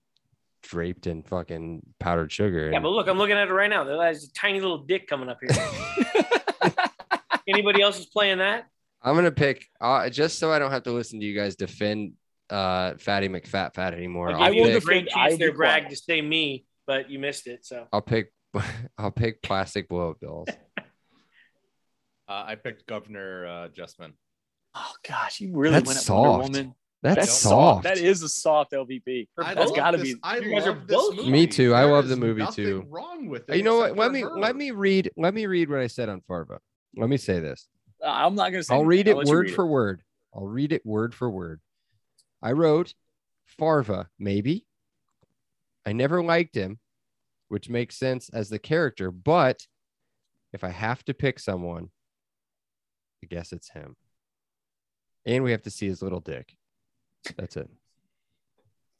Speaker 2: draped in fucking powdered sugar.
Speaker 5: Yeah,
Speaker 2: and-
Speaker 5: but look, I'm looking at it right now. There's a tiny little dick coming up here. Anybody else is playing that?
Speaker 2: I'm gonna pick uh, just so I don't have to listen to you guys defend uh, Fatty McFat Fat anymore.
Speaker 5: I'll
Speaker 2: I'll
Speaker 5: give you
Speaker 4: will
Speaker 5: a
Speaker 2: pick,
Speaker 4: def-
Speaker 5: great
Speaker 4: defend- I
Speaker 5: chance
Speaker 4: will
Speaker 5: there,
Speaker 4: be
Speaker 5: Bragg,
Speaker 4: quiet.
Speaker 5: to say me, but you missed it. So
Speaker 2: I'll pick. I'll pick plastic blow up dolls.
Speaker 1: Uh, I picked Governor uh, Justman.
Speaker 4: Oh gosh, you really
Speaker 2: That's
Speaker 4: went up
Speaker 2: soft.
Speaker 4: Wonder Woman.
Speaker 2: That's,
Speaker 1: That's
Speaker 2: soft.
Speaker 4: That is a soft LVP.
Speaker 1: I
Speaker 4: That's
Speaker 1: love
Speaker 4: got to
Speaker 1: this-
Speaker 4: be.
Speaker 1: I
Speaker 5: you guys are
Speaker 1: love this
Speaker 5: both-
Speaker 1: movie.
Speaker 2: Me too. I
Speaker 1: There
Speaker 2: love
Speaker 1: is
Speaker 2: the movie
Speaker 1: nothing
Speaker 2: too.
Speaker 1: Wrong with it?
Speaker 2: You know what?
Speaker 1: except
Speaker 2: Let
Speaker 1: for
Speaker 2: me
Speaker 1: her.
Speaker 2: let me read. Let me read what I said on Farva. Let me say this.
Speaker 4: I'm not gonna say.
Speaker 2: I'll read
Speaker 4: anything.
Speaker 2: it
Speaker 4: I'll let you
Speaker 2: word for word. I'll read it word for word. I wrote Farva, maybe. I never liked him, which makes sense as the character, but if I have to pick someone, I guess it's him. And we have to see his little dick. That's it.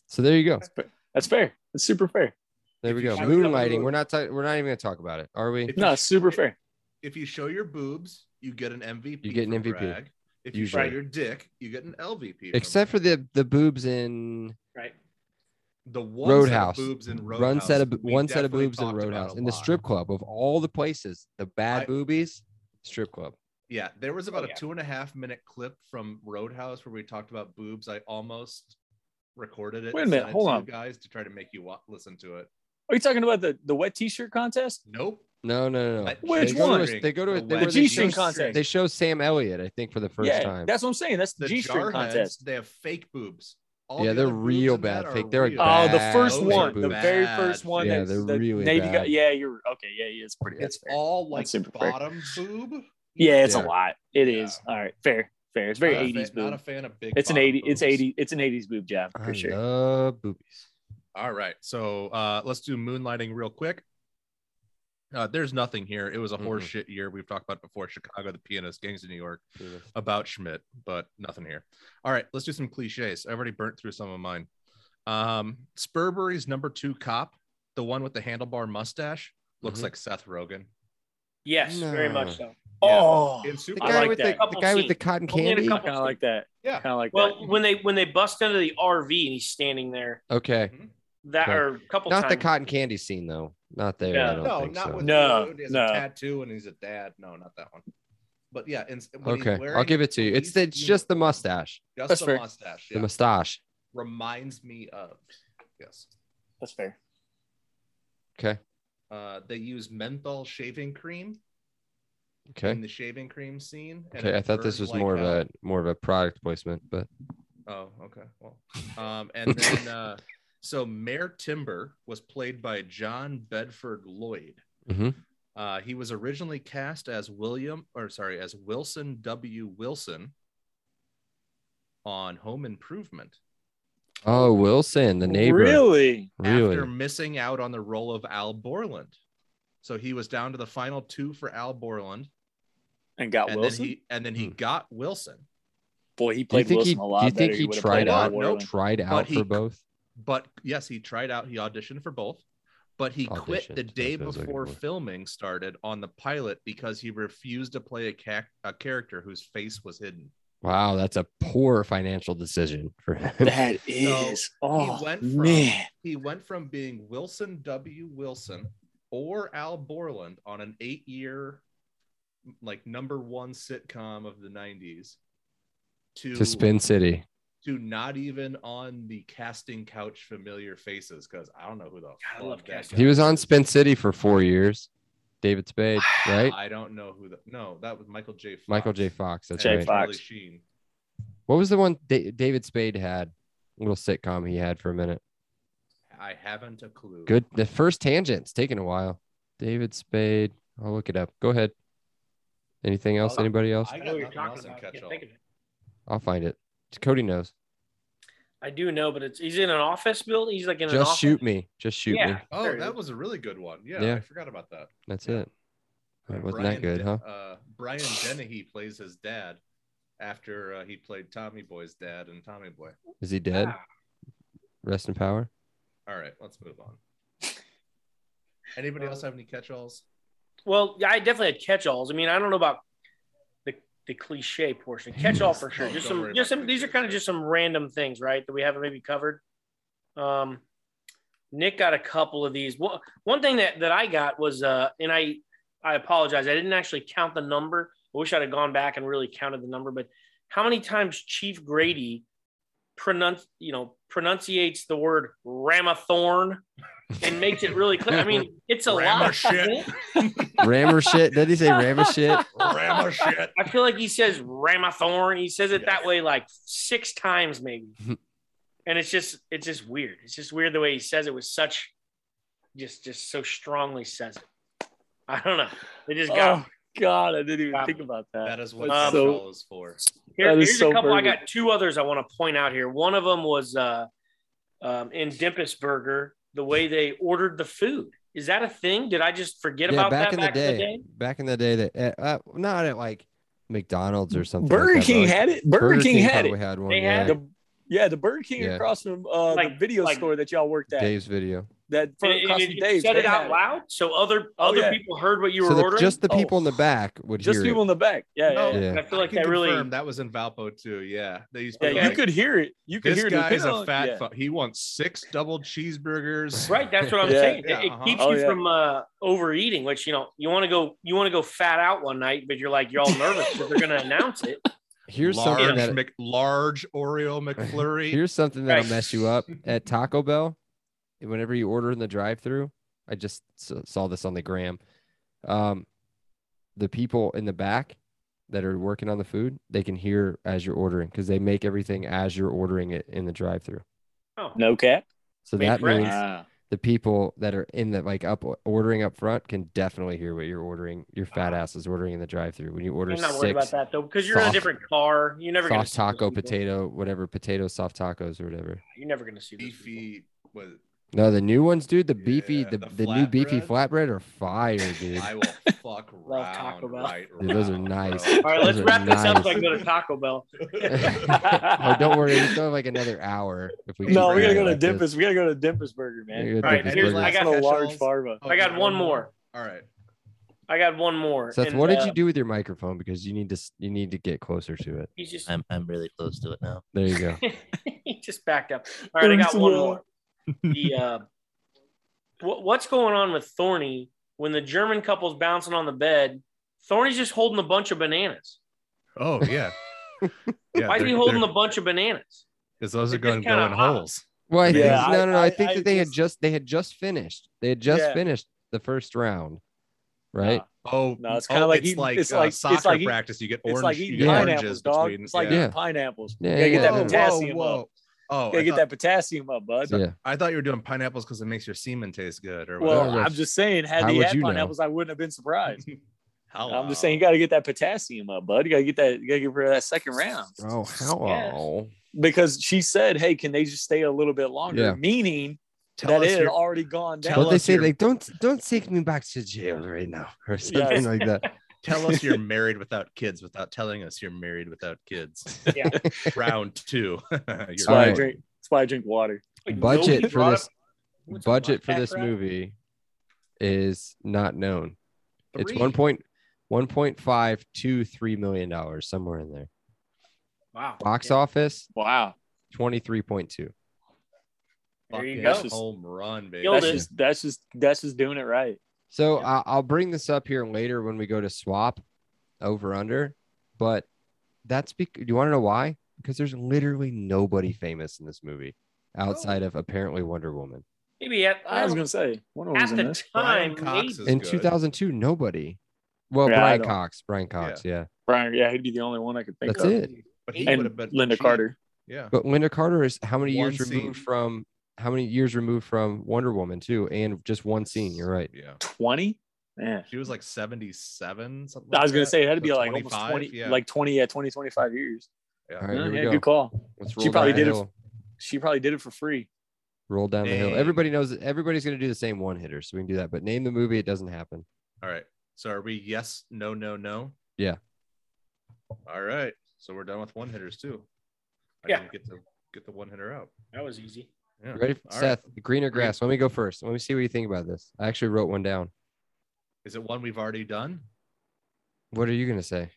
Speaker 2: So there you go.
Speaker 4: That's fair. That's fair. That's super fair.
Speaker 2: There we go.
Speaker 1: If you-
Speaker 2: Moonlighting. We're not. ta- we're not even going to talk about it, are we?
Speaker 1: If you
Speaker 4: No, it's super
Speaker 1: show-
Speaker 4: fair.
Speaker 1: If you show your boobs, you get an MVP.
Speaker 2: You get an
Speaker 1: from
Speaker 2: MVP.
Speaker 1: Bragg. If you
Speaker 2: Usually.
Speaker 1: show your dick, you get an LVP. from
Speaker 2: Except for the the boobs in
Speaker 5: right.
Speaker 1: the one
Speaker 2: Roadhouse.
Speaker 1: set of boobs in Roadhouse.
Speaker 2: One set of
Speaker 1: we
Speaker 2: one set of
Speaker 1: definitely
Speaker 2: boobs in
Speaker 1: talked about
Speaker 2: Roadhouse
Speaker 1: a
Speaker 2: in the
Speaker 1: lot.
Speaker 2: strip club of all the places. The bad
Speaker 1: I-
Speaker 2: boobies, strip club.
Speaker 1: Yeah, there
Speaker 4: Oh,
Speaker 1: was about
Speaker 5: yeah.
Speaker 1: a two and a half minute clip from Roadhouse where we talked about boobs. I almost recorded it.
Speaker 4: Wait a
Speaker 1: and
Speaker 4: minute,
Speaker 1: sent it
Speaker 4: hold
Speaker 1: to you
Speaker 4: on.
Speaker 1: guys, to try to make you wa- listen to it.
Speaker 4: Are you talking about the the wet T-shirt contest?
Speaker 1: Nope.
Speaker 2: No, no, no, no.
Speaker 1: That
Speaker 4: Which
Speaker 2: they
Speaker 1: G-string,
Speaker 2: go
Speaker 4: one?
Speaker 2: to a- they go to a,
Speaker 1: the
Speaker 2: they,
Speaker 1: wet
Speaker 2: were- they, show,
Speaker 4: G-string
Speaker 1: G-string,
Speaker 4: contest.
Speaker 2: they show Sam Elliott, I think, for the first
Speaker 4: yeah,
Speaker 2: time.
Speaker 4: that's what I'm saying. That's the,
Speaker 1: The
Speaker 4: G-string
Speaker 1: G-string
Speaker 4: contest.
Speaker 1: They have fake boobs. All
Speaker 2: Yeah,
Speaker 1: the
Speaker 2: they're
Speaker 1: other boobs
Speaker 2: real
Speaker 1: in that
Speaker 2: bad
Speaker 1: are
Speaker 2: fake. They're
Speaker 1: real.
Speaker 4: Oh, the
Speaker 2: Bad
Speaker 4: first
Speaker 1: Those
Speaker 4: one,
Speaker 1: are
Speaker 4: the very
Speaker 1: bad
Speaker 4: first one.
Speaker 2: fake. Yeah,
Speaker 4: that
Speaker 2: they're
Speaker 4: the
Speaker 2: really
Speaker 4: Navy
Speaker 2: bad.
Speaker 4: guy. Yeah, you're okay. Yeah, it's pretty. That's
Speaker 1: It's
Speaker 4: fair.
Speaker 1: all like
Speaker 4: super fair.
Speaker 1: bottom boob.
Speaker 4: yeah, it's
Speaker 2: Yeah.
Speaker 4: a lot. It is.
Speaker 1: Yeah.
Speaker 4: All right, fair, fair. It's very
Speaker 1: Not a
Speaker 4: '80s
Speaker 1: fan- Not a
Speaker 4: boob.
Speaker 1: fan of big.
Speaker 4: It's an
Speaker 1: bottom
Speaker 4: '80. It's
Speaker 1: boobs.
Speaker 4: '80. It's an '80s boob job for
Speaker 2: I
Speaker 4: sure.
Speaker 2: love boobies.
Speaker 1: All right. So uh, let's do moonlighting real quick. Uh, there's nothing here. It was a
Speaker 2: Mm-mm.
Speaker 1: horseshit year. We've talked about it before Chicago, the pianist, gangs of New York,
Speaker 2: Penis.
Speaker 1: about Schmidt, but nothing here. All right. Let's do some cliches. I already burnt through some of mine. Um, Spurberry's number two cop, the one with the handlebar mustache, looks
Speaker 2: Mhm.
Speaker 1: like Seth Rogen.
Speaker 5: Yes, very much so.
Speaker 4: Oh,
Speaker 1: In
Speaker 2: The
Speaker 1: Super-
Speaker 2: guy
Speaker 4: I like
Speaker 2: with
Speaker 4: that.
Speaker 2: the, the
Speaker 5: Couple
Speaker 2: guy with the
Speaker 5: scenes.
Speaker 2: cotton
Speaker 5: Only in a
Speaker 2: candy.
Speaker 4: I kind of like that.
Speaker 1: Yeah.
Speaker 4: Kind of like
Speaker 5: Well,
Speaker 4: that.
Speaker 5: when they when they bust into the RV and he's standing there,
Speaker 2: Okay,
Speaker 5: that
Speaker 2: Okay.
Speaker 5: or a couple
Speaker 2: not the
Speaker 5: times.
Speaker 2: cotton candy scene though. Not there. I
Speaker 5: Yeah.
Speaker 2: don't
Speaker 1: no,
Speaker 2: think
Speaker 1: not
Speaker 2: so.
Speaker 1: with
Speaker 4: No,
Speaker 1: the dude. He has
Speaker 4: no.
Speaker 1: a tattoo and he's a dad. No, not that one. But yeah, and when he's
Speaker 2: okay, I'll
Speaker 1: wearing
Speaker 2: give it to you. It's
Speaker 1: police
Speaker 2: it's just the
Speaker 1: uniform,
Speaker 2: mustache.
Speaker 1: Just
Speaker 4: That's
Speaker 1: the
Speaker 4: fair.
Speaker 1: mustache.
Speaker 2: The
Speaker 1: yeah.
Speaker 2: mustache.
Speaker 1: reminds me of. Yes.
Speaker 4: That's fair.
Speaker 2: Okay.
Speaker 1: Uh, they use menthol shaving cream
Speaker 2: Okay.
Speaker 1: in the shaving cream scene. and
Speaker 2: Okay,
Speaker 1: it
Speaker 2: I thought this
Speaker 1: burns
Speaker 2: was
Speaker 1: like
Speaker 2: more of
Speaker 1: hell.
Speaker 2: a more of a product placement, but
Speaker 1: Oh, okay. Well, um, and then uh, so Mayor Timber was played by John Bedford Lloyd.
Speaker 2: Mhm.
Speaker 1: Uh, he was originally cast as William, or sorry, as Wilson W. Wilson on Home Improvement.
Speaker 2: oh, Wilson, the neighbor,
Speaker 4: Really?
Speaker 2: really?
Speaker 1: after missing out on the role of Al Borland. So he was down to the final two for Al Borland,
Speaker 4: And got
Speaker 1: and
Speaker 4: Wilson.
Speaker 1: then he and then he
Speaker 2: Hmm.
Speaker 1: got Wilson,
Speaker 4: Boy, he
Speaker 2: Do you
Speaker 4: played
Speaker 2: think
Speaker 4: Wilson
Speaker 2: he?
Speaker 4: a
Speaker 2: Do
Speaker 4: lot
Speaker 2: you
Speaker 4: better.
Speaker 2: think he
Speaker 4: would've
Speaker 2: tried
Speaker 4: played
Speaker 2: out?
Speaker 4: Al Borland.
Speaker 2: Tried out
Speaker 1: he-
Speaker 2: for both.
Speaker 1: but yes, he tried out. He auditioned for both, but he quit
Speaker 2: Auditioned,
Speaker 1: the
Speaker 2: that's
Speaker 1: day
Speaker 2: what I was looking
Speaker 1: before
Speaker 2: for.
Speaker 1: filming started on the pilot because he refused to play a, ca- a character whose face was hidden.
Speaker 2: Wow, that's a poor financial decision for him.
Speaker 4: That is. Oh
Speaker 1: went from-
Speaker 4: man.
Speaker 1: He went from being Wilson W. Wilson or Al Borland on an eight-year, like number one sitcom of the '90s, to
Speaker 2: to Spin City.
Speaker 1: to not even on the casting couch familiar faces because I don't know who the
Speaker 5: I love
Speaker 1: fuck
Speaker 5: casting
Speaker 2: He was on
Speaker 1: is.
Speaker 2: Spin City for four years. David Spade, right?
Speaker 1: I don't know who the no that was Michael J. Fox.
Speaker 2: Michael J. Fox. That's
Speaker 4: J.
Speaker 2: right.
Speaker 1: Charlie
Speaker 4: Fox.
Speaker 1: Sheen.
Speaker 2: What was the one da- David Spade had? Little sitcom he had for a minute.
Speaker 1: I haven't a clue.
Speaker 2: Good. The first tangent's taking a while. David Spade. I'll look it up. Go ahead. Anything else?
Speaker 1: I'll-
Speaker 2: Anybody else?
Speaker 1: I
Speaker 5: I
Speaker 1: got
Speaker 5: know what you're
Speaker 1: nothing
Speaker 5: talking
Speaker 1: else in
Speaker 5: about. I can't
Speaker 1: catch-all.
Speaker 5: think of it.
Speaker 2: I'll find it. Cody knows.
Speaker 5: I do know, but it's he's in an office building. He's like in an
Speaker 2: Just
Speaker 5: office.
Speaker 2: shoot me. Just shoot
Speaker 5: yeah.
Speaker 2: me.
Speaker 1: Oh,
Speaker 5: there it
Speaker 1: that
Speaker 5: is.
Speaker 1: was a really good one. Yeah,
Speaker 2: Yeah.
Speaker 1: I forgot about that.
Speaker 2: That's
Speaker 1: Yeah.
Speaker 2: it. It wasn't
Speaker 1: Brian
Speaker 2: that good,
Speaker 1: De-
Speaker 2: huh?
Speaker 1: Uh, Brian Dennehy plays his dad, after uh, he played Tommy Boy's dad and Tommy Boy.
Speaker 2: Is he dead?
Speaker 5: Ah.
Speaker 2: Rest in power.
Speaker 1: All right, let's move on. Anybody
Speaker 4: Um,
Speaker 1: else have any catch-alls?
Speaker 5: Well, yeah, I definitely had catch-alls. I mean, I don't know about the the cliche portion. Catch-all for sure.
Speaker 1: Oh,
Speaker 5: just
Speaker 1: don't
Speaker 5: some,
Speaker 1: worry
Speaker 5: just
Speaker 1: about
Speaker 5: some.
Speaker 1: the
Speaker 5: These are
Speaker 1: cliches.
Speaker 5: kind of just some random things, right? That we haven't maybe covered. Um, Nick got a couple of these. One, one thing that that I got was, uh, and I I apologize. I didn't actually count the number. I wish I'd have gone back and really counted the number. But how many times Chief Grady pronounce you know pronunciates the word ramathorn and makes it really clear? I mean, it's a
Speaker 1: Rama
Speaker 5: lot.
Speaker 1: shit.
Speaker 2: Rammer shit. Did he say rammer shit?
Speaker 1: Rammer shit.
Speaker 5: I feel like he says Ramathorn. He says it that way like six times maybe, and it's just it's just weird. It's just weird the way he says it with such, just just so strongly says it. I don't know. They just got
Speaker 4: Oh God, I didn't even
Speaker 5: Wow.
Speaker 4: think about that.
Speaker 1: That is what
Speaker 5: Um,
Speaker 1: catch-all is for.
Speaker 5: here,
Speaker 4: that is
Speaker 5: here's
Speaker 4: so
Speaker 5: a couple. I
Speaker 4: perfect.
Speaker 5: got two others I want to point out here. One of them was uh, um, in Dimpus Burger, the way they ordered the food. Is that a thing? Did I just forget
Speaker 2: yeah,
Speaker 5: about
Speaker 2: back,
Speaker 5: that
Speaker 2: in,
Speaker 5: back
Speaker 2: the
Speaker 5: in
Speaker 2: day,
Speaker 5: the day?
Speaker 2: Back in the day, that uh, uh, not at like McDonald's or something. like
Speaker 4: Burger
Speaker 2: that, but,
Speaker 4: King
Speaker 2: like,
Speaker 4: had it. Burger, King, had
Speaker 2: probably
Speaker 4: it.
Speaker 2: had one.
Speaker 5: They
Speaker 2: yeah.
Speaker 5: had
Speaker 4: The, yeah, the Burger King
Speaker 2: Yeah.
Speaker 4: across from uh, the
Speaker 5: Like-
Speaker 4: video
Speaker 5: like-
Speaker 4: store that y'all worked at.
Speaker 2: Dave's video.
Speaker 4: That
Speaker 5: And
Speaker 4: front
Speaker 5: it-
Speaker 4: across
Speaker 5: it-
Speaker 4: from
Speaker 5: it
Speaker 4: Dave's.
Speaker 5: said it
Speaker 4: they
Speaker 5: out
Speaker 4: had
Speaker 5: loud, so other
Speaker 4: Oh,
Speaker 5: other
Speaker 4: yeah.
Speaker 5: people heard what you
Speaker 2: so
Speaker 5: were
Speaker 2: the-
Speaker 5: ordering.
Speaker 2: just the
Speaker 4: Oh.
Speaker 2: people in the back would
Speaker 4: Just
Speaker 2: hear
Speaker 4: people
Speaker 2: it.
Speaker 4: in the back. Yeah, yeah.
Speaker 5: No,
Speaker 4: yeah.
Speaker 2: Yeah.
Speaker 5: I feel like
Speaker 1: can
Speaker 5: that really
Speaker 1: confirm that was in Valpo too. Yeah, they used to
Speaker 4: Yeah,
Speaker 1: be
Speaker 4: you
Speaker 1: like,
Speaker 4: could hear it. You could
Speaker 1: this
Speaker 4: hear
Speaker 1: guy's
Speaker 4: the
Speaker 1: a fat.
Speaker 4: Yeah.
Speaker 1: fu- he wants six double cheeseburgers.
Speaker 5: Right, that's what I'm
Speaker 4: Yeah,
Speaker 5: saying. It-
Speaker 1: yeah,
Speaker 5: it
Speaker 1: uh-huh.
Speaker 5: keeps
Speaker 4: Oh,
Speaker 5: you
Speaker 4: yeah.
Speaker 5: from uh, overeating, which you know you want to go you want to go fat out one night, but you're like you're all nervous because they're going to announce it.
Speaker 2: Here's
Speaker 1: large,
Speaker 2: something that
Speaker 1: Mc, large Oreo McFlurry.
Speaker 2: here's something that'll
Speaker 5: Right.
Speaker 2: mess you up at Taco Bell. Whenever you order in the drive-through, I just s- saw this on the gram. Um, the people in the back that are working on the food, they can hear as you're ordering because they make everything as you're ordering it in the drive-through.
Speaker 5: Oh,
Speaker 4: No cap.
Speaker 2: So
Speaker 5: Made
Speaker 2: that
Speaker 5: correct.
Speaker 2: means the people that are in the like up ordering up front can definitely hear what you're ordering. Your fat ass is ordering in the drive-through when you order
Speaker 5: I'm not worried about
Speaker 2: six
Speaker 5: that though because you're in a
Speaker 2: soft-
Speaker 5: different car. You're never going to
Speaker 2: soft taco potato, whatever potato soft tacos or whatever.
Speaker 5: You're never going to see those people.
Speaker 1: beefy. Was
Speaker 2: No, the new ones, dude. The beefy,
Speaker 1: Yeah,
Speaker 2: the,
Speaker 1: the
Speaker 2: the, new beefy
Speaker 1: flatbread.
Speaker 2: flatbread are fire, dude.
Speaker 1: I will fuck round
Speaker 5: Taco Bell.
Speaker 1: right
Speaker 2: Dude, those are
Speaker 1: round,
Speaker 2: nice.
Speaker 1: bro.
Speaker 5: All right, let's
Speaker 2: Those are
Speaker 5: wrap this up
Speaker 2: nice.
Speaker 5: so I can go to Taco Bell.
Speaker 2: oh, don't worry, we still have like another hour. If we
Speaker 4: No,
Speaker 2: keep
Speaker 4: we
Speaker 2: going
Speaker 4: gotta go to
Speaker 2: like this.
Speaker 4: Dimpus. We gotta go to Dimpus Burger, man.
Speaker 2: We gotta
Speaker 5: All right,
Speaker 2: Dimpus
Speaker 5: here's-
Speaker 2: Burger.
Speaker 5: I got
Speaker 4: That's a large
Speaker 1: catch-alls.
Speaker 4: farva.
Speaker 1: Oh,
Speaker 5: I got
Speaker 1: you
Speaker 5: one more.
Speaker 1: All right.
Speaker 5: I got one more.
Speaker 2: Seth,
Speaker 5: And,
Speaker 2: what did
Speaker 5: uh,
Speaker 2: you do with your microphone? Because you need to s- you need to get closer to it.
Speaker 5: He's just
Speaker 6: I'm I'm really close to it now.
Speaker 2: There you go.
Speaker 5: he just backed up. All right, I got
Speaker 4: There's
Speaker 5: one
Speaker 4: one.
Speaker 5: more. The uh, what, what's going on with Thorny when the German couple's bouncing on the bed? Thorny's just holding a bunch of bananas.
Speaker 1: Oh yeah. yeah
Speaker 5: Why is he
Speaker 1: they're-
Speaker 5: holding a
Speaker 1: they're-
Speaker 5: bunch of bananas?
Speaker 1: Because those are
Speaker 5: It's just
Speaker 1: going to
Speaker 5: kinda
Speaker 1: go in
Speaker 5: hot.
Speaker 1: holes.
Speaker 2: Well, I think,
Speaker 4: Yeah, I-
Speaker 2: no, no, no. I,
Speaker 4: I-
Speaker 2: think
Speaker 4: I
Speaker 2: that they had
Speaker 4: just-
Speaker 2: just they had just finished. They had just
Speaker 4: Yeah.
Speaker 2: finished the first round, right?
Speaker 1: Oh,
Speaker 4: No, it's
Speaker 1: oh,
Speaker 4: kinda like
Speaker 1: it's
Speaker 4: eating-
Speaker 1: like,
Speaker 4: it's
Speaker 1: uh,
Speaker 4: like- it's
Speaker 1: soccer
Speaker 4: like eat-
Speaker 1: practice. You get
Speaker 4: It's
Speaker 1: orange,
Speaker 4: like
Speaker 1: you
Speaker 4: eating
Speaker 1: get
Speaker 4: pineapples,
Speaker 1: oranges
Speaker 4: dog.
Speaker 1: between.
Speaker 4: It's like
Speaker 1: yeah.
Speaker 4: eating pineapples.
Speaker 2: Yeah,
Speaker 4: gotta get
Speaker 2: yeah,
Speaker 4: that
Speaker 2: yeah.
Speaker 4: potassium up.
Speaker 1: Oh,
Speaker 4: Gotta
Speaker 1: I
Speaker 4: get
Speaker 1: thought,
Speaker 4: that potassium up, bud.
Speaker 2: yeah.
Speaker 1: I thought you were doing pineapples because it makes your semen taste good. Or
Speaker 4: Well,
Speaker 1: whatever.
Speaker 2: Well,
Speaker 4: I'm just saying, had
Speaker 2: how
Speaker 4: he
Speaker 2: would
Speaker 4: had
Speaker 2: you know?
Speaker 4: pineapples, I wouldn't have been surprised.
Speaker 1: Hello.
Speaker 4: I'm just saying, you got to get that potassium up, bud. You got to get that. You got to get rid of that second round
Speaker 2: Oh, how?
Speaker 4: because she said, "Hey, can they just stay a little bit longer?"
Speaker 2: Yeah.
Speaker 4: Meaning
Speaker 1: Tell
Speaker 4: that
Speaker 1: us
Speaker 4: it had
Speaker 1: your-
Speaker 4: already gone
Speaker 1: Tell
Speaker 2: But
Speaker 4: down.
Speaker 2: they
Speaker 1: us
Speaker 2: say
Speaker 1: your-
Speaker 2: like don't don't take me back to jail right now or something
Speaker 4: it's-
Speaker 2: like that.
Speaker 1: Tell us you're married without kids without telling us you're married without kids.
Speaker 5: Yeah.
Speaker 1: Round two. You're
Speaker 4: That's why I
Speaker 2: Alright.
Speaker 4: drink. That's why I drink water.
Speaker 5: Like, nobody
Speaker 2: budget for
Speaker 5: brought
Speaker 2: this
Speaker 5: up- what's the
Speaker 2: budget for
Speaker 5: black
Speaker 2: this
Speaker 5: crap?
Speaker 2: movie is not known. It's
Speaker 1: Three.
Speaker 2: one point one point five two three million dollars somewhere in there.
Speaker 5: Wow.
Speaker 2: Box
Speaker 5: Yeah.
Speaker 2: office
Speaker 4: Wow,
Speaker 2: twenty three point two.
Speaker 5: There you
Speaker 1: Fucking
Speaker 5: go.
Speaker 1: That's Home run, baby.
Speaker 5: Killed
Speaker 4: that's
Speaker 5: it.
Speaker 4: just that's just that's just doing it right.
Speaker 2: So I I'll bring this up here later when we go to swap over under, but that's because do you want to know why? Because there's literally nobody famous in this movie outside
Speaker 5: Oh.
Speaker 2: of apparently Wonder Woman.
Speaker 5: Maybe at, um,
Speaker 4: I was gonna say one of
Speaker 5: at
Speaker 4: them's in
Speaker 5: the
Speaker 4: this.
Speaker 1: Brian
Speaker 5: time.
Speaker 1: Cox
Speaker 5: maybe.
Speaker 1: is
Speaker 2: in
Speaker 1: good.
Speaker 2: 2002 nobody well
Speaker 4: Yeah, I
Speaker 2: brian
Speaker 4: don't-
Speaker 2: cox brian cox yeah,
Speaker 4: Brian, yeah, he'd be the only one I could think
Speaker 2: that's
Speaker 4: of.
Speaker 2: it
Speaker 1: But he would have
Speaker 4: And
Speaker 1: been
Speaker 4: Linda
Speaker 1: cheap.
Speaker 4: Carter.
Speaker 1: Yeah.
Speaker 2: but linda carter is how many years
Speaker 1: One scene.
Speaker 2: removed from how many years removed from wonder woman too and just one scene you're right
Speaker 1: Yeah.
Speaker 4: 20 yeah
Speaker 1: She was like 77, something.
Speaker 4: i
Speaker 1: like
Speaker 4: was gonna
Speaker 1: that.
Speaker 4: say it had to
Speaker 1: So
Speaker 4: be like almost
Speaker 1: 25,
Speaker 4: 20
Speaker 1: yeah.
Speaker 4: like 20 yeah 20 25 years
Speaker 1: Yeah.
Speaker 2: all right here
Speaker 4: yeah,
Speaker 2: we go
Speaker 4: good call
Speaker 2: let's
Speaker 4: She
Speaker 2: roll
Speaker 4: probably
Speaker 2: down
Speaker 4: did
Speaker 2: the
Speaker 4: it-
Speaker 2: hill.
Speaker 4: she probably did it for free
Speaker 2: roll down the hill
Speaker 1: Dang.
Speaker 2: everybody knows that everybody's going to do the same one hitter so we can do that but name the movie it doesn't happen
Speaker 1: All right. So are we yes, no, no, no?
Speaker 2: Yeah.
Speaker 1: All right. So we're done with one hitters too. I
Speaker 5: Yeah.
Speaker 1: didn't get the get the one hitter out.
Speaker 5: That was easy.
Speaker 1: Yeah.
Speaker 2: Ready, for
Speaker 1: All right.
Speaker 2: Seth? Greener grass. Let me go first. Let me see what you think about this. I actually wrote one down.
Speaker 1: Is it one we've already done?
Speaker 2: What are you gonna say?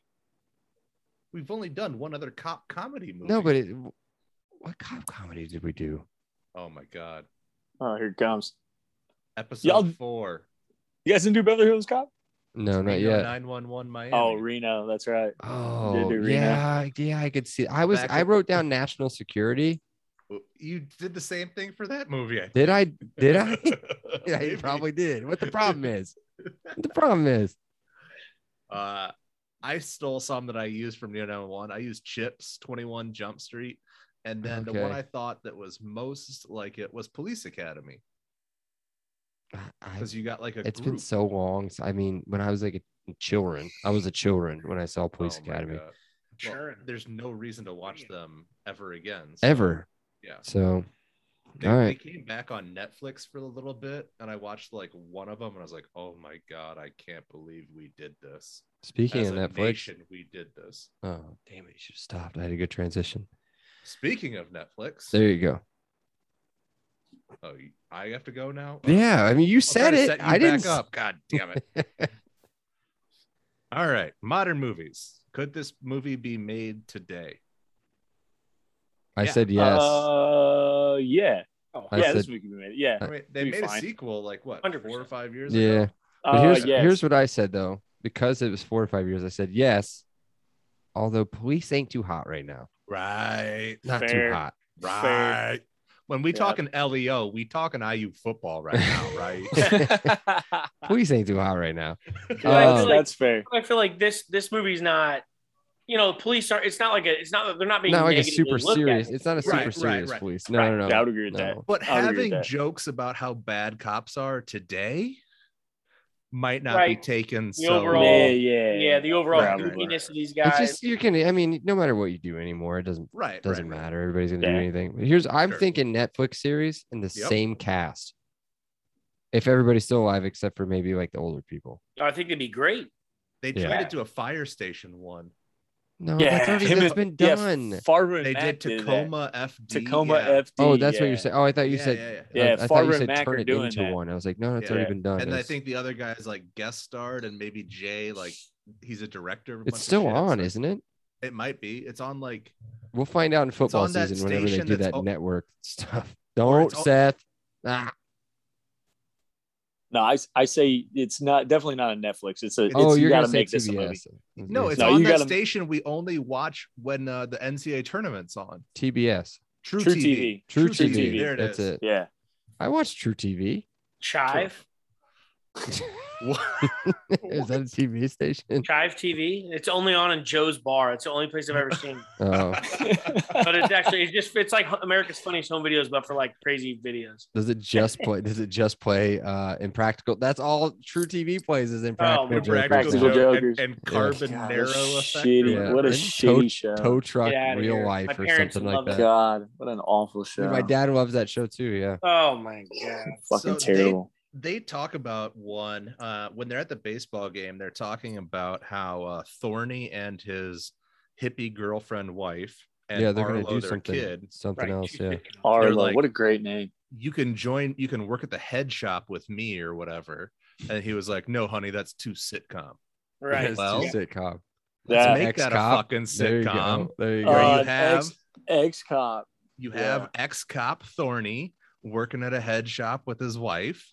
Speaker 1: We've only done one other cop comedy movie.
Speaker 2: No, but it, what cop comedy did we do?
Speaker 1: oh my god,
Speaker 4: Oh, here it comes.
Speaker 1: episode
Speaker 4: Y'all-
Speaker 1: four.
Speaker 4: You guys didn't do Beverly Hills Cop?
Speaker 2: No, not yet.
Speaker 1: Nine one one Miami.
Speaker 4: Oh, Reno. That's right.
Speaker 2: Oh,
Speaker 4: do Reno.
Speaker 2: yeah, yeah, I could see. I was.
Speaker 1: Back
Speaker 2: I
Speaker 1: up.
Speaker 2: wrote down national security.
Speaker 1: you did the same thing for that movie. I
Speaker 2: Did I? Did I? yeah,
Speaker 1: Maybe.
Speaker 2: you probably did. What the problem is? What the problem is?
Speaker 1: Uh, I stole some that I used from Neo 911. I used Chips, 21 Jump Street, and then the one
Speaker 2: Okay.
Speaker 1: I thought that was most like it was Police Academy
Speaker 2: I- I,
Speaker 1: because you got like a
Speaker 2: it's
Speaker 1: group.
Speaker 2: been so long. s- I mean, when I was like a children, I was a children when I saw
Speaker 1: Oh
Speaker 2: Police
Speaker 1: my
Speaker 2: Academy
Speaker 1: God. Well,
Speaker 5: Sure.
Speaker 1: there's no reason to watch them ever again. so- uh,
Speaker 2: ever.
Speaker 1: Yeah.
Speaker 2: So,
Speaker 1: They,
Speaker 2: all
Speaker 1: they
Speaker 2: right.
Speaker 1: came back on Netflix for a little bit, and I watched like one of them, and I was like, "Oh my god, I can't believe we did this."
Speaker 2: Speaking
Speaker 1: As
Speaker 2: of
Speaker 1: a
Speaker 2: Netflix,
Speaker 1: nation, we did this.
Speaker 2: oh damn it, you should have stopped. I had a good transition.
Speaker 1: Speaking of Netflix,
Speaker 2: There you go.
Speaker 1: oh, you- I have to go now. Oh,
Speaker 2: Yeah, I mean, you
Speaker 1: I'll try
Speaker 2: said
Speaker 1: to
Speaker 2: it.
Speaker 1: set you
Speaker 2: I didn't.
Speaker 1: back up. God damn it. All right. Modern movies. Could this movie be made today?
Speaker 2: I
Speaker 1: Yeah.
Speaker 2: said yes.
Speaker 4: Uh, yeah.
Speaker 5: Oh,
Speaker 2: I
Speaker 4: yeah,
Speaker 2: said-
Speaker 4: this week we made it. Yeah.
Speaker 1: I mean, they
Speaker 4: Be
Speaker 1: made a
Speaker 4: fine.
Speaker 1: sequel like what four
Speaker 5: 100%.
Speaker 1: or five years
Speaker 2: Uh, yeah.
Speaker 1: ago.
Speaker 2: But
Speaker 4: Uh,
Speaker 2: here's
Speaker 4: yes.
Speaker 2: here's what I said though, because it was four or five years. I said yes. Although police ain't too hot right now.
Speaker 1: Right.
Speaker 2: Not
Speaker 4: Fair.
Speaker 2: too hot.
Speaker 4: Fair.
Speaker 1: Right. When we
Speaker 4: Yeah.
Speaker 1: talk an LEO, we talk an IU football right now, right?
Speaker 2: Police ain't too hot right now.
Speaker 4: that's,
Speaker 2: Um,
Speaker 4: that's fair.
Speaker 5: I feel like this this movie's not, you know, the police are. It's not like a. It's not. They're not being
Speaker 2: Not like a
Speaker 5: negatively
Speaker 2: super
Speaker 5: looked at.
Speaker 2: serious. It's not a super
Speaker 1: Right, right,
Speaker 2: serious
Speaker 1: right.
Speaker 2: police. No,
Speaker 5: Right.
Speaker 2: no, no.
Speaker 4: Yeah, I would agree with
Speaker 2: no.
Speaker 4: that.
Speaker 1: But
Speaker 4: I would agree with
Speaker 1: having
Speaker 4: that.
Speaker 1: jokes about how bad cops are today might not be
Speaker 5: Right.
Speaker 1: taken
Speaker 5: The
Speaker 1: so
Speaker 5: overall-
Speaker 4: yeah,
Speaker 5: Bro.
Speaker 4: yeah.
Speaker 5: Yeah, the overall
Speaker 4: Right, right,
Speaker 5: goofiness of these
Speaker 2: It's
Speaker 5: guys.
Speaker 2: just you can. I mean, no matter what you do anymore, it doesn't
Speaker 1: right
Speaker 2: doesn't
Speaker 1: right, right.
Speaker 2: matter. Everybody's gonna do
Speaker 4: Yeah.
Speaker 2: anything. But here's I'm
Speaker 1: Sure.
Speaker 2: thinking Netflix series and the
Speaker 1: Yep.
Speaker 2: same cast. If everybody's still alive, except for maybe like the older people.
Speaker 5: I think it'd be great.
Speaker 1: They
Speaker 2: Yeah.
Speaker 1: tried to do a fire station one.
Speaker 2: No,
Speaker 4: Yeah,
Speaker 2: that's already
Speaker 4: him
Speaker 2: that's
Speaker 4: and-
Speaker 2: been
Speaker 4: yeah,
Speaker 2: done.
Speaker 4: Farber and
Speaker 1: They did
Speaker 4: Mac
Speaker 1: Tacoma FD.
Speaker 4: that. Tacoma
Speaker 1: yeah.
Speaker 4: FD.
Speaker 2: oh, that's what
Speaker 4: yeah.
Speaker 2: you're saying. Oh, I thought you
Speaker 1: Yeah,
Speaker 2: said.
Speaker 1: yeah, yeah.
Speaker 2: I-
Speaker 4: Yeah,
Speaker 2: I, thought
Speaker 4: Farber
Speaker 2: you
Speaker 4: and
Speaker 2: said
Speaker 4: Mac
Speaker 2: turn
Speaker 4: are
Speaker 2: it
Speaker 4: doing
Speaker 2: into
Speaker 4: that.
Speaker 2: one. I was like, no, it's
Speaker 1: Yeah.
Speaker 2: already been done.
Speaker 1: and I
Speaker 2: It's-
Speaker 1: think the other guy is like guest starred, and maybe Jay, like he's a director. Of a bunch
Speaker 2: it's
Speaker 1: of
Speaker 2: still
Speaker 1: shit,
Speaker 2: on,
Speaker 1: so
Speaker 2: isn't it?
Speaker 1: it? Might be. It's on like
Speaker 2: We'll find out in football
Speaker 1: on that
Speaker 2: season whenever they
Speaker 1: station
Speaker 2: do
Speaker 1: that's
Speaker 2: that
Speaker 1: o-
Speaker 2: network stuff.
Speaker 1: Or
Speaker 2: Don't,
Speaker 1: it's o-
Speaker 2: Seth. Ah,
Speaker 4: No, I, I say it's not definitely not on Netflix. It's a. It's,
Speaker 2: oh,
Speaker 4: you
Speaker 2: you're
Speaker 4: gotta
Speaker 2: gonna say
Speaker 4: make this a movie.
Speaker 2: TBS.
Speaker 1: no, it's
Speaker 4: No,
Speaker 1: on
Speaker 4: you
Speaker 1: that
Speaker 4: gotta-
Speaker 1: station we only watch when uh, the NCAA tournament's on.
Speaker 2: TBS.
Speaker 1: True,
Speaker 4: True
Speaker 1: TV.
Speaker 4: TV.
Speaker 2: True,
Speaker 4: True
Speaker 2: TV.
Speaker 4: TV.
Speaker 1: There it
Speaker 2: That's
Speaker 1: is.
Speaker 2: it.
Speaker 4: Yeah.
Speaker 2: I watched True TV.
Speaker 5: Chive,
Speaker 2: is that a TV station?
Speaker 5: Chive TV. It's only on in Joe's Bar. It's the only place I've ever seen. it.
Speaker 2: Oh,
Speaker 5: But it's actually it's just it's like America's Funniest Home Videos, but for like crazy videos.
Speaker 2: does it just play? Does it just play uh, impractical? That's all True TV plays is impractical.
Speaker 5: Impractical
Speaker 2: Jokers.
Speaker 1: Practical
Speaker 4: Practical
Speaker 1: joke and,
Speaker 4: Jokers.
Speaker 1: and carbon
Speaker 4: God, what a
Speaker 1: narrow effect. or
Speaker 4: shitty,
Speaker 1: whatever.
Speaker 4: What a
Speaker 2: Yeah.
Speaker 4: shitty show.
Speaker 2: Tow truck
Speaker 5: Get outta
Speaker 2: real
Speaker 5: here.
Speaker 2: life
Speaker 5: My
Speaker 2: or
Speaker 5: parents
Speaker 2: something
Speaker 5: would
Speaker 2: like that.
Speaker 5: love
Speaker 4: God, what an awful show.
Speaker 2: Dude, my dad loves that show too. Yeah.
Speaker 5: Oh my god.
Speaker 4: Fucking
Speaker 1: So they-
Speaker 4: terrible.
Speaker 1: they talk about one uh, when they're at the baseball game. They're talking about how uh, Thorny and his hippie girlfriend wife and
Speaker 2: yeah, they're
Speaker 1: Arlo,
Speaker 2: gonna do
Speaker 1: their
Speaker 2: something.
Speaker 1: kid,
Speaker 2: Something
Speaker 5: Right.
Speaker 2: else. Yeah.
Speaker 1: they're
Speaker 4: Arlo,
Speaker 1: like-
Speaker 4: what a great name.
Speaker 1: you can join, you can work at the head shop with me or whatever. And he was like, "No, honey, that's too sitcom.
Speaker 5: Right.
Speaker 2: It's
Speaker 1: Well,
Speaker 2: too sitcom.
Speaker 1: Let's
Speaker 4: Yeah.
Speaker 1: make that a
Speaker 2: Ex-cop.
Speaker 1: fucking
Speaker 2: There you
Speaker 1: sitcom."
Speaker 2: go. There you go.
Speaker 1: Where
Speaker 4: Uh,
Speaker 1: you have
Speaker 4: Ex cop.
Speaker 1: you
Speaker 4: yeah.
Speaker 1: have ex cop Thorny working at a head shop with his wife,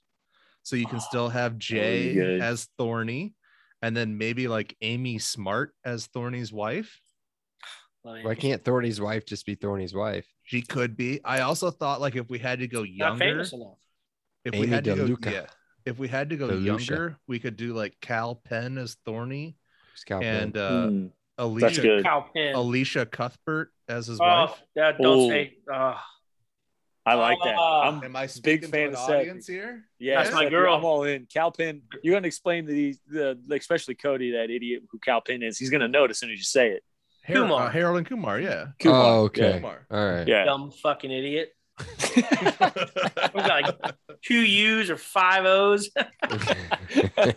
Speaker 1: so you can
Speaker 4: Oh,
Speaker 1: still have Jay
Speaker 4: good.
Speaker 1: as Thorny, and then maybe like Amy Smart as Thorny's wife.
Speaker 5: Like,
Speaker 2: Why can't Thorny's wife just be Thorny's wife?
Speaker 1: She could be. I also thought like if we had to go
Speaker 5: not
Speaker 1: younger,
Speaker 5: famous enough.
Speaker 1: if we
Speaker 2: Amy
Speaker 1: had to go,
Speaker 2: DeLuca.
Speaker 1: yeah, if we had to go
Speaker 2: DeLucia.
Speaker 1: younger, we could do like Cal Penn as Thorny
Speaker 2: Scout
Speaker 1: and
Speaker 2: Blade.
Speaker 5: Hmm.
Speaker 1: uh,
Speaker 4: Mm. That's
Speaker 1: Alicia
Speaker 4: good.
Speaker 5: Kyle Penn.
Speaker 1: Alicia Cuthbert as his
Speaker 5: oh,
Speaker 1: wife.
Speaker 5: yeah, don't
Speaker 4: Ooh.
Speaker 5: say oh,
Speaker 4: I like that.
Speaker 5: Oh.
Speaker 4: I'm
Speaker 1: Am I
Speaker 4: big
Speaker 1: speaking to
Speaker 4: fan
Speaker 1: an
Speaker 4: of Seth.
Speaker 1: audience here?
Speaker 4: Yeah,
Speaker 5: That's my
Speaker 4: Seth,
Speaker 5: girl.
Speaker 4: I'm all in. Calpin, you're gonna explain to these, the especially Cody, that idiot who Calpin is. He's gonna know it as soon as you say it.
Speaker 1: Har-
Speaker 5: Kumar.
Speaker 1: uh, Harold and Kumar, yeah.
Speaker 4: Kumar.
Speaker 2: Oh, okay.
Speaker 1: Kumar.
Speaker 2: All right.
Speaker 4: Yeah.
Speaker 5: dumb fucking idiot. We got like two U's or five O's.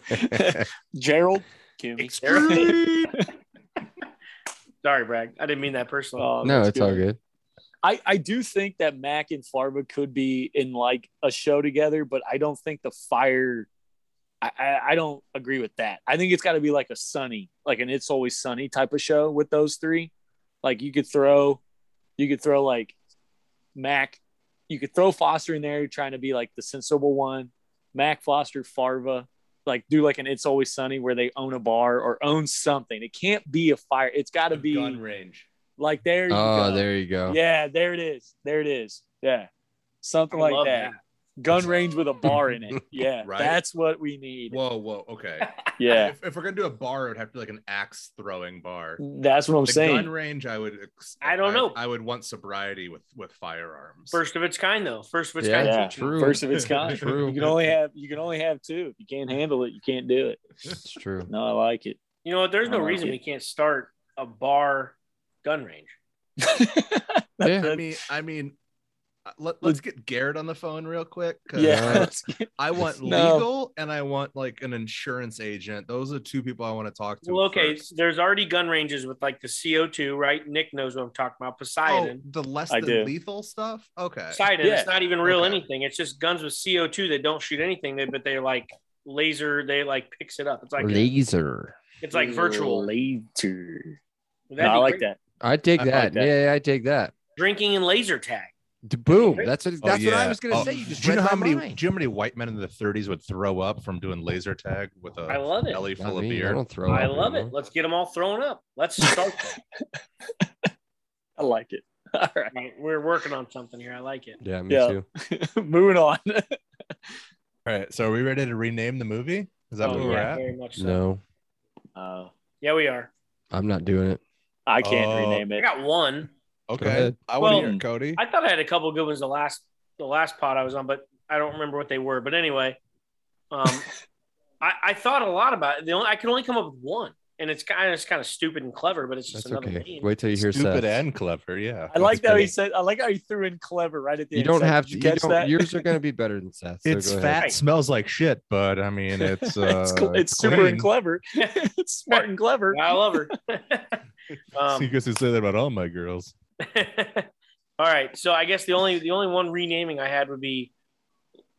Speaker 4: yeah. Gerald, Kimmy.
Speaker 5: Extreme. Sorry, Bragg. I didn't mean that personally.
Speaker 4: Oh,
Speaker 2: no,
Speaker 4: that's
Speaker 2: it's all good.
Speaker 4: I, I do think that Mac and Farva could be in like a show together, but I don't think the fire. I, I, I don't agree with that. I think it's got to be like a sunny, like an It's Always Sunny type of show with those three. Like you could throw, you could throw like Mac, you could throw Foster in there trying to be like the sensible one. Mac Foster Farva, like do like an It's Always Sunny where they own a bar or own something. It can't be a fire. It's got to be
Speaker 1: gun range.
Speaker 4: like there. You
Speaker 2: Oh,
Speaker 4: go.
Speaker 2: there you go.
Speaker 4: Yeah, there it is. There it is. Yeah. Something
Speaker 5: I
Speaker 4: like
Speaker 5: love
Speaker 4: that. Gun range with a bar in it. Yeah.
Speaker 1: Right?
Speaker 4: That's what we need.
Speaker 1: Whoa, whoa, okay.
Speaker 4: Yeah.
Speaker 1: If, if we're gonna do a bar, it would have to be like an axe throwing bar.
Speaker 4: That's what I'm
Speaker 1: the
Speaker 4: saying.
Speaker 1: gun range, I would. ex-
Speaker 5: I don't know.
Speaker 1: I would want sobriety with with firearms.
Speaker 5: First of its kind, though. First of its
Speaker 2: Yeah,
Speaker 5: kind.
Speaker 4: yeah.
Speaker 2: true.
Speaker 4: First of its kind.
Speaker 2: True.
Speaker 4: You can only have you can only have two. If you can't handle it, you can't do it.
Speaker 2: It's true.
Speaker 4: No, I like it.
Speaker 5: You know what? There's
Speaker 4: I
Speaker 5: no
Speaker 4: like
Speaker 5: reason
Speaker 4: it.
Speaker 5: we can't start a bar gun range.
Speaker 2: Yeah.
Speaker 1: I mean, I mean, uh, let, let's get Garrett on the phone real quick. 'cause
Speaker 4: Yeah.
Speaker 2: that's-
Speaker 1: I want
Speaker 4: No.
Speaker 1: legal and I want like an insurance agent. Those are two people I want to talk to.
Speaker 5: Well, okay.
Speaker 1: first.
Speaker 5: There's already gun ranges with like the CO2, right? Nick knows what I'm talking about.
Speaker 1: Oh,
Speaker 5: Poseidon.
Speaker 1: the less
Speaker 4: I
Speaker 1: than
Speaker 4: do.
Speaker 1: lethal stuff. Okay.
Speaker 5: Poseidon.
Speaker 4: Yeah.
Speaker 5: It's not even real
Speaker 1: Okay.
Speaker 5: anything. It's just guns with CO2 that don't shoot anything, they, but they're like laser. They like picks it up. It's like
Speaker 2: Laser.
Speaker 5: it's like virtual.
Speaker 4: later.
Speaker 5: That'd
Speaker 4: No, I
Speaker 5: be
Speaker 4: like
Speaker 5: great.
Speaker 4: that.
Speaker 2: I take
Speaker 1: I
Speaker 2: that.
Speaker 4: like that.
Speaker 2: Yeah, I take that.
Speaker 5: Drinking and laser tag.
Speaker 2: D- Boom. That's what.
Speaker 1: Oh,
Speaker 2: That's what
Speaker 1: yeah.
Speaker 2: I was gonna
Speaker 1: Oh,
Speaker 2: say. You just
Speaker 1: do you
Speaker 2: read
Speaker 1: know how
Speaker 2: my
Speaker 1: many?
Speaker 2: mind.
Speaker 1: Do you know how many white men in the 30s would throw up from doing laser tag with
Speaker 5: I
Speaker 1: a
Speaker 5: love it.
Speaker 1: belly
Speaker 2: Not
Speaker 1: full of
Speaker 2: me. I
Speaker 1: beer?
Speaker 2: don't throw.
Speaker 5: I
Speaker 2: up
Speaker 5: love it.
Speaker 2: anymore.
Speaker 5: Let's get them all thrown up. Let's start. that.
Speaker 4: I like it. All right.
Speaker 5: All right, We're working on something here. I like it.
Speaker 2: Yeah, me
Speaker 4: Yeah.
Speaker 2: too.
Speaker 4: Moving on.
Speaker 1: All right. So are we ready to rename the movie? Is that
Speaker 5: Oh,
Speaker 1: where we're
Speaker 5: yeah,
Speaker 1: at?
Speaker 5: very much so.
Speaker 2: No,
Speaker 4: Uh,
Speaker 5: Yeah, we are.
Speaker 2: I'm not doing it.
Speaker 4: I can't
Speaker 1: Oh.
Speaker 4: rename
Speaker 5: I
Speaker 4: it.
Speaker 5: got one.
Speaker 1: Okay.
Speaker 2: ahead.
Speaker 1: I want to
Speaker 5: Well,
Speaker 1: hear it, Cody.
Speaker 5: I thought I had a couple good ones the last the last pod I was on, but I don't remember what they were. But anyway, um, I, I thought a lot about it. The only I could only come up with one, and it's kind of it's kind of stupid and clever, but it's just
Speaker 2: That's
Speaker 5: another
Speaker 2: okay.
Speaker 5: name.
Speaker 2: Wait till you hear
Speaker 1: Stupid
Speaker 2: Seth's.
Speaker 1: and clever. Yeah.
Speaker 4: I like
Speaker 1: That's
Speaker 4: how he
Speaker 1: pretty-
Speaker 4: said. I like how he threw in clever right at the
Speaker 2: You
Speaker 4: end.
Speaker 2: don't
Speaker 4: Seth,
Speaker 2: have to.
Speaker 4: did
Speaker 2: You
Speaker 4: You catch
Speaker 2: don't,
Speaker 4: that?
Speaker 2: yours are gonna be better than Seth's. so
Speaker 1: it's
Speaker 2: go
Speaker 1: fat,
Speaker 2: ahead.
Speaker 5: Right.
Speaker 1: smells like shit, but I mean, it's uh,
Speaker 4: it's cl- it's super
Speaker 1: clean.
Speaker 4: and clever. it's smart and clever.
Speaker 5: I love her.
Speaker 1: so you
Speaker 5: um,
Speaker 1: guys would say that about all my girls.
Speaker 5: all right, so I guess the only the only one renaming I had would be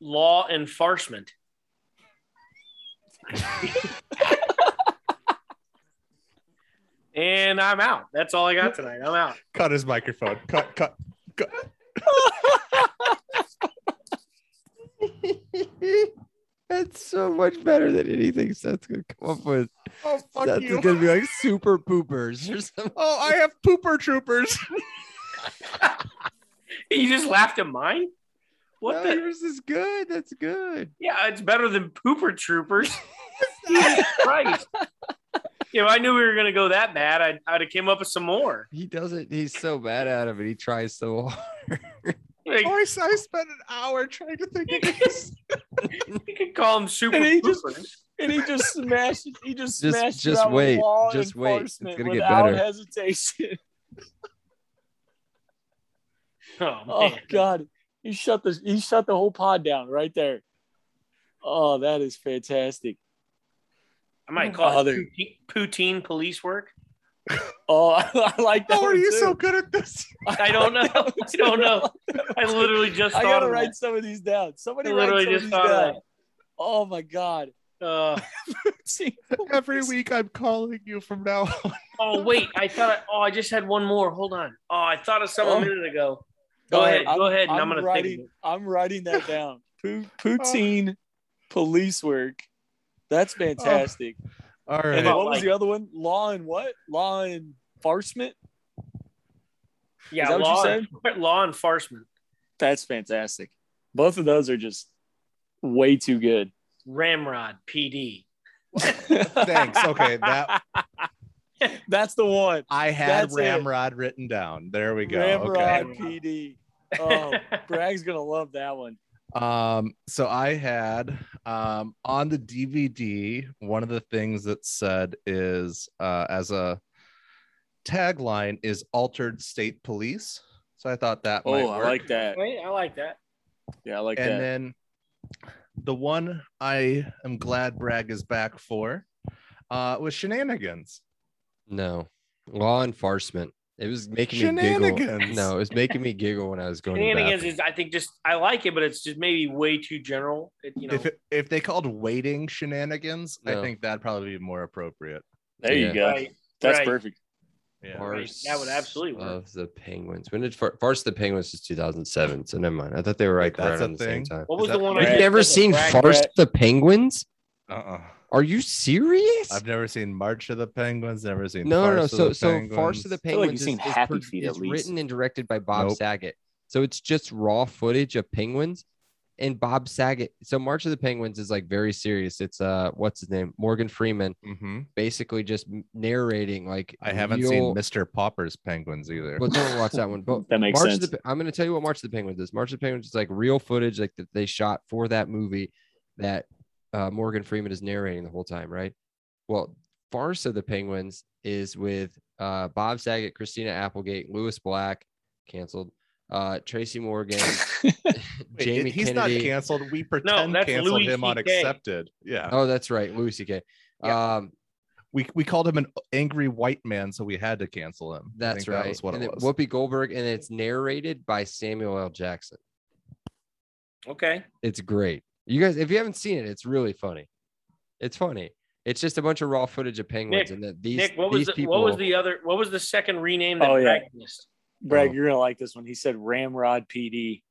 Speaker 5: law enforcement. and I'm out. That's all I got tonight. I'm out.
Speaker 1: Cut his microphone. Cut, cut.
Speaker 2: That's so much better than anything Seth's gonna come up with.
Speaker 1: Oh, fuck
Speaker 2: Seth's
Speaker 1: you.
Speaker 2: gonna be like super poopers or something.
Speaker 1: Oh, I have pooper troopers.
Speaker 5: You just laughed at mine?
Speaker 2: no,
Speaker 5: What the?
Speaker 2: yours is good. That's good.
Speaker 5: Yeah, it's better than Pooper Troopers. Jesus Christ. If I knew we were going to go that bad, I'd, I'd have came up with some more.
Speaker 2: He doesn't. He's so bad at him, and he tries so hard.
Speaker 5: Like,
Speaker 1: I spent an hour trying to think of this.
Speaker 5: you could call them Super
Speaker 4: And he just-
Speaker 5: Troopers.
Speaker 4: and he just smashed it. He just
Speaker 2: Just-
Speaker 4: smashed
Speaker 2: just
Speaker 4: it out with
Speaker 2: wait.
Speaker 4: law
Speaker 2: Just wait. It's
Speaker 4: enforcement
Speaker 2: gonna get
Speaker 4: without
Speaker 2: better.
Speaker 4: hesitation.
Speaker 5: Oh,
Speaker 4: Oh
Speaker 5: man.
Speaker 4: God, he shut the he shut the whole pod down right there. Oh, that is fantastic.
Speaker 5: I might call
Speaker 4: Other-
Speaker 5: it poutine, poutine police work.
Speaker 4: Oh, I, like that.
Speaker 1: How are
Speaker 4: one,
Speaker 1: you
Speaker 4: too.
Speaker 1: so good at this?
Speaker 5: I don't know.
Speaker 4: like that one,
Speaker 5: I don't
Speaker 4: too.
Speaker 5: know. I literally just
Speaker 4: I
Speaker 5: thought
Speaker 4: gotta
Speaker 5: of
Speaker 4: write some of these down. Somebody
Speaker 5: I
Speaker 4: write some
Speaker 5: literally
Speaker 4: of
Speaker 5: just
Speaker 4: these
Speaker 5: thought of
Speaker 4: down. Oh my God.
Speaker 5: that. Uh,
Speaker 1: Every week I'm calling you from now on.
Speaker 5: oh, wait. I thought, I, oh, I just had one more. Hold on. Oh, I thought of some
Speaker 4: Oh.
Speaker 5: a minute ago. Go,
Speaker 4: Oh,
Speaker 5: ahead.
Speaker 4: I'm-
Speaker 5: go ahead. And I'm,
Speaker 4: I'm
Speaker 5: going to think of
Speaker 4: writing.
Speaker 5: it.
Speaker 4: I'm writing that down. Poo- poutine, police work.
Speaker 5: Oh.
Speaker 4: That's fantastic.
Speaker 1: All
Speaker 4: and
Speaker 1: right.
Speaker 5: about
Speaker 4: what was
Speaker 5: like-
Speaker 4: the other one? Law and what? Law and enforcement.
Speaker 5: Yeah,
Speaker 4: that
Speaker 5: law,
Speaker 4: what you
Speaker 5: law enforcement.
Speaker 4: That's fantastic. Both of those are just way too good.
Speaker 5: Ramrod PD.
Speaker 1: Thanks. Okay, that-
Speaker 4: That's the one.
Speaker 1: I had
Speaker 4: That's it.
Speaker 1: Ramrod written down. There we go.
Speaker 4: Ramrod
Speaker 5: okay.
Speaker 4: PD. Oh, Bragg's gonna love that one.
Speaker 1: Um, so I had um on the DVD, one of the things that said is uh as a tagline is altered state police. So I thought that might
Speaker 4: Oh, I
Speaker 1: work.
Speaker 4: like that.
Speaker 5: Wait, I like that.
Speaker 4: Yeah, I like
Speaker 1: and
Speaker 4: that.
Speaker 1: then the one I am glad Bragg is back for uh was shenanigans.
Speaker 2: No, Law enforcement. It was making me giggle.
Speaker 1: Shenanigans.
Speaker 2: No, it was making me giggle when I was going. to the
Speaker 5: Shenanigans
Speaker 2: bathroom.
Speaker 5: is, I think, just I like it, but it's just maybe way too general. It, you know,
Speaker 1: If it, if they called waiting shenanigans, I
Speaker 2: No.
Speaker 1: think that'd probably be more appropriate.
Speaker 4: There
Speaker 2: Yeah.
Speaker 4: you go.
Speaker 5: right,
Speaker 4: That's
Speaker 5: right.
Speaker 4: perfect.
Speaker 1: Yeah.
Speaker 5: Right, that would
Speaker 2: Farce
Speaker 5: absolutely work.
Speaker 2: Of the Penguins. When did Far- Farce the Penguins is 2007. So never mind. I thought they were right
Speaker 1: That's
Speaker 2: around
Speaker 1: a
Speaker 2: the
Speaker 1: thing?
Speaker 2: same time.
Speaker 5: What was
Speaker 1: that-
Speaker 5: the one? I
Speaker 2: You've
Speaker 5: had?
Speaker 2: never
Speaker 5: That's a
Speaker 2: seen
Speaker 5: brag
Speaker 2: Farce
Speaker 5: rat.
Speaker 2: the Penguins?
Speaker 1: Uh-uh.
Speaker 2: Are you serious?
Speaker 1: I've never seen March of the Penguins. Never seen.
Speaker 2: no, no, no.
Speaker 1: Farce of
Speaker 2: So,
Speaker 1: the
Speaker 2: so Farce of the
Speaker 1: Penguins.
Speaker 4: feel like you've
Speaker 2: Penguins
Speaker 4: seen
Speaker 2: is, is,
Speaker 4: Happy
Speaker 2: pro-
Speaker 4: Feet at
Speaker 2: is
Speaker 4: least.
Speaker 2: written and directed by Bob
Speaker 1: Nope.
Speaker 2: Saget. So it's just raw footage of penguins and Bob Saget. So March of the Penguins is like very serious. It's uh, what's his name? Morgan Freeman,
Speaker 1: Mhm.
Speaker 2: basically just m- narrating like
Speaker 1: I haven't
Speaker 2: real-
Speaker 1: seen Mr. Popper's Penguins either.
Speaker 2: Well, don't watch that one. But
Speaker 4: That makes
Speaker 2: March of
Speaker 4: sense.
Speaker 2: The, Pe- I'm going to tell you what March of the Penguins is. March of the Penguins is like real footage, like that they shot for that movie that uh, Morgan Freeman is narrating the whole time, right? Well, Farce of the Penguins is with uh, Bob Saget, Christina Applegate, Lewis Black, canceled, uh, Tracy Morgan,
Speaker 1: Wait,
Speaker 2: Jamie
Speaker 1: he's
Speaker 2: Kennedy.
Speaker 1: not canceled. We pretend
Speaker 5: that's
Speaker 1: canceled
Speaker 5: Louis
Speaker 1: him on
Speaker 5: CK.
Speaker 1: accepted. Yeah.
Speaker 2: Oh, that's right, Lucy K. Um,
Speaker 1: we we called him an angry white man, so we had to cancel him. I
Speaker 2: that's
Speaker 1: think
Speaker 2: right.
Speaker 1: That was what
Speaker 2: and
Speaker 1: it
Speaker 2: then
Speaker 1: was.
Speaker 2: Whoopi Goldberg, and it's narrated by Samuel L. Jackson.
Speaker 5: Okay,
Speaker 2: It's great. You guys, if you haven't seen it, it's really funny. It's funny. It's just a bunch of raw footage of penguins,
Speaker 5: Nick,
Speaker 2: and that these
Speaker 5: Nick, what was
Speaker 2: these
Speaker 5: the,
Speaker 2: people.
Speaker 5: what was the other? What was the second rename that
Speaker 4: Oh, yeah.
Speaker 5: Bragg missed?
Speaker 4: Brad,
Speaker 2: Oh.
Speaker 4: you're gonna like this one. He said Ramrod PD.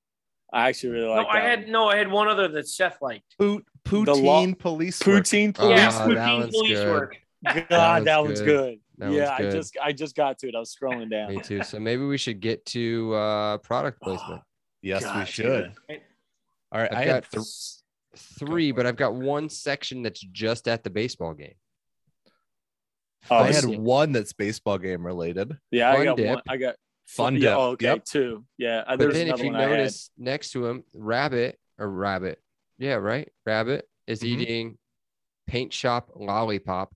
Speaker 4: I actually really
Speaker 5: No,
Speaker 4: like
Speaker 5: I
Speaker 4: that.
Speaker 5: had
Speaker 4: one.
Speaker 5: no, I had one other that Seth liked.
Speaker 1: Poot, poutine
Speaker 4: The law-
Speaker 1: police. work.
Speaker 4: poutine
Speaker 2: Oh,
Speaker 4: police.
Speaker 2: that one's good.
Speaker 4: God,
Speaker 2: one's
Speaker 4: that, one's
Speaker 2: good.
Speaker 4: good.
Speaker 2: That one's
Speaker 4: yeah,
Speaker 2: good.
Speaker 4: I just I just got to it. I was scrolling down.
Speaker 2: Me too. So maybe we should get to uh, product placement.
Speaker 1: Yes, we
Speaker 4: God,
Speaker 1: should.
Speaker 5: dude.
Speaker 1: All right,
Speaker 2: I've
Speaker 1: Oh, I
Speaker 2: got
Speaker 1: had th-
Speaker 2: three, but I've got one section that's just at the baseball game.
Speaker 4: Oh,
Speaker 1: I had
Speaker 4: shit.
Speaker 1: one that's baseball game related.
Speaker 4: yeah, I
Speaker 2: Fun
Speaker 4: got
Speaker 2: dip.
Speaker 4: one. I got
Speaker 1: Fun
Speaker 4: Yeah,
Speaker 1: dip.
Speaker 4: oh, okay,
Speaker 1: Yep.
Speaker 4: two. Yeah, uh,
Speaker 2: But
Speaker 4: there's
Speaker 2: then if
Speaker 4: another
Speaker 2: you
Speaker 4: one I had.
Speaker 2: notice next to him, Rabbit or Rabbit, yeah, right, Rabbit is
Speaker 1: Mhm.
Speaker 2: eating paint shop lollipop.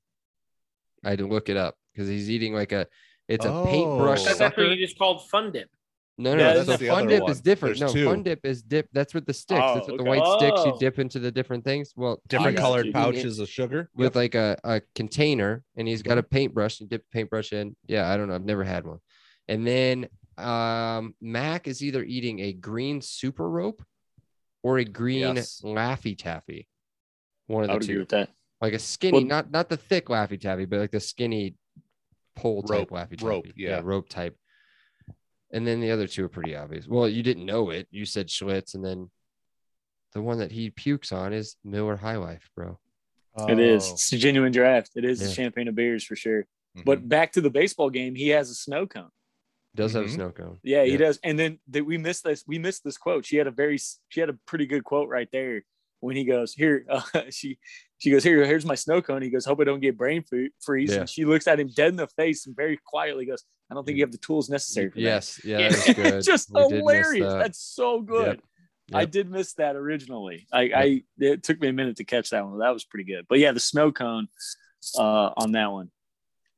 Speaker 2: I had to look it up because he's eating like a. It's a paintbrush.
Speaker 1: Oh.
Speaker 5: That's what
Speaker 2: sucker.
Speaker 5: you just called Fun Dip.
Speaker 2: No,
Speaker 4: Yeah,
Speaker 2: no,
Speaker 4: that's
Speaker 2: no.
Speaker 1: the
Speaker 2: Fun
Speaker 1: other
Speaker 2: dip
Speaker 1: one.
Speaker 2: is different.
Speaker 1: There's
Speaker 2: no,
Speaker 1: two.
Speaker 2: fun dip is dip. That's with the sticks. that's
Speaker 4: Oh,
Speaker 2: with the
Speaker 4: okay.
Speaker 2: white sticks. You
Speaker 5: Oh.
Speaker 2: dip into the different things. Well,
Speaker 1: Different
Speaker 2: he's
Speaker 1: colored
Speaker 2: eating it
Speaker 1: pouches of sugar.
Speaker 2: with like a, a container, and he's got a paintbrush and dip the paintbrush in. Yeah, I don't know. I've never had one. And then um, Mac is either eating a green super rope or a green
Speaker 1: Yes.
Speaker 2: laffy taffy. One of
Speaker 4: I
Speaker 2: the
Speaker 4: would agree
Speaker 2: two,
Speaker 4: with that.
Speaker 2: like a skinny,
Speaker 4: Well-
Speaker 2: not not the thick laffy taffy, but like the skinny pole type
Speaker 1: Rope-
Speaker 2: laffy taffy.
Speaker 1: rope, yeah.
Speaker 2: rope type. And then the other two are pretty obvious. Well, you didn't know it. You said Schlitz, and then the one that he pukes on is Miller High Life, bro.
Speaker 4: It is. It's a genuine draft. It is
Speaker 2: Oh. Yeah. Mm-hmm.
Speaker 4: the champagne of beers for sure.
Speaker 1: Mhm.
Speaker 4: But back to the baseball game, he has a snow cone.
Speaker 2: Does have a
Speaker 1: Mhm.
Speaker 2: snow cone.
Speaker 4: Yeah,
Speaker 2: Yeah.
Speaker 4: he does. And then that we missed this. We missed this quote. She had a very she had a pretty good quote right there when he goes here. Uh, she she goes here. Here's my snow cone. He goes, hope I don't get brain fre- freeze.
Speaker 2: Yeah.
Speaker 4: And she looks at him dead in the face and very quietly goes, I don't think you have the tools necessary for that.
Speaker 2: Yes, yeah, that was good.
Speaker 4: it's just
Speaker 2: We did miss
Speaker 4: hilarious.
Speaker 2: that.
Speaker 4: That's so good. I
Speaker 2: Yep.
Speaker 4: did miss that originally. I, I it took me a minute to catch that one. That was pretty good. But yeah, the snow cone uh, on that one,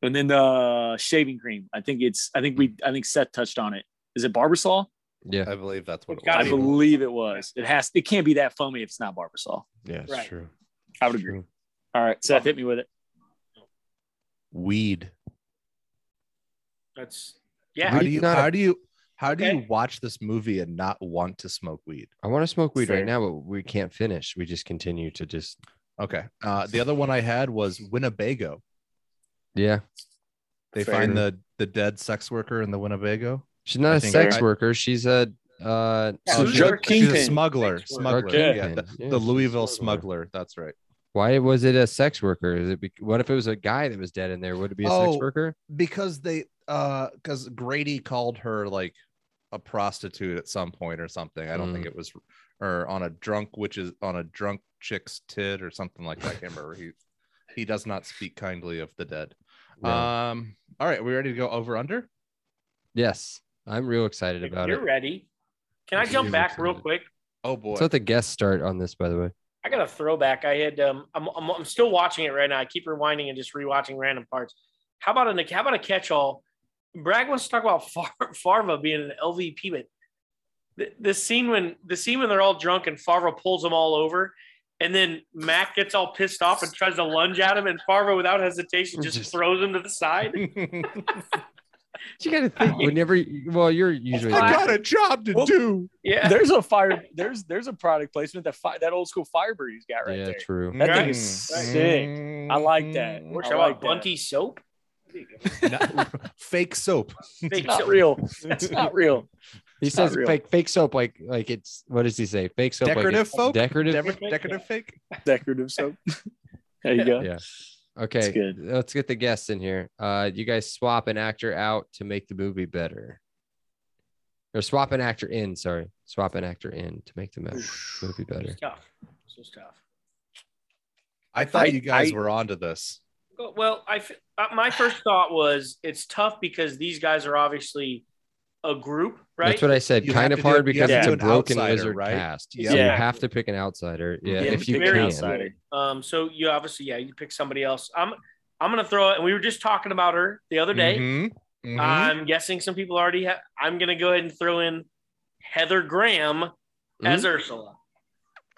Speaker 4: and then the shaving cream. I think it's. I think we. I think Seth touched on it. Is it Barbasol?
Speaker 2: yeah,
Speaker 1: I believe that's what it
Speaker 5: It's gotta
Speaker 4: I
Speaker 5: be.
Speaker 1: was.
Speaker 4: believe it was. It has. It can't be that foamy if it's not Barbasol.
Speaker 2: yeah, it's
Speaker 5: Right.
Speaker 2: true.
Speaker 4: I would agree. All right, Seth, hit me with it.
Speaker 1: Weed.
Speaker 5: That's yeah.
Speaker 1: How
Speaker 2: Weed's
Speaker 1: do you?
Speaker 2: not a-
Speaker 1: How do you? How do you
Speaker 5: Okay.
Speaker 1: watch this movie and not want to smoke weed?
Speaker 2: I want to smoke weed right
Speaker 4: Fair.
Speaker 2: now, but we can't finish. We just continue to just
Speaker 1: Okay. Uh, the other one I had was Winnebago.
Speaker 2: yeah.
Speaker 1: They
Speaker 4: Fair.
Speaker 1: find the the dead sex worker in the Winnebago.
Speaker 2: She's not
Speaker 1: I
Speaker 2: a
Speaker 1: think
Speaker 2: sex
Speaker 1: I-
Speaker 2: worker. She's a uh
Speaker 5: Yeah,
Speaker 1: Oh,
Speaker 4: She's a
Speaker 1: she-
Speaker 4: drug
Speaker 1: she's a
Speaker 4: kingpin.
Speaker 1: smuggler.
Speaker 5: Sex worker.
Speaker 1: Smuggler. Yeah.
Speaker 4: Yeah.
Speaker 1: The,
Speaker 2: Yeah,
Speaker 1: the
Speaker 2: she's a
Speaker 1: Louisville
Speaker 2: smuggler.
Speaker 1: smuggler. That's right.
Speaker 2: Why was it a sex worker? Is it? Be- what if it was a guy that was dead in there? Would it be a
Speaker 1: Oh.
Speaker 2: sex worker?
Speaker 1: because they uh because grady called her like a prostitute at some point or something i don't think it was or on a drunk which is on a drunk chick's tit or something like that I can't remember he he does not speak kindly of the dead
Speaker 2: Yeah.
Speaker 1: um all right we ready to go over under
Speaker 2: yes, I'm real excited
Speaker 5: If
Speaker 2: about
Speaker 5: you're
Speaker 2: it.
Speaker 5: ready. Can I
Speaker 2: If
Speaker 5: jump
Speaker 2: you're
Speaker 5: back real
Speaker 2: excited.
Speaker 5: quick?
Speaker 1: oh boy
Speaker 2: Let's let the guests start on this, by the way.
Speaker 5: I got a throwback. I had um, I'm, I'm I'm still watching it right now. I keep rewinding and just rewatching random parts. How about a how about a catch-all? Bragg wants to talk about Far, Farva being an LVP, but the, the scene when the scene when they're all drunk and Farva pulls them all over, And then Mac gets all pissed off and tries to lunge at him, and Farva, without hesitation, just,
Speaker 2: Just-
Speaker 5: throws him to the side.
Speaker 2: You got to think whenever. You, well, you're usually.
Speaker 1: I
Speaker 2: the-
Speaker 1: got a job to
Speaker 7: Well,
Speaker 1: do.
Speaker 5: Yeah,
Speaker 7: There's a fire. There's there's a product placement that fi- that old school Firebird he's got right
Speaker 2: yeah,
Speaker 7: there.
Speaker 2: true.
Speaker 7: That
Speaker 5: Right.
Speaker 7: thing is sick.
Speaker 1: Mm.
Speaker 7: I like that.
Speaker 5: We're
Speaker 7: I
Speaker 5: talking
Speaker 7: like
Speaker 5: about
Speaker 7: that.
Speaker 5: Bunty soap. There you go.
Speaker 1: Not- fake soap.
Speaker 5: Fake
Speaker 7: It's not
Speaker 5: soap.
Speaker 7: real. It's not real.
Speaker 2: He
Speaker 7: It's not
Speaker 2: says
Speaker 7: real.
Speaker 2: fake fake soap like like it's what does he say? Fake soap like
Speaker 1: Decorative
Speaker 2: it's
Speaker 1: folk?
Speaker 2: Decorative.
Speaker 1: Decorative, decorative fake.
Speaker 7: Decorative soap.
Speaker 4: There you go.
Speaker 2: Yeah. okay,
Speaker 4: good.
Speaker 2: let's get the guests in here. Uh, you guys swap an actor out to make the movie better, or swap an actor in. Sorry, swap an actor in to make the mo- movie
Speaker 5: This
Speaker 2: better.
Speaker 5: is tough. This is tough.
Speaker 1: I thought
Speaker 7: I-
Speaker 1: you guys
Speaker 7: I-
Speaker 1: were onto this.
Speaker 5: Well, I f- uh, my first thought was it's tough because these guys are obviously a group, right?
Speaker 2: That's what I said.
Speaker 1: You have
Speaker 2: kind of
Speaker 1: to do-
Speaker 2: hard
Speaker 1: you
Speaker 2: because
Speaker 7: have
Speaker 2: it's
Speaker 7: to
Speaker 2: a
Speaker 1: do an
Speaker 2: broken
Speaker 1: outsider,
Speaker 2: lizard
Speaker 1: right?
Speaker 2: cast.
Speaker 5: Yeah.
Speaker 2: So you
Speaker 7: Yeah.
Speaker 2: have to pick an outsider. Yeah,
Speaker 7: Yeah,
Speaker 2: if you
Speaker 5: pick an
Speaker 2: can.
Speaker 7: outsider.
Speaker 5: Um, so you obviously, yeah, you pick somebody else. I'm I'm gonna throw it, and we were just talking about her the other day.
Speaker 1: Mhm. Mhm.
Speaker 4: Uh,
Speaker 5: I'm guessing some people already have. I'm gonna go ahead and throw in Heather Graham as Ursula.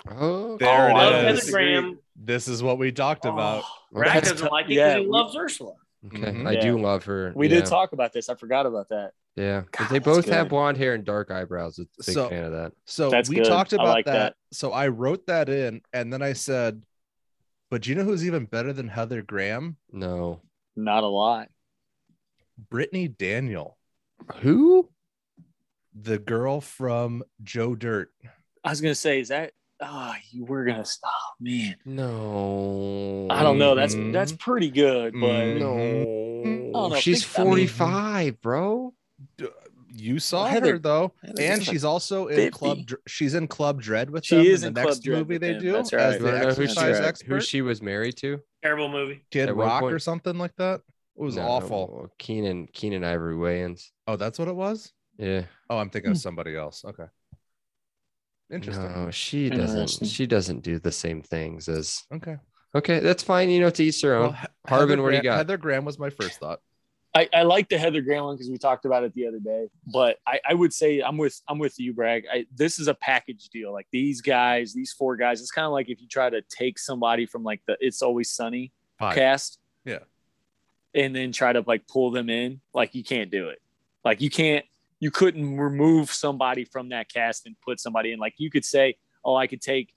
Speaker 2: Oh,
Speaker 1: There it
Speaker 7: I
Speaker 5: Love
Speaker 7: don't
Speaker 5: Heather
Speaker 1: is.
Speaker 7: disagree.
Speaker 5: Graham.
Speaker 1: This is what we talked about.
Speaker 5: Oh,
Speaker 2: okay.
Speaker 5: Brad doesn't like it because
Speaker 7: Yeah,
Speaker 5: he
Speaker 7: we-
Speaker 5: loves Ursula.
Speaker 2: Okay,
Speaker 1: Mhm.
Speaker 2: I
Speaker 4: Yeah.
Speaker 2: do love her.
Speaker 4: We
Speaker 2: Yeah.
Speaker 4: did talk about this. I forgot about that.
Speaker 2: Yeah, 'cause
Speaker 4: God,
Speaker 2: they
Speaker 4: that's
Speaker 2: both have
Speaker 4: good.
Speaker 2: blonde hair and dark eyebrows. It's a big
Speaker 1: So-
Speaker 2: fan of that.
Speaker 1: So
Speaker 4: That's
Speaker 1: we
Speaker 4: good.
Speaker 1: talked
Speaker 4: I
Speaker 1: about
Speaker 4: like
Speaker 1: that.
Speaker 4: that.
Speaker 1: So I wrote that in, and then I said, "But you know who's even better than Heather Graham?
Speaker 2: No,
Speaker 4: Not a lot.
Speaker 1: Brittany Daniel,
Speaker 2: who?
Speaker 1: the girl from Joe Dirt."
Speaker 4: I was gonna say, is that? Oh, you were gonna stop, man.
Speaker 2: No,
Speaker 4: I don't know. That's
Speaker 2: Mm-hmm.
Speaker 1: Mhm.
Speaker 4: that's pretty good, but
Speaker 1: Mhm.
Speaker 2: no.
Speaker 4: don't know,
Speaker 2: She's
Speaker 4: think- I mean-
Speaker 2: forty five, bro.
Speaker 1: You saw
Speaker 4: Heather-
Speaker 1: her though,
Speaker 4: Heather's
Speaker 1: and
Speaker 4: like
Speaker 1: she's also in
Speaker 4: 50.
Speaker 1: Club. Dr- She's in Club Dread with
Speaker 4: She
Speaker 1: them.
Speaker 4: is
Speaker 1: the
Speaker 4: in
Speaker 1: next
Speaker 4: Club Dread
Speaker 1: movie
Speaker 4: with
Speaker 1: they
Speaker 4: them.
Speaker 1: do
Speaker 4: That's
Speaker 1: as
Speaker 4: right.
Speaker 2: You
Speaker 1: the
Speaker 2: wanna know who she,
Speaker 1: exercise
Speaker 4: right.
Speaker 1: expert,
Speaker 2: who she was married to? It
Speaker 5: Terrible movie.
Speaker 1: Kid
Speaker 2: at one
Speaker 1: Rock
Speaker 2: point-
Speaker 1: or something like that. It was awful.
Speaker 2: Keenan Keenan Ivory Wayans.
Speaker 1: Oh, that's what it was.
Speaker 2: Yeah,
Speaker 1: Oh, I'm thinking of somebody else. Okay. Interesting.
Speaker 2: no, she doesn't.
Speaker 4: Interesting.
Speaker 2: She doesn't do the same things as.
Speaker 1: Okay.
Speaker 2: Okay, that's fine. You know, to each their own.
Speaker 1: Well, He-
Speaker 2: Harbin,
Speaker 1: Heather
Speaker 2: what do you
Speaker 1: Gra-
Speaker 2: got?
Speaker 1: Heather Graham was my first thought.
Speaker 4: I, I like the Heather Graham one because we talked about it the other day. But I, I would say I'm with I'm with you, Bragg. I, this is a package deal. Like these guys, these four guys. It's kind of like if you try to take somebody from like the It's Always Sunny
Speaker 1: Pie.
Speaker 4: cast,
Speaker 1: Yeah.
Speaker 4: and then try to like pull them in. Like you can't do it. Like you can't. You couldn't remove somebody from that cast and put somebody in. Like you could say, oh, I could take,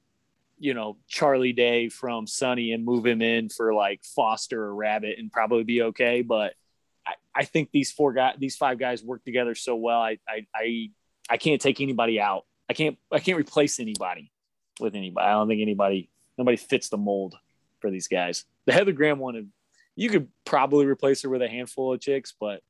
Speaker 4: you know, Charlie Day from Sunny and move him in for like Foster or Rabbit and probably be okay. But I, I think these four guys, these five guys work together so well. I, I, I, I can't take anybody out. I can't, I can't replace anybody with anybody. I don't think anybody, nobody fits the mold for these guys. The Heather Graham one, you could probably replace her with a handful of chicks, but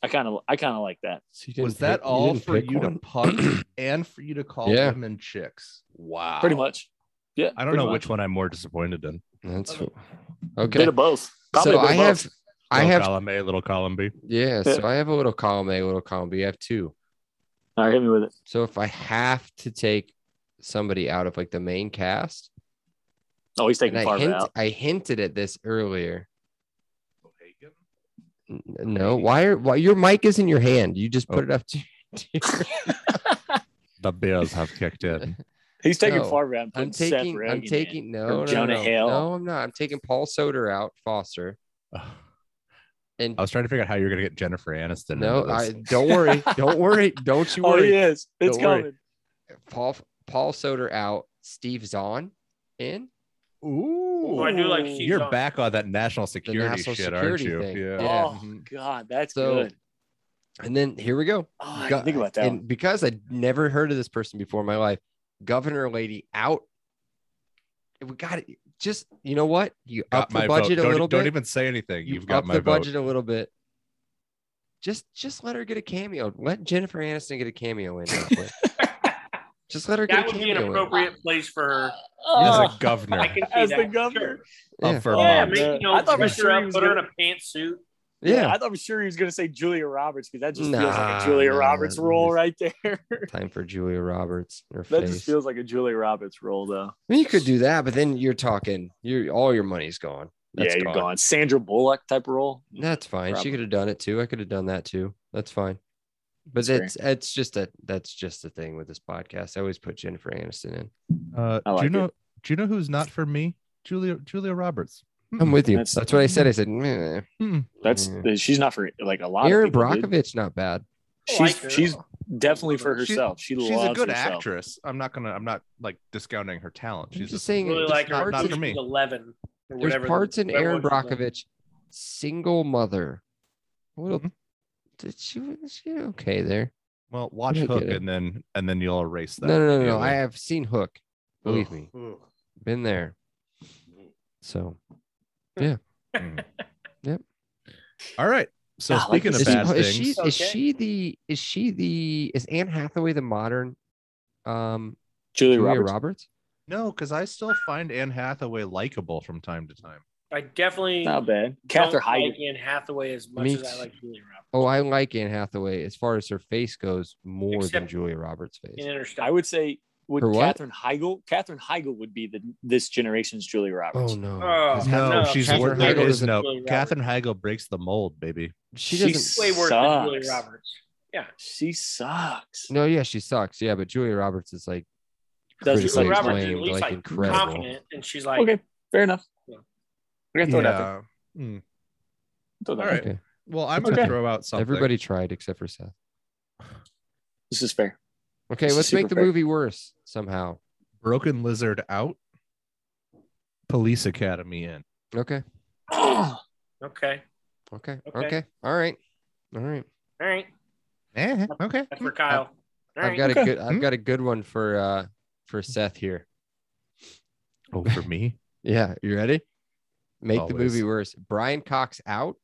Speaker 4: I kind of, I kind of like that.
Speaker 2: So you didn't
Speaker 1: Was that
Speaker 2: pick-
Speaker 1: all
Speaker 2: didn't
Speaker 1: for
Speaker 2: pick
Speaker 1: you
Speaker 2: one?
Speaker 1: to punk and for you to call
Speaker 2: Yeah.
Speaker 1: women chicks? Wow.
Speaker 4: Pretty much. Yeah.
Speaker 1: I don't
Speaker 4: pretty
Speaker 1: know
Speaker 4: much.
Speaker 1: which one I'm more disappointed in.
Speaker 2: That's
Speaker 4: Okay.
Speaker 2: okay.
Speaker 4: Bit of both. Probably
Speaker 2: so
Speaker 4: a bit
Speaker 2: I
Speaker 4: of both.
Speaker 2: have, I have,
Speaker 1: column A, little column B.
Speaker 2: yeah. So I have a little column A, a little column B. I have two.
Speaker 4: All right, hit me with it.
Speaker 2: So if I have to take somebody out of like the main cast,
Speaker 4: Oh, he's
Speaker 2: and
Speaker 4: taking
Speaker 2: I,
Speaker 4: part
Speaker 2: hint,
Speaker 4: out.
Speaker 2: I hinted at this earlier. N- No, why are why your mic is in your hand? You just
Speaker 1: Oh,
Speaker 2: put it up to. to-
Speaker 1: The Bills have kicked in.
Speaker 4: He's taking
Speaker 2: No,
Speaker 4: Favre out. and
Speaker 2: I'm
Speaker 4: putting Seth
Speaker 2: taking. I'm
Speaker 4: Rogen in.
Speaker 2: taking. No, no,
Speaker 4: Jonah
Speaker 2: no,
Speaker 4: Hill.
Speaker 2: no, I'm not. I'm taking Paul Soder out. Foster and
Speaker 1: I was trying to figure out how you're going to get Jennifer Aniston.
Speaker 2: no.
Speaker 1: into
Speaker 2: I
Speaker 1: this.
Speaker 2: don't worry. Don't worry. Don't you
Speaker 4: Oh,
Speaker 2: worry.
Speaker 4: he is. It's
Speaker 2: Don't worry.
Speaker 4: coming.
Speaker 2: Paul Paul Soder out. Steve Zahn in.
Speaker 1: Ooh.
Speaker 5: Oh, I do like Steve
Speaker 1: You're
Speaker 5: Zahn.
Speaker 1: back on that national security
Speaker 2: national
Speaker 1: shit,
Speaker 2: security
Speaker 1: aren't you?
Speaker 2: thing.
Speaker 1: Yeah.
Speaker 2: Yeah. mm-hmm.
Speaker 4: Oh God, that's
Speaker 2: So,
Speaker 4: good.
Speaker 2: And then here we go.
Speaker 4: Oh, I
Speaker 2: Go-
Speaker 4: didn't think about that.
Speaker 2: and
Speaker 4: one.
Speaker 2: because I'd never heard of this person before in my life, Governor Lady out. We got it. Just you know what? You
Speaker 1: Got
Speaker 2: up the
Speaker 1: my vote.
Speaker 2: budget a
Speaker 1: Don't- e-,
Speaker 2: little
Speaker 1: Don't
Speaker 2: bit.
Speaker 1: even say anything.
Speaker 2: you
Speaker 1: You've got
Speaker 2: up
Speaker 1: my
Speaker 2: the
Speaker 1: vote.
Speaker 2: budget a little bit. Just just let her get a cameo. Let Jennifer Aniston get a cameo in. real quick. just let her get a
Speaker 5: That would be an
Speaker 2: cameo. in.
Speaker 5: appropriate place for her.
Speaker 1: As
Speaker 4: Oh,
Speaker 1: a governor
Speaker 5: I can see
Speaker 4: As
Speaker 5: that.
Speaker 4: the governor.
Speaker 5: Sure.
Speaker 2: Yeah.
Speaker 1: of Vermont.
Speaker 5: Yeah,
Speaker 4: man.
Speaker 5: make, you know,
Speaker 4: I thought for
Speaker 5: dress her
Speaker 4: sure he
Speaker 5: up,
Speaker 4: was
Speaker 5: put her in
Speaker 4: gonna-
Speaker 5: a pantsuit.
Speaker 2: yeah.
Speaker 4: I thought for sure he was going to say Julia Roberts because that just feels like
Speaker 2: Nah,
Speaker 4: a Julia
Speaker 2: nah,
Speaker 4: Roberts
Speaker 2: nah,
Speaker 4: role
Speaker 2: nah.
Speaker 4: right there.
Speaker 2: Time for Julia Roberts. Her
Speaker 4: that
Speaker 2: face.
Speaker 4: just feels like a Julia Roberts role, though.
Speaker 2: I mean, you could do that, but then you're talking. You all your money's gone. That's
Speaker 4: yeah, you're gone. Sandra Bullock type role.
Speaker 2: That's fine. She
Speaker 4: Probably.
Speaker 2: could have done it too. I could have done that too. That's fine. But
Speaker 4: That's fair.
Speaker 2: that's it's just a that's just the thing with this podcast. I always put Jennifer Aniston in.
Speaker 1: Uh,
Speaker 4: I
Speaker 1: do
Speaker 4: like
Speaker 1: you
Speaker 4: it.
Speaker 1: know Do you know who's not for me? Julia Julia Roberts.
Speaker 2: I'm with you. That's,
Speaker 4: Hmm, That's-
Speaker 2: what I said. I said, meh.
Speaker 4: That's uh,
Speaker 2: Yeah.
Speaker 4: she's not for like a lot
Speaker 2: Aaron
Speaker 4: of people. dude.
Speaker 2: Brockovich, not bad.
Speaker 5: I
Speaker 4: She's
Speaker 5: like her.
Speaker 4: she's definitely for
Speaker 1: She-
Speaker 4: herself. She,
Speaker 1: She's
Speaker 4: loves
Speaker 1: a good
Speaker 4: herself.
Speaker 1: actress. I'm not gonna. I'm not like discounting her talent.
Speaker 2: I'm
Speaker 1: She's
Speaker 2: just,
Speaker 1: just
Speaker 2: saying,
Speaker 5: really
Speaker 2: there's
Speaker 5: like her.
Speaker 1: not- not
Speaker 2: parts,
Speaker 5: She's
Speaker 1: for me.
Speaker 5: Eleven. Or
Speaker 2: there's
Speaker 5: whatever the-
Speaker 2: parts in
Speaker 5: whatever
Speaker 2: Aaron
Speaker 5: one she's in.
Speaker 2: Brockovich, single mother. A little,
Speaker 1: Mhm.
Speaker 2: did she, was she okay there?
Speaker 1: well. Watch
Speaker 2: I get
Speaker 1: Hook
Speaker 2: it.
Speaker 1: and then and then you'll erase that.
Speaker 2: No, no, no,
Speaker 1: Yeah,
Speaker 2: no. I
Speaker 1: like,
Speaker 2: have seen Hook. Believe
Speaker 1: ugh.
Speaker 2: me, been there. So
Speaker 1: Mm. All right. So
Speaker 4: Yeah, like
Speaker 1: speaking
Speaker 4: this
Speaker 1: of
Speaker 2: is,
Speaker 4: is-
Speaker 1: bad
Speaker 2: she, is she
Speaker 1: things,
Speaker 2: is
Speaker 5: Okay.
Speaker 2: she the is she the is Anne Hathaway the modern um
Speaker 4: Julie,
Speaker 2: Julia
Speaker 4: Roberts.
Speaker 2: Roberts?
Speaker 1: no, because I still find Anne Hathaway likable from time to time.
Speaker 5: I definitely
Speaker 4: Not bad.
Speaker 5: don't
Speaker 4: Catherine Heigl.
Speaker 5: like Anne Hathaway as much
Speaker 2: Me
Speaker 5: as I
Speaker 2: too.
Speaker 5: like Julia Roberts
Speaker 2: Oh, I like Anne Hathaway as far as her face goes more than
Speaker 5: Except-
Speaker 2: Julia Roberts' face.
Speaker 5: in Interstellar.
Speaker 4: I would say would
Speaker 2: Her what?
Speaker 4: Catherine Heigl. Catherine Heigl would be the this generation's Julie Roberts.
Speaker 2: Oh no.
Speaker 5: Oh,
Speaker 2: 'cause
Speaker 1: No,
Speaker 5: no,
Speaker 1: she's
Speaker 2: Katherine
Speaker 1: wor- there
Speaker 2: Heigl
Speaker 1: is
Speaker 2: isn't
Speaker 1: no.
Speaker 5: Julia Roberts.
Speaker 1: Katherine Heigl breaks the mold, baby.
Speaker 2: She
Speaker 4: she's-
Speaker 2: doesn't
Speaker 5: way worse than
Speaker 4: sucks.
Speaker 5: Julia Roberts.
Speaker 4: She sucks.
Speaker 2: No, yeah, she sucks. Yeah, but Julia Roberts is like
Speaker 4: Does
Speaker 2: Critically
Speaker 5: Julia
Speaker 4: it like,
Speaker 5: Roberts is at
Speaker 2: acclaimed,
Speaker 5: least
Speaker 2: like,
Speaker 5: like,
Speaker 2: incredible.
Speaker 5: confident, and she's like,
Speaker 4: okay, fair enough.
Speaker 5: Yeah.
Speaker 4: We're gonna throw it out there. Throw it
Speaker 1: All
Speaker 4: out
Speaker 1: right.
Speaker 4: there.
Speaker 2: okay.
Speaker 1: Well, I'm gonna
Speaker 4: Okay.
Speaker 1: throw out something.
Speaker 2: Everybody tried except for Seth.
Speaker 4: This is fair.
Speaker 2: Okay,
Speaker 4: This is
Speaker 2: let's make
Speaker 4: super
Speaker 2: the
Speaker 4: fair.
Speaker 2: movie worse somehow.
Speaker 1: Broken Lizard out. Police Academy in.
Speaker 2: Okay.
Speaker 5: okay,
Speaker 2: Okay. Okay.
Speaker 5: Okay.
Speaker 2: All right. All right.
Speaker 5: all right,
Speaker 1: Eh, okay.
Speaker 5: that's for Kyle. All
Speaker 2: I've
Speaker 5: right,
Speaker 2: got a
Speaker 4: Okay.
Speaker 2: good
Speaker 1: Hmm?
Speaker 2: I've got a good one for uh for Seth here.
Speaker 1: Oh, for me.
Speaker 2: Yeah, you ready? Make the
Speaker 1: Always.
Speaker 2: movie worse. Brian Cox out.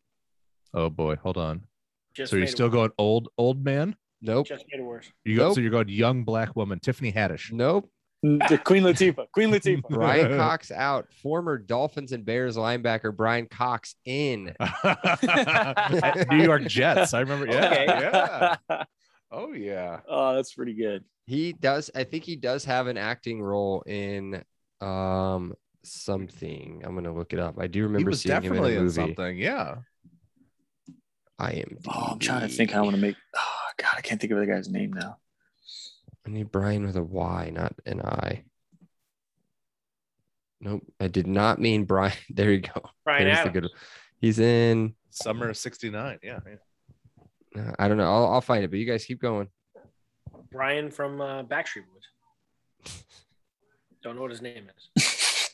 Speaker 1: Oh boy, hold on.
Speaker 5: just
Speaker 1: so you're
Speaker 5: made it
Speaker 1: still
Speaker 5: worse.
Speaker 1: going old old man?
Speaker 2: Nope.
Speaker 5: Just made it worse.
Speaker 1: You go,
Speaker 2: Nope.
Speaker 1: so you're going young black woman, Tiffany Haddish.
Speaker 2: Nope.
Speaker 4: The Queen Latifah. Queen Latifah.
Speaker 2: Brian Cox out. Former Dolphins and Bears linebacker Brian Cox in.
Speaker 1: New York Jets. I remember. Yeah.
Speaker 5: Okay.
Speaker 1: yeah. Oh yeah.
Speaker 4: oh, that's pretty good.
Speaker 2: He does I think he does have an acting role in um something. I'm going to look it up. I do
Speaker 1: He
Speaker 2: remember
Speaker 1: was
Speaker 2: seeing him in a
Speaker 1: definitely
Speaker 2: movie.
Speaker 1: in, something. Yeah.
Speaker 2: I am
Speaker 4: Oh, I'm trying to think how I want to make. Oh God, I can't think of the guy's name now.
Speaker 2: I need Brian with a Y, not an I. Nope. I did not mean Brian. There you go.
Speaker 5: Brian
Speaker 2: There's the
Speaker 5: Adams.
Speaker 2: good He's in
Speaker 1: Summer of '69. Yeah. yeah.
Speaker 2: Uh, I don't know. I'll, I'll find it, but you guys keep going.
Speaker 5: Brian from uh, Backstreet Boys. Don't know what his name is.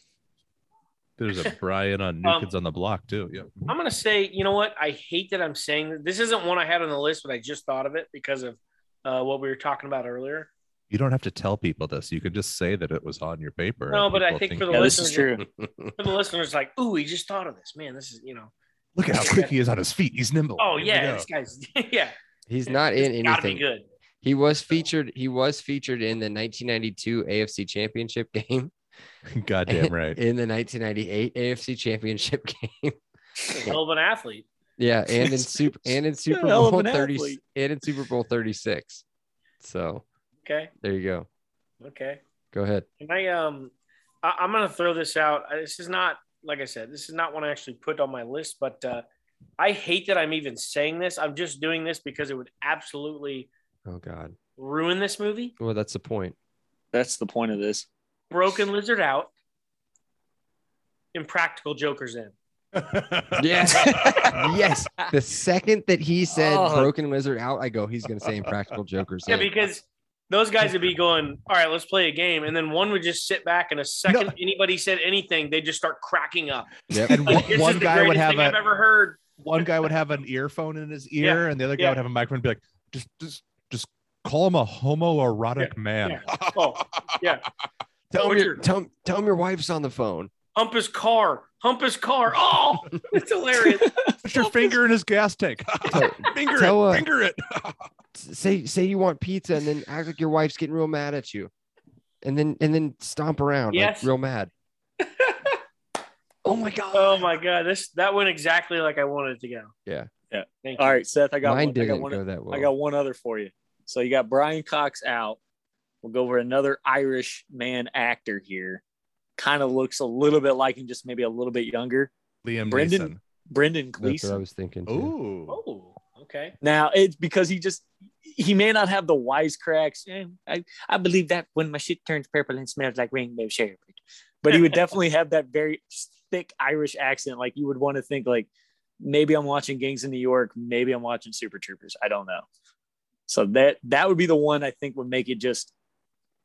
Speaker 1: There's a Brian on New
Speaker 5: Um,
Speaker 1: Kids on the Block too. Yeah.
Speaker 5: I'm gonna say, you know what? I hate that I'm saying this. this isn't one I had on the list, but I just thought of it because of uh, what we were talking about earlier.
Speaker 1: You don't have to tell people this. You could just say that it was on your paper. and
Speaker 5: No, but I
Speaker 1: people
Speaker 5: think for the
Speaker 4: Yeah, this
Speaker 5: listeners,
Speaker 4: is true.
Speaker 5: for the listeners, like, ooh, he just thought of this. Man, this is you know.
Speaker 1: look at how quick he is on his feet. He's nimble.
Speaker 5: Oh
Speaker 1: Here we
Speaker 5: yeah,
Speaker 1: go.
Speaker 5: this guy's yeah.
Speaker 2: He's not
Speaker 5: It's
Speaker 2: in
Speaker 5: Gotta be
Speaker 2: anything.
Speaker 5: good.
Speaker 2: He was featured. He was featured in the 1992 AFC Championship game.
Speaker 1: Goddamn right.
Speaker 2: In the 1998 AFC Championship game.
Speaker 5: Hell of an athlete.
Speaker 2: yeah, and in super and in Super
Speaker 4: hell of
Speaker 2: Bowl
Speaker 4: an
Speaker 2: 30
Speaker 4: athlete.
Speaker 2: and in Super Bowl 36. So
Speaker 5: Okay.
Speaker 2: there you go.
Speaker 5: Okay.
Speaker 2: Go ahead.
Speaker 5: Can I um I, I'm gonna throw this out. I- This is not like I said, this is not one I actually put on my list, but uh I hate that I'm even saying this. I'm just doing this because it would absolutely
Speaker 2: Oh God.
Speaker 5: ruin this movie.
Speaker 2: Well, that's the point.
Speaker 4: That's the point of this.
Speaker 5: Broken Lizard out. Impractical Jokers in.
Speaker 2: Yes. yes. The second that he said
Speaker 4: Oh.
Speaker 2: "Broken Lizard" out, I go. He's gonna say "Impractical Jokers."
Speaker 5: Yeah,
Speaker 2: in."
Speaker 5: because those guys would be going, all right, let's play a game. And then one would just sit back and a second anybody said anything, they just start cracking up.
Speaker 2: Yep.
Speaker 1: And
Speaker 5: Like,
Speaker 1: one,
Speaker 5: this
Speaker 1: one
Speaker 5: is the
Speaker 1: guy would
Speaker 5: greatest
Speaker 1: have
Speaker 5: thing
Speaker 1: a
Speaker 5: I've ever heard.
Speaker 1: one guy would have an earphone in his ear and the other guy
Speaker 5: yeah.
Speaker 1: would have a microphone and be like, just just just call him a homoerotic man.
Speaker 5: Oh,
Speaker 2: tell him your,
Speaker 5: Richard.
Speaker 2: tell, him- tell him your wife's on the phone.
Speaker 5: hump his car, hump his car. Oh, it's hilarious.
Speaker 1: Put your finger in his gas tank.
Speaker 2: Tell-
Speaker 1: finger
Speaker 2: tell,
Speaker 1: it.
Speaker 2: uh,
Speaker 1: Finger it.
Speaker 2: say say you want pizza and then act like your wife's getting real mad at you and then and then stomp around
Speaker 5: Yes.
Speaker 2: like real mad oh my god
Speaker 5: Oh my god, this that went exactly like I wanted it to go.
Speaker 2: Yeah.
Speaker 4: Yeah.
Speaker 5: Thank you.
Speaker 4: All right, Seth, I got
Speaker 2: mine
Speaker 4: one. I
Speaker 2: didn't
Speaker 4: got one.
Speaker 2: go that well
Speaker 4: I got one other for you. So you got Brian Cox out. We'll go over another Irish man actor here. Kind of looks a little bit like him, just maybe a little bit younger.
Speaker 1: Liam
Speaker 4: Brendan- Brendan
Speaker 2: that's what i
Speaker 4: Gleeson.
Speaker 2: was thinking
Speaker 1: Neeson.
Speaker 2: too.
Speaker 1: Ooh.
Speaker 5: Oh, okay.
Speaker 4: Now it's because he just he may not have the wisecracks. Eh, I I believe that when my shit turns purple and smells like rainbow sherbet. but he would definitely have that very thick Irish accent. Like you would want to think like maybe I'm watching Gangs in New York, maybe I'm watching Super Troopers. I don't know. So that that would be the one I think would make it just.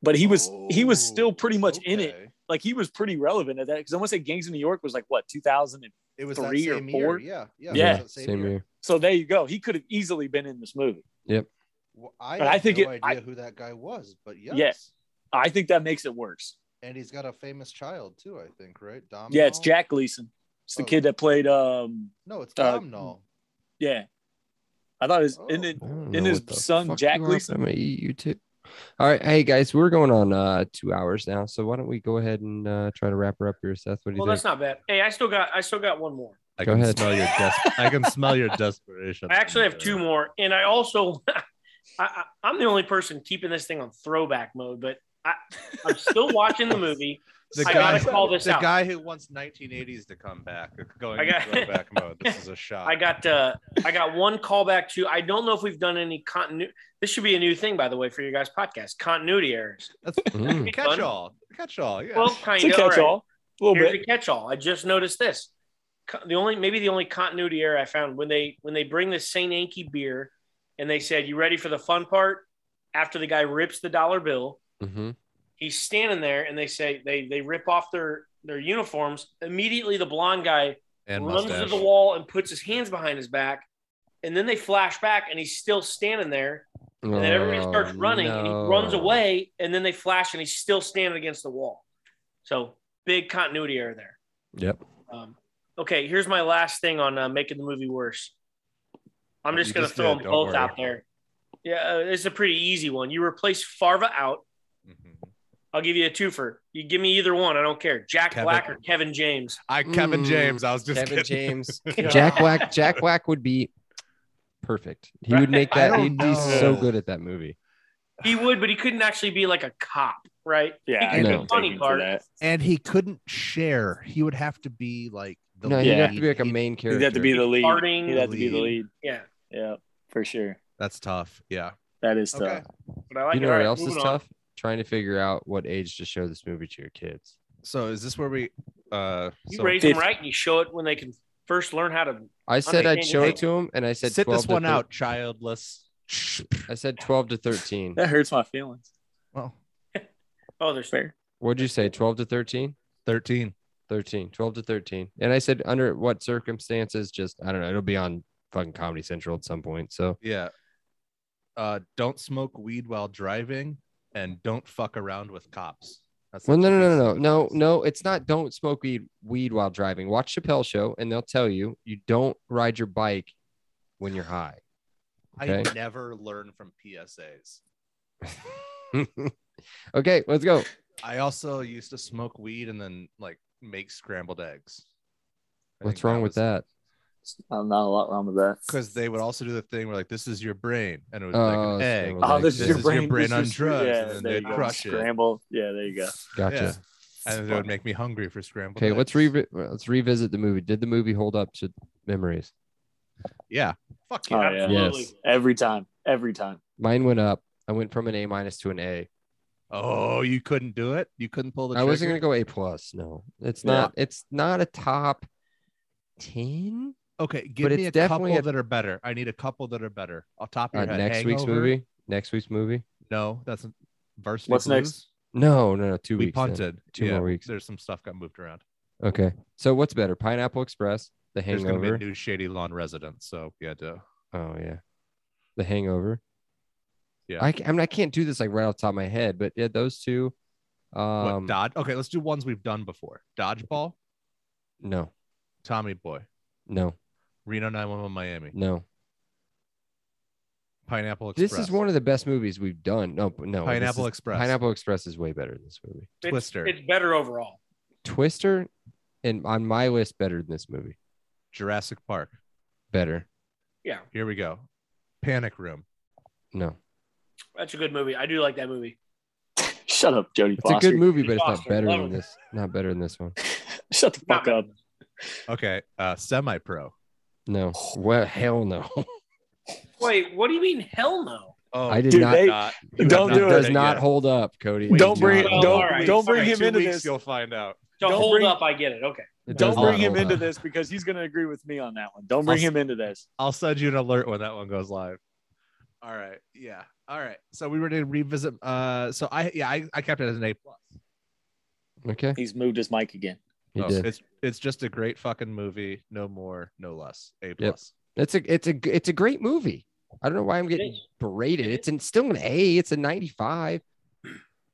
Speaker 4: But he was he was
Speaker 1: Oh,
Speaker 4: still pretty much in it.
Speaker 6: Okay.
Speaker 4: Like he was pretty relevant at that because I want to say Gangs in New York was like what 2000 and
Speaker 6: It was that
Speaker 4: Three or
Speaker 6: same
Speaker 4: four?
Speaker 6: Year. Yeah, yeah, it
Speaker 4: Yeah.
Speaker 6: was that same,
Speaker 2: Same
Speaker 6: year.
Speaker 2: year.
Speaker 4: so there you go. He could have easily been in this movie.
Speaker 6: Well, I,
Speaker 4: But I
Speaker 6: had
Speaker 4: think
Speaker 6: no
Speaker 4: it-
Speaker 6: idea
Speaker 4: I-
Speaker 6: who that guy was, but yes.
Speaker 4: I think that makes it worse.
Speaker 6: and he's got a famous child too. I think right, Domino.
Speaker 4: Yeah, it's Jack Gleason. It's the
Speaker 6: Oh.
Speaker 4: kid that played. um
Speaker 6: No, it's
Speaker 4: uh,
Speaker 6: Domino.
Speaker 4: Yeah, I thought it was. And
Speaker 6: Oh.
Speaker 4: then
Speaker 2: I don't
Speaker 4: And
Speaker 2: know
Speaker 4: his
Speaker 2: what the
Speaker 4: son,
Speaker 2: fuck
Speaker 4: Jack
Speaker 2: you are, but
Speaker 4: Leeson.
Speaker 2: I'm gonna eat you too. All right, hey guys, we're going on uh two hours now, so why don't we go ahead and uh try to wrap her up here, Seth? What do you
Speaker 5: Well,
Speaker 2: think?
Speaker 5: that's not bad. Hey, I still got I still got one more.
Speaker 1: I
Speaker 2: Go
Speaker 1: can
Speaker 2: ahead.
Speaker 1: smell your des- I can smell your desperation.
Speaker 5: I actually have two more, and I also I, I, I'm the only person keeping this thing on throwback mode, but I, I'm still watching the movie.
Speaker 1: The
Speaker 5: I
Speaker 1: guy,
Speaker 5: gotta call this
Speaker 1: the
Speaker 5: out.
Speaker 1: guy who wants 1980s to come back, going
Speaker 5: I got-
Speaker 1: throwback mode. This is a shot.
Speaker 5: I got uh, I got one callback to. I don't know if we've done any continuity. This should be a new thing, by the way, for your guys' podcast continuity errors.
Speaker 2: Mm.
Speaker 1: catch all, catch all. Yeah.
Speaker 5: Well, kind
Speaker 4: it's a
Speaker 5: of. all right.
Speaker 4: catch-all, a little
Speaker 5: Here's
Speaker 4: bit.
Speaker 5: a catch-all. I just noticed this. Co- The only maybe the only continuity error I found when they when they bring the Saint Anki beer, and they said, "You ready for the fun part?" After the guy rips the dollar bill,
Speaker 2: hmm
Speaker 5: he's standing there, and they say they they rip off their their uniforms. Immediately, the blonde guy
Speaker 1: and
Speaker 5: runs
Speaker 1: mustache.
Speaker 5: to the wall and puts his hands behind his back, and then they flash back, and he's still standing there. And then everybody
Speaker 1: Oh,
Speaker 5: starts
Speaker 2: Oh,
Speaker 5: running, and he runs away, and then they flash, and he's still standing against the wall. So big continuity error there.
Speaker 2: Yep.
Speaker 5: Um, okay, here's my last thing on uh, making the movie worse. I'm
Speaker 1: You
Speaker 5: just going to
Speaker 1: just
Speaker 5: throw
Speaker 1: did,
Speaker 5: them
Speaker 1: don't
Speaker 5: both
Speaker 1: worry.
Speaker 5: out there. Yeah, uh, it's a pretty easy one. You replace Farva out.
Speaker 1: Mhm.
Speaker 6: Mm-hmm.
Speaker 5: I'll give you a twofer. You give me either one. I don't care. Jack
Speaker 1: Kevin-
Speaker 5: Black or Kevin James.
Speaker 1: I Kevin
Speaker 2: Mm,
Speaker 1: James. I was just
Speaker 2: Kevin
Speaker 1: kidding.
Speaker 2: James, Jack Black, Jack Black would be perfect. He would make
Speaker 5: Right. I
Speaker 2: that.
Speaker 1: don't
Speaker 2: He'd be
Speaker 1: know.
Speaker 2: so good at that movie.
Speaker 5: He would, but he couldn't actually be like a cop, right?
Speaker 4: Yeah,
Speaker 5: He
Speaker 2: I
Speaker 5: could
Speaker 2: know.
Speaker 5: be funny part.
Speaker 6: And he couldn't share. He would have to be like the
Speaker 2: no,
Speaker 6: lead.
Speaker 2: he'd have to be like a
Speaker 6: He-
Speaker 2: main character.
Speaker 4: He'd have to be the lead.
Speaker 5: Farting.
Speaker 4: He'd have to be the lead.
Speaker 5: Yeah,
Speaker 4: Yeah, for sure.
Speaker 6: That's tough. Yeah.
Speaker 4: That is tough.
Speaker 6: Okay.
Speaker 5: but I like
Speaker 2: you know
Speaker 5: it. All
Speaker 2: what
Speaker 5: right,
Speaker 2: else is
Speaker 5: moving on.
Speaker 2: tough? Trying to figure out what age to show this movie to your kids.
Speaker 1: So is this where we? uh
Speaker 5: You
Speaker 1: so
Speaker 5: raise them
Speaker 4: Fifth-
Speaker 5: right, and you show it when they can first learn how to.
Speaker 2: I said I'd
Speaker 5: changing
Speaker 2: show it
Speaker 5: things.
Speaker 2: to him, and I said
Speaker 6: Sit
Speaker 2: 12
Speaker 6: this
Speaker 2: to
Speaker 6: one
Speaker 2: thir-
Speaker 6: out, childless.
Speaker 2: I said twelve to thirteen.
Speaker 4: That hurts my feelings.
Speaker 6: Well,
Speaker 5: Oh, there's
Speaker 4: Fair.
Speaker 2: What'd you say? Twelve to thirteen?
Speaker 1: 13.
Speaker 2: 13 12 to 13 and i said under what circumstances just i don't know it'll be on fucking comedy central at some point so
Speaker 1: Yeah. Uh, don't smoke weed while driving, and don't fuck around with cops. That's the
Speaker 2: well no no
Speaker 1: two
Speaker 2: no
Speaker 1: pieces
Speaker 2: no no
Speaker 1: of
Speaker 2: no
Speaker 1: advice.
Speaker 2: no it's not don't smoke weed weed while driving watch chappelle show and they'll tell you you don't ride your bike when you're high
Speaker 1: I
Speaker 2: Okay.
Speaker 1: never learn from PSAs.
Speaker 2: okay let's go
Speaker 1: I also used to smoke weed and then like make scrambled eggs. I
Speaker 2: what's
Speaker 1: think
Speaker 2: wrong with
Speaker 1: was-
Speaker 2: that
Speaker 4: I'm not a lot wrong with that.
Speaker 1: because they would also do the thing where like this is your brain and it was
Speaker 2: Oh,
Speaker 1: like an egg.
Speaker 2: scrambled
Speaker 4: Oh,
Speaker 2: Like,
Speaker 4: this is your brain, this
Speaker 1: on
Speaker 4: is your-
Speaker 1: drugs,
Speaker 4: Yeah,
Speaker 1: and then
Speaker 4: there
Speaker 1: they'd
Speaker 4: you go.
Speaker 1: crush it.
Speaker 4: Scramble. Yeah, there you go.
Speaker 2: gotcha
Speaker 1: Yeah. And it would make me hungry for scrambled.
Speaker 2: okay let's
Speaker 1: eggs.
Speaker 2: re- let's revisit the movie did the movie hold up to memories
Speaker 1: Yeah, fuck
Speaker 4: Oh,
Speaker 1: yeah.
Speaker 4: yeah.
Speaker 5: absolutely.
Speaker 2: Yes.
Speaker 4: Every time. Every time.
Speaker 2: mine went up i went from an a minus to an a
Speaker 1: Oh, you couldn't do it. You couldn't pull the.
Speaker 2: I wasn't gonna
Speaker 1: trigger?
Speaker 2: go A plus. No, it's
Speaker 4: Yeah.
Speaker 2: not. It's not a top ten.
Speaker 1: Okay, give
Speaker 2: it's
Speaker 1: me a
Speaker 2: definitely
Speaker 1: couple
Speaker 2: a-
Speaker 1: that are better. I need a couple that are better. Off top of
Speaker 2: Uh,
Speaker 1: your head.
Speaker 2: next week's
Speaker 1: Hangover?
Speaker 2: movie. Next week's movie.
Speaker 1: No, that's a varsity.
Speaker 4: What's
Speaker 1: Blues.
Speaker 4: next?
Speaker 2: No, no, no. Two
Speaker 1: We
Speaker 2: weeks. then.
Speaker 1: punted.
Speaker 2: Two
Speaker 1: yeah,
Speaker 2: more weeks.
Speaker 1: There's some stuff got moved around.
Speaker 2: Okay. So what's better, Pineapple Express, The
Speaker 1: There's going to be
Speaker 2: Hangover?
Speaker 1: a new Shady Lawn resident, so yeah, duh.
Speaker 2: oh yeah, The Hangover.
Speaker 1: Yeah.
Speaker 2: I, ca- I mean, I can't do this like right off the top of my head, but yeah, those two.
Speaker 1: What,
Speaker 2: Um,
Speaker 1: Dodge? Okay, let's do ones we've done before. Dodgeball,
Speaker 2: no,
Speaker 1: Tommy Boy,
Speaker 2: no,
Speaker 1: Reno 911 Miami,
Speaker 2: no.
Speaker 1: Pineapple Express.
Speaker 2: Mm. This is one of the best movies we've done. No, but no. this
Speaker 1: Pineapple
Speaker 2: is-
Speaker 1: Express.
Speaker 2: Pineapple Express is way better than this movie.
Speaker 5: It's-
Speaker 1: Twister.
Speaker 5: It's better overall.
Speaker 2: Twister, and on my list, better than this movie.
Speaker 1: Jurassic Park.
Speaker 2: Better.
Speaker 5: Yeah,
Speaker 1: Here we go. Panic Room.
Speaker 2: No.
Speaker 5: that's a good movie. I do like that movie.
Speaker 4: Shut up, Jody
Speaker 2: It's a
Speaker 4: Foster.
Speaker 2: good movie, but it's not
Speaker 5: Foster,
Speaker 2: better than
Speaker 5: love it.
Speaker 2: this. Not better than this one.
Speaker 4: Shut the
Speaker 5: Not
Speaker 4: fuck up.
Speaker 1: Okay, uh, Semi Pro.
Speaker 2: No. Well, hell no.
Speaker 5: Wait, what do you mean? Hell no.
Speaker 1: Oh,
Speaker 2: I did
Speaker 4: Dude,
Speaker 2: not.
Speaker 4: they-
Speaker 2: it
Speaker 4: Don't do
Speaker 2: does
Speaker 4: it.
Speaker 2: not
Speaker 1: Yeah.
Speaker 2: hold up, Cody.
Speaker 1: Wait,
Speaker 4: Don't
Speaker 2: does
Speaker 4: bring
Speaker 2: not
Speaker 4: it-
Speaker 2: hold
Speaker 4: don't-
Speaker 2: up.
Speaker 4: don't bring him
Speaker 1: two
Speaker 4: into
Speaker 1: weeks,
Speaker 4: this.
Speaker 1: You'll find out.
Speaker 5: To
Speaker 4: Don't
Speaker 5: hold
Speaker 4: bring-
Speaker 5: up, I get it. Okay.
Speaker 2: It does
Speaker 4: Don't bring
Speaker 2: not
Speaker 4: him
Speaker 2: hold
Speaker 4: into
Speaker 2: up.
Speaker 4: this because he's going to agree with me on that one. Don't bring
Speaker 1: I'll-
Speaker 4: him into this.
Speaker 1: I'll send you an alert when that one goes live. All right. Yeah. All right. So we were to revisit. Uh. So I yeah I, I kept it as an A plus.
Speaker 2: Okay,
Speaker 8: He's moved his mic again.
Speaker 2: he
Speaker 1: Oh,
Speaker 2: did.
Speaker 1: It's it's just a great fucking movie. No more. No less. A plus.
Speaker 2: It's a it's a g- it's a great movie. I don't know why I'm getting berated. It's in, still an A. It's a 95.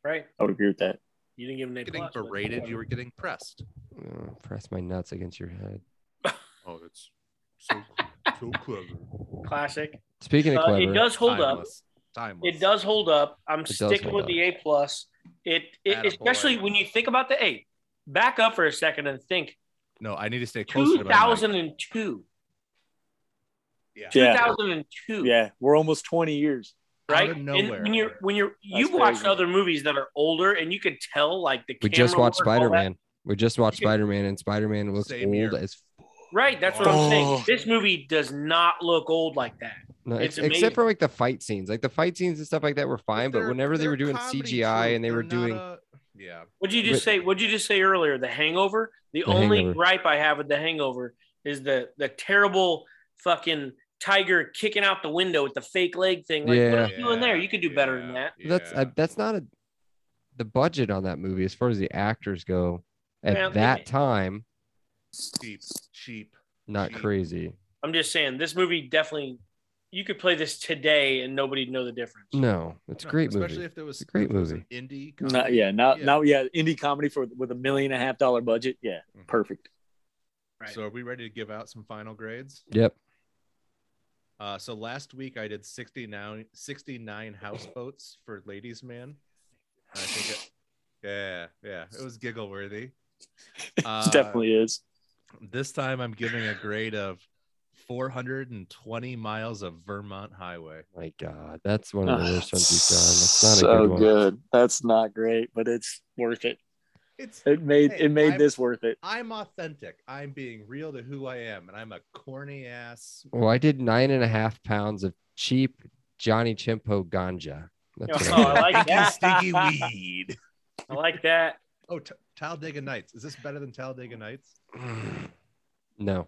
Speaker 5: Right.
Speaker 8: I would agree with that.
Speaker 5: You didn't give him an A
Speaker 1: Getting
Speaker 5: plus, but-
Speaker 1: berated. You were getting pressed.
Speaker 2: Oh, press my nuts against your head.
Speaker 1: Oh, it's so so clever.
Speaker 5: classic.
Speaker 2: Speaking of
Speaker 5: Uh,
Speaker 2: clever,
Speaker 5: it does hold up.
Speaker 1: Timeless. Timeless.
Speaker 5: It does hold up. I'm
Speaker 2: does
Speaker 5: sticking
Speaker 2: hold
Speaker 5: with
Speaker 2: up.
Speaker 5: the A plus. It, it
Speaker 1: Attaboy.
Speaker 5: especially when you think about the A. Back up for a second and think.
Speaker 1: No, I need to stay closer. to my mic.
Speaker 5: 2002.
Speaker 4: Yeah.
Speaker 5: 2002.
Speaker 4: Yeah. We're almost 20 years.
Speaker 5: Right.
Speaker 1: Out of
Speaker 5: And
Speaker 1: nowhere.
Speaker 5: when you're when you're
Speaker 4: That's
Speaker 5: you've watched
Speaker 4: crazy.
Speaker 5: other movies that are older and you can tell like the
Speaker 2: we just
Speaker 5: camera
Speaker 2: watched
Speaker 5: work, all that.
Speaker 2: Spider Man. We just watched
Speaker 5: You can-
Speaker 2: Spider Man, and Spider Man looks
Speaker 1: Same
Speaker 2: old
Speaker 1: here.
Speaker 2: as
Speaker 5: Right. That's what I'm
Speaker 4: Oh.
Speaker 5: saying. This movie does not look old like that.
Speaker 2: No, ex-
Speaker 5: It's
Speaker 2: except
Speaker 5: amazing.
Speaker 2: for like the fight scenes, like the fight scenes and stuff like that were fine. But
Speaker 1: They're-
Speaker 2: whenever they
Speaker 1: they're
Speaker 2: were doing
Speaker 1: comedy
Speaker 2: CGI
Speaker 1: troupe.
Speaker 2: and they were
Speaker 1: They're not
Speaker 2: doing,
Speaker 1: a- yeah.
Speaker 5: What'd you just
Speaker 2: But-
Speaker 5: say? What'd you just say earlier? The Hangover. The,
Speaker 2: The
Speaker 5: only
Speaker 2: Hangover.
Speaker 5: gripe I have with The Hangover is the the terrible fucking tiger kicking out the window with the fake leg thing. Like, what
Speaker 2: Yeah.
Speaker 5: are you doing there? You could do better than that.
Speaker 2: that's uh, that's not a the budget on that movie as far as the actors go at
Speaker 5: Well,
Speaker 2: that
Speaker 5: it-
Speaker 2: time.
Speaker 1: cheap, cheap.
Speaker 2: Not
Speaker 1: Gee.
Speaker 2: crazy.
Speaker 5: I'm just saying this movie definitely. You could play this today and nobody'd know the difference.
Speaker 2: No, it's a
Speaker 1: No,
Speaker 2: great
Speaker 1: especially
Speaker 2: movie.
Speaker 1: if there was
Speaker 2: a great
Speaker 1: if it was
Speaker 2: movie.
Speaker 1: an indie.
Speaker 4: Not,
Speaker 1: comedy.
Speaker 4: yeah. Not,
Speaker 1: Yeah.
Speaker 4: now, yeah. Indie comedy for with a million and a half dollar budget. Yeah.
Speaker 1: Mhm.
Speaker 4: Perfect.
Speaker 5: Right.
Speaker 1: So are we ready to give out some final grades?
Speaker 2: Yep.
Speaker 1: Uh, so last week I did 69, 69 houseboats for Ladies Man. I think it, yeah, yeah, it was giggle worthy. Uh,
Speaker 8: it definitely is.
Speaker 1: This time I'm giving a grade of 420 miles of Vermont Highway.
Speaker 2: My God, that's one of the
Speaker 8: Ah,
Speaker 2: worst ones you've done. That's not a
Speaker 8: so
Speaker 2: good one.
Speaker 8: That's not great, but it's worth it.
Speaker 1: It's
Speaker 4: It made,
Speaker 1: Hey,
Speaker 4: it made
Speaker 1: I'm-
Speaker 4: this worth it.
Speaker 1: I'm authentic. I'm being real to who I am, and I'm a corny ass.
Speaker 2: Well, I did nine and a half pounds of cheap Johnny Chimpo ganja. That's what
Speaker 5: Oh,
Speaker 2: I did.
Speaker 5: I like that.
Speaker 1: stinky weed.
Speaker 5: I like that.
Speaker 1: Oh, T- Talladega Nights. Is this better than Talladega Nights?
Speaker 2: no,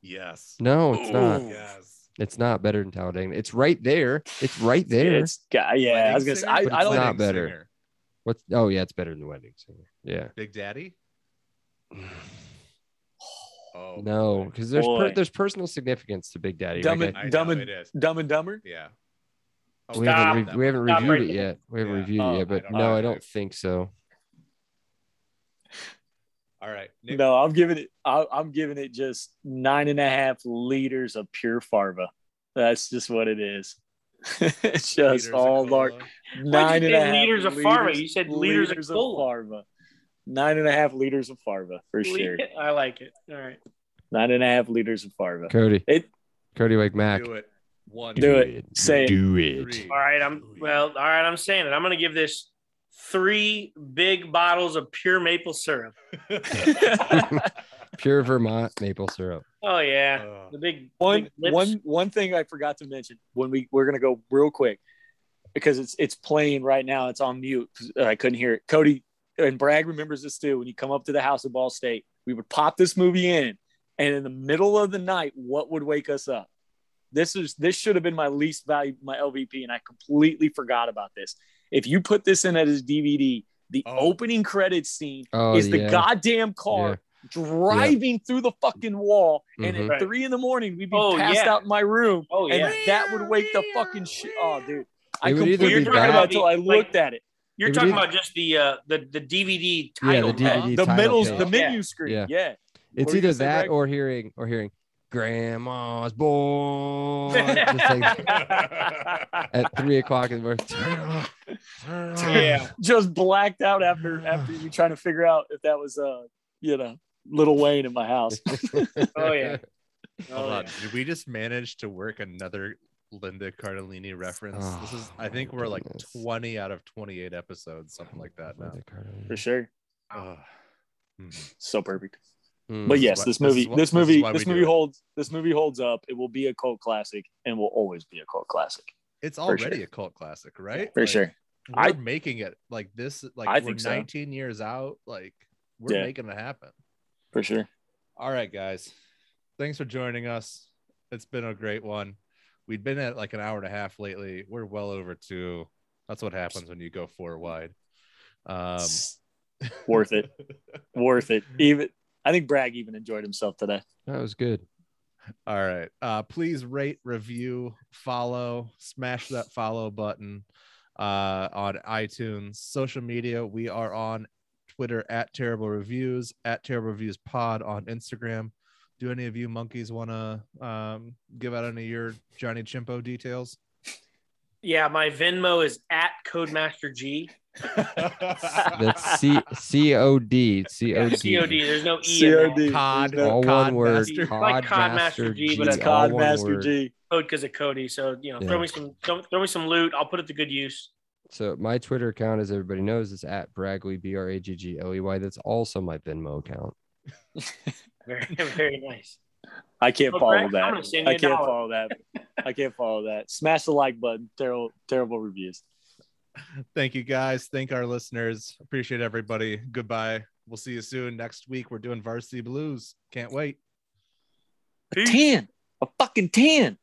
Speaker 1: Yes.
Speaker 2: no, it's not.
Speaker 1: Yes.
Speaker 2: It's not better than Talladega. It's right there. It's right there.
Speaker 8: It's yeah, yeah I was
Speaker 1: Wedding
Speaker 8: gonna say
Speaker 1: Singer?
Speaker 8: I,
Speaker 2: But
Speaker 8: I
Speaker 2: it's
Speaker 8: like
Speaker 2: not
Speaker 1: Wedding
Speaker 2: better.
Speaker 1: Singer.
Speaker 2: What's oh yeah, it's better than the wedding singer. Yeah.
Speaker 1: Big Daddy. Oh boy.
Speaker 2: No, because there's per,
Speaker 8: Boy.
Speaker 2: there's personal significance to Big Daddy.
Speaker 4: Dumb
Speaker 2: Like,
Speaker 4: and-
Speaker 1: I know
Speaker 4: Dumb and-
Speaker 1: it is.
Speaker 4: Dumb and Dumber.
Speaker 1: Yeah. Oh,
Speaker 2: I- we haven't,
Speaker 5: Stop.
Speaker 2: re- we haven't
Speaker 5: Stop
Speaker 2: reviewed
Speaker 5: right
Speaker 2: it
Speaker 5: there.
Speaker 2: yet. We haven't
Speaker 1: Yeah.
Speaker 2: reviewed
Speaker 4: Oh,
Speaker 2: it
Speaker 4: I
Speaker 2: yet, but
Speaker 1: don't
Speaker 2: no,
Speaker 1: know.
Speaker 2: I don't think so.
Speaker 1: All right. Nick,
Speaker 4: No, I'm giving it. I, I'm giving it just nine and a half liters of pure farva. That's just what it is.
Speaker 1: liters
Speaker 4: it's just
Speaker 1: of
Speaker 4: all large.
Speaker 1: cola.
Speaker 4: Nine
Speaker 5: you say
Speaker 4: and a half
Speaker 5: liters of Farva? You said liters of cola.
Speaker 4: farva. Nine and a half liters of farva for sure.
Speaker 5: I like it. All right.
Speaker 4: Nine and a half liters of farva.
Speaker 2: Cody.
Speaker 4: It-
Speaker 2: Cody Wake Mac.
Speaker 1: Do it. One.
Speaker 4: Do it. Say it.
Speaker 2: Do
Speaker 1: three.
Speaker 5: All right, I'm well. All right, I'm saying it. I'm gonna give this three big bottles of pure maple syrup.
Speaker 2: Pure Vermont maple syrup.
Speaker 5: Oh yeah,
Speaker 1: Uh,
Speaker 5: the big
Speaker 4: one
Speaker 5: big lips.
Speaker 4: one one thing I forgot to mention when we we're gonna go real quick because it's it's playing right now. It's on mute. 'cause uh, I couldn't hear it. Cody and Bragg remembers this too. When you come up to the house of Ball State, we would pop this movie in, and in the middle of the night, what would wake us up? This is this should have been my least value, my LVP, and I completely forgot about this. If you put this in as a DVD, the
Speaker 1: Oh.
Speaker 4: opening credits scene
Speaker 2: Oh
Speaker 4: is the
Speaker 2: yeah.
Speaker 4: goddamn car
Speaker 2: Yeah.
Speaker 4: driving through the fucking wall. And
Speaker 2: Mhm.
Speaker 4: at three in the morning, we'd be
Speaker 5: Oh,
Speaker 4: passed
Speaker 5: yeah.
Speaker 4: out in my room,
Speaker 5: Oh
Speaker 4: and
Speaker 5: yeah,
Speaker 4: that would wake the fucking shit. Oh, dude, I
Speaker 2: It would either
Speaker 4: completely
Speaker 2: be
Speaker 4: forgot
Speaker 2: bad-
Speaker 4: about it until I looked at it.
Speaker 5: you're
Speaker 2: It
Speaker 5: talking
Speaker 2: would-
Speaker 5: about just the uh the the DVD
Speaker 2: Yeah,
Speaker 5: title.
Speaker 2: the
Speaker 5: tag.
Speaker 2: DVD
Speaker 4: The
Speaker 2: title
Speaker 4: middle,
Speaker 2: page.
Speaker 4: the
Speaker 5: Yeah.
Speaker 4: menu screen.
Speaker 2: Yeah.
Speaker 4: Yeah,
Speaker 2: It's
Speaker 4: What were you
Speaker 2: either
Speaker 4: gonna say,
Speaker 2: that
Speaker 4: Greg?
Speaker 2: or hearing or hearing grandma's boy just like at three o'clock in the morning. Turn it off. Turn it off.
Speaker 5: Oh, Yeah.
Speaker 4: just blacked out after after you trying to figure out if that was uh you know Little Wayne in my house.
Speaker 5: Oh yeah.
Speaker 1: Hold
Speaker 5: Oh,
Speaker 1: on. Did we just manage to work another Linda Cardellini reference? this is,
Speaker 2: Oh,
Speaker 1: I think
Speaker 2: my
Speaker 1: we're like
Speaker 2: goodness.
Speaker 1: 20 out of 28 episodes, something like that now.
Speaker 4: for sure.
Speaker 1: Ugh. Hmm.
Speaker 4: So perfect.
Speaker 2: Mm.
Speaker 4: But
Speaker 1: yeah.
Speaker 4: yes,
Speaker 1: why-
Speaker 4: this
Speaker 1: this is
Speaker 4: movie,
Speaker 1: why-
Speaker 4: this
Speaker 1: this is
Speaker 4: movie,
Speaker 1: why we
Speaker 4: this
Speaker 1: do
Speaker 4: movie
Speaker 1: it.
Speaker 4: holds this movie holds up. It will be a cult classic and will always be a cult classic.
Speaker 1: It's
Speaker 4: For
Speaker 1: already
Speaker 4: sure.
Speaker 1: a cult classic, right?
Speaker 4: For
Speaker 1: Like,
Speaker 4: sure.
Speaker 1: We're
Speaker 4: I-
Speaker 1: making it like this, like
Speaker 4: I
Speaker 1: we're
Speaker 4: think so.
Speaker 1: 19 years out. Like, we're
Speaker 7: Yeah.
Speaker 1: making it happen.
Speaker 7: for sure.
Speaker 1: All right, guys. Thanks for joining us. It's been a great one. We've been at like an hour and a half lately. We're well over two. That's what happens when you go four wide. Um,
Speaker 7: worth it. Worth it. Even I think Bragg even enjoyed himself today.
Speaker 2: That was good.
Speaker 1: all right. Uh, please rate, review, follow, smash that follow button uh, on iTunes, social media. We are on Twitter at Terrible Reviews, at Terrible Reviews Pod on Instagram. Do any of you monkeys want to um, give out any of your Johnny Chimpo details?
Speaker 5: Yeah, my Venmo is at Codemaster G.
Speaker 2: That's C C O D C O
Speaker 5: C O D.
Speaker 2: D.
Speaker 5: There's no E. In
Speaker 7: COD.
Speaker 5: there.
Speaker 1: Cod,
Speaker 2: All
Speaker 1: Cod
Speaker 2: one word.
Speaker 1: Master.
Speaker 5: Like Codmaster G, but it's
Speaker 2: all
Speaker 7: Cod
Speaker 2: one
Speaker 7: Master
Speaker 2: word.
Speaker 7: G.
Speaker 5: Code because of Cody. So you know, throw
Speaker 2: Yeah.
Speaker 5: me some throw, throw me some loot. I'll put it to good use.
Speaker 2: So my Twitter account, as everybody knows, is at Bragley B R A G G L E Y. That's also my Venmo account.
Speaker 5: Very very nice.
Speaker 7: I can't
Speaker 5: Oh,
Speaker 7: follow
Speaker 5: Bragg, I'm gonna
Speaker 7: that.
Speaker 5: send you
Speaker 7: I
Speaker 5: a
Speaker 7: can't
Speaker 5: dollar.
Speaker 7: follow that. I can't follow that. Smash the like button. Terrible, terrible reviews.
Speaker 1: Thank you guys. Thank our listeners. Appreciate everybody. Goodbye. We'll see you soon next week. We're doing Varsity Blues. Can't wait.
Speaker 7: Ten. A fucking ten.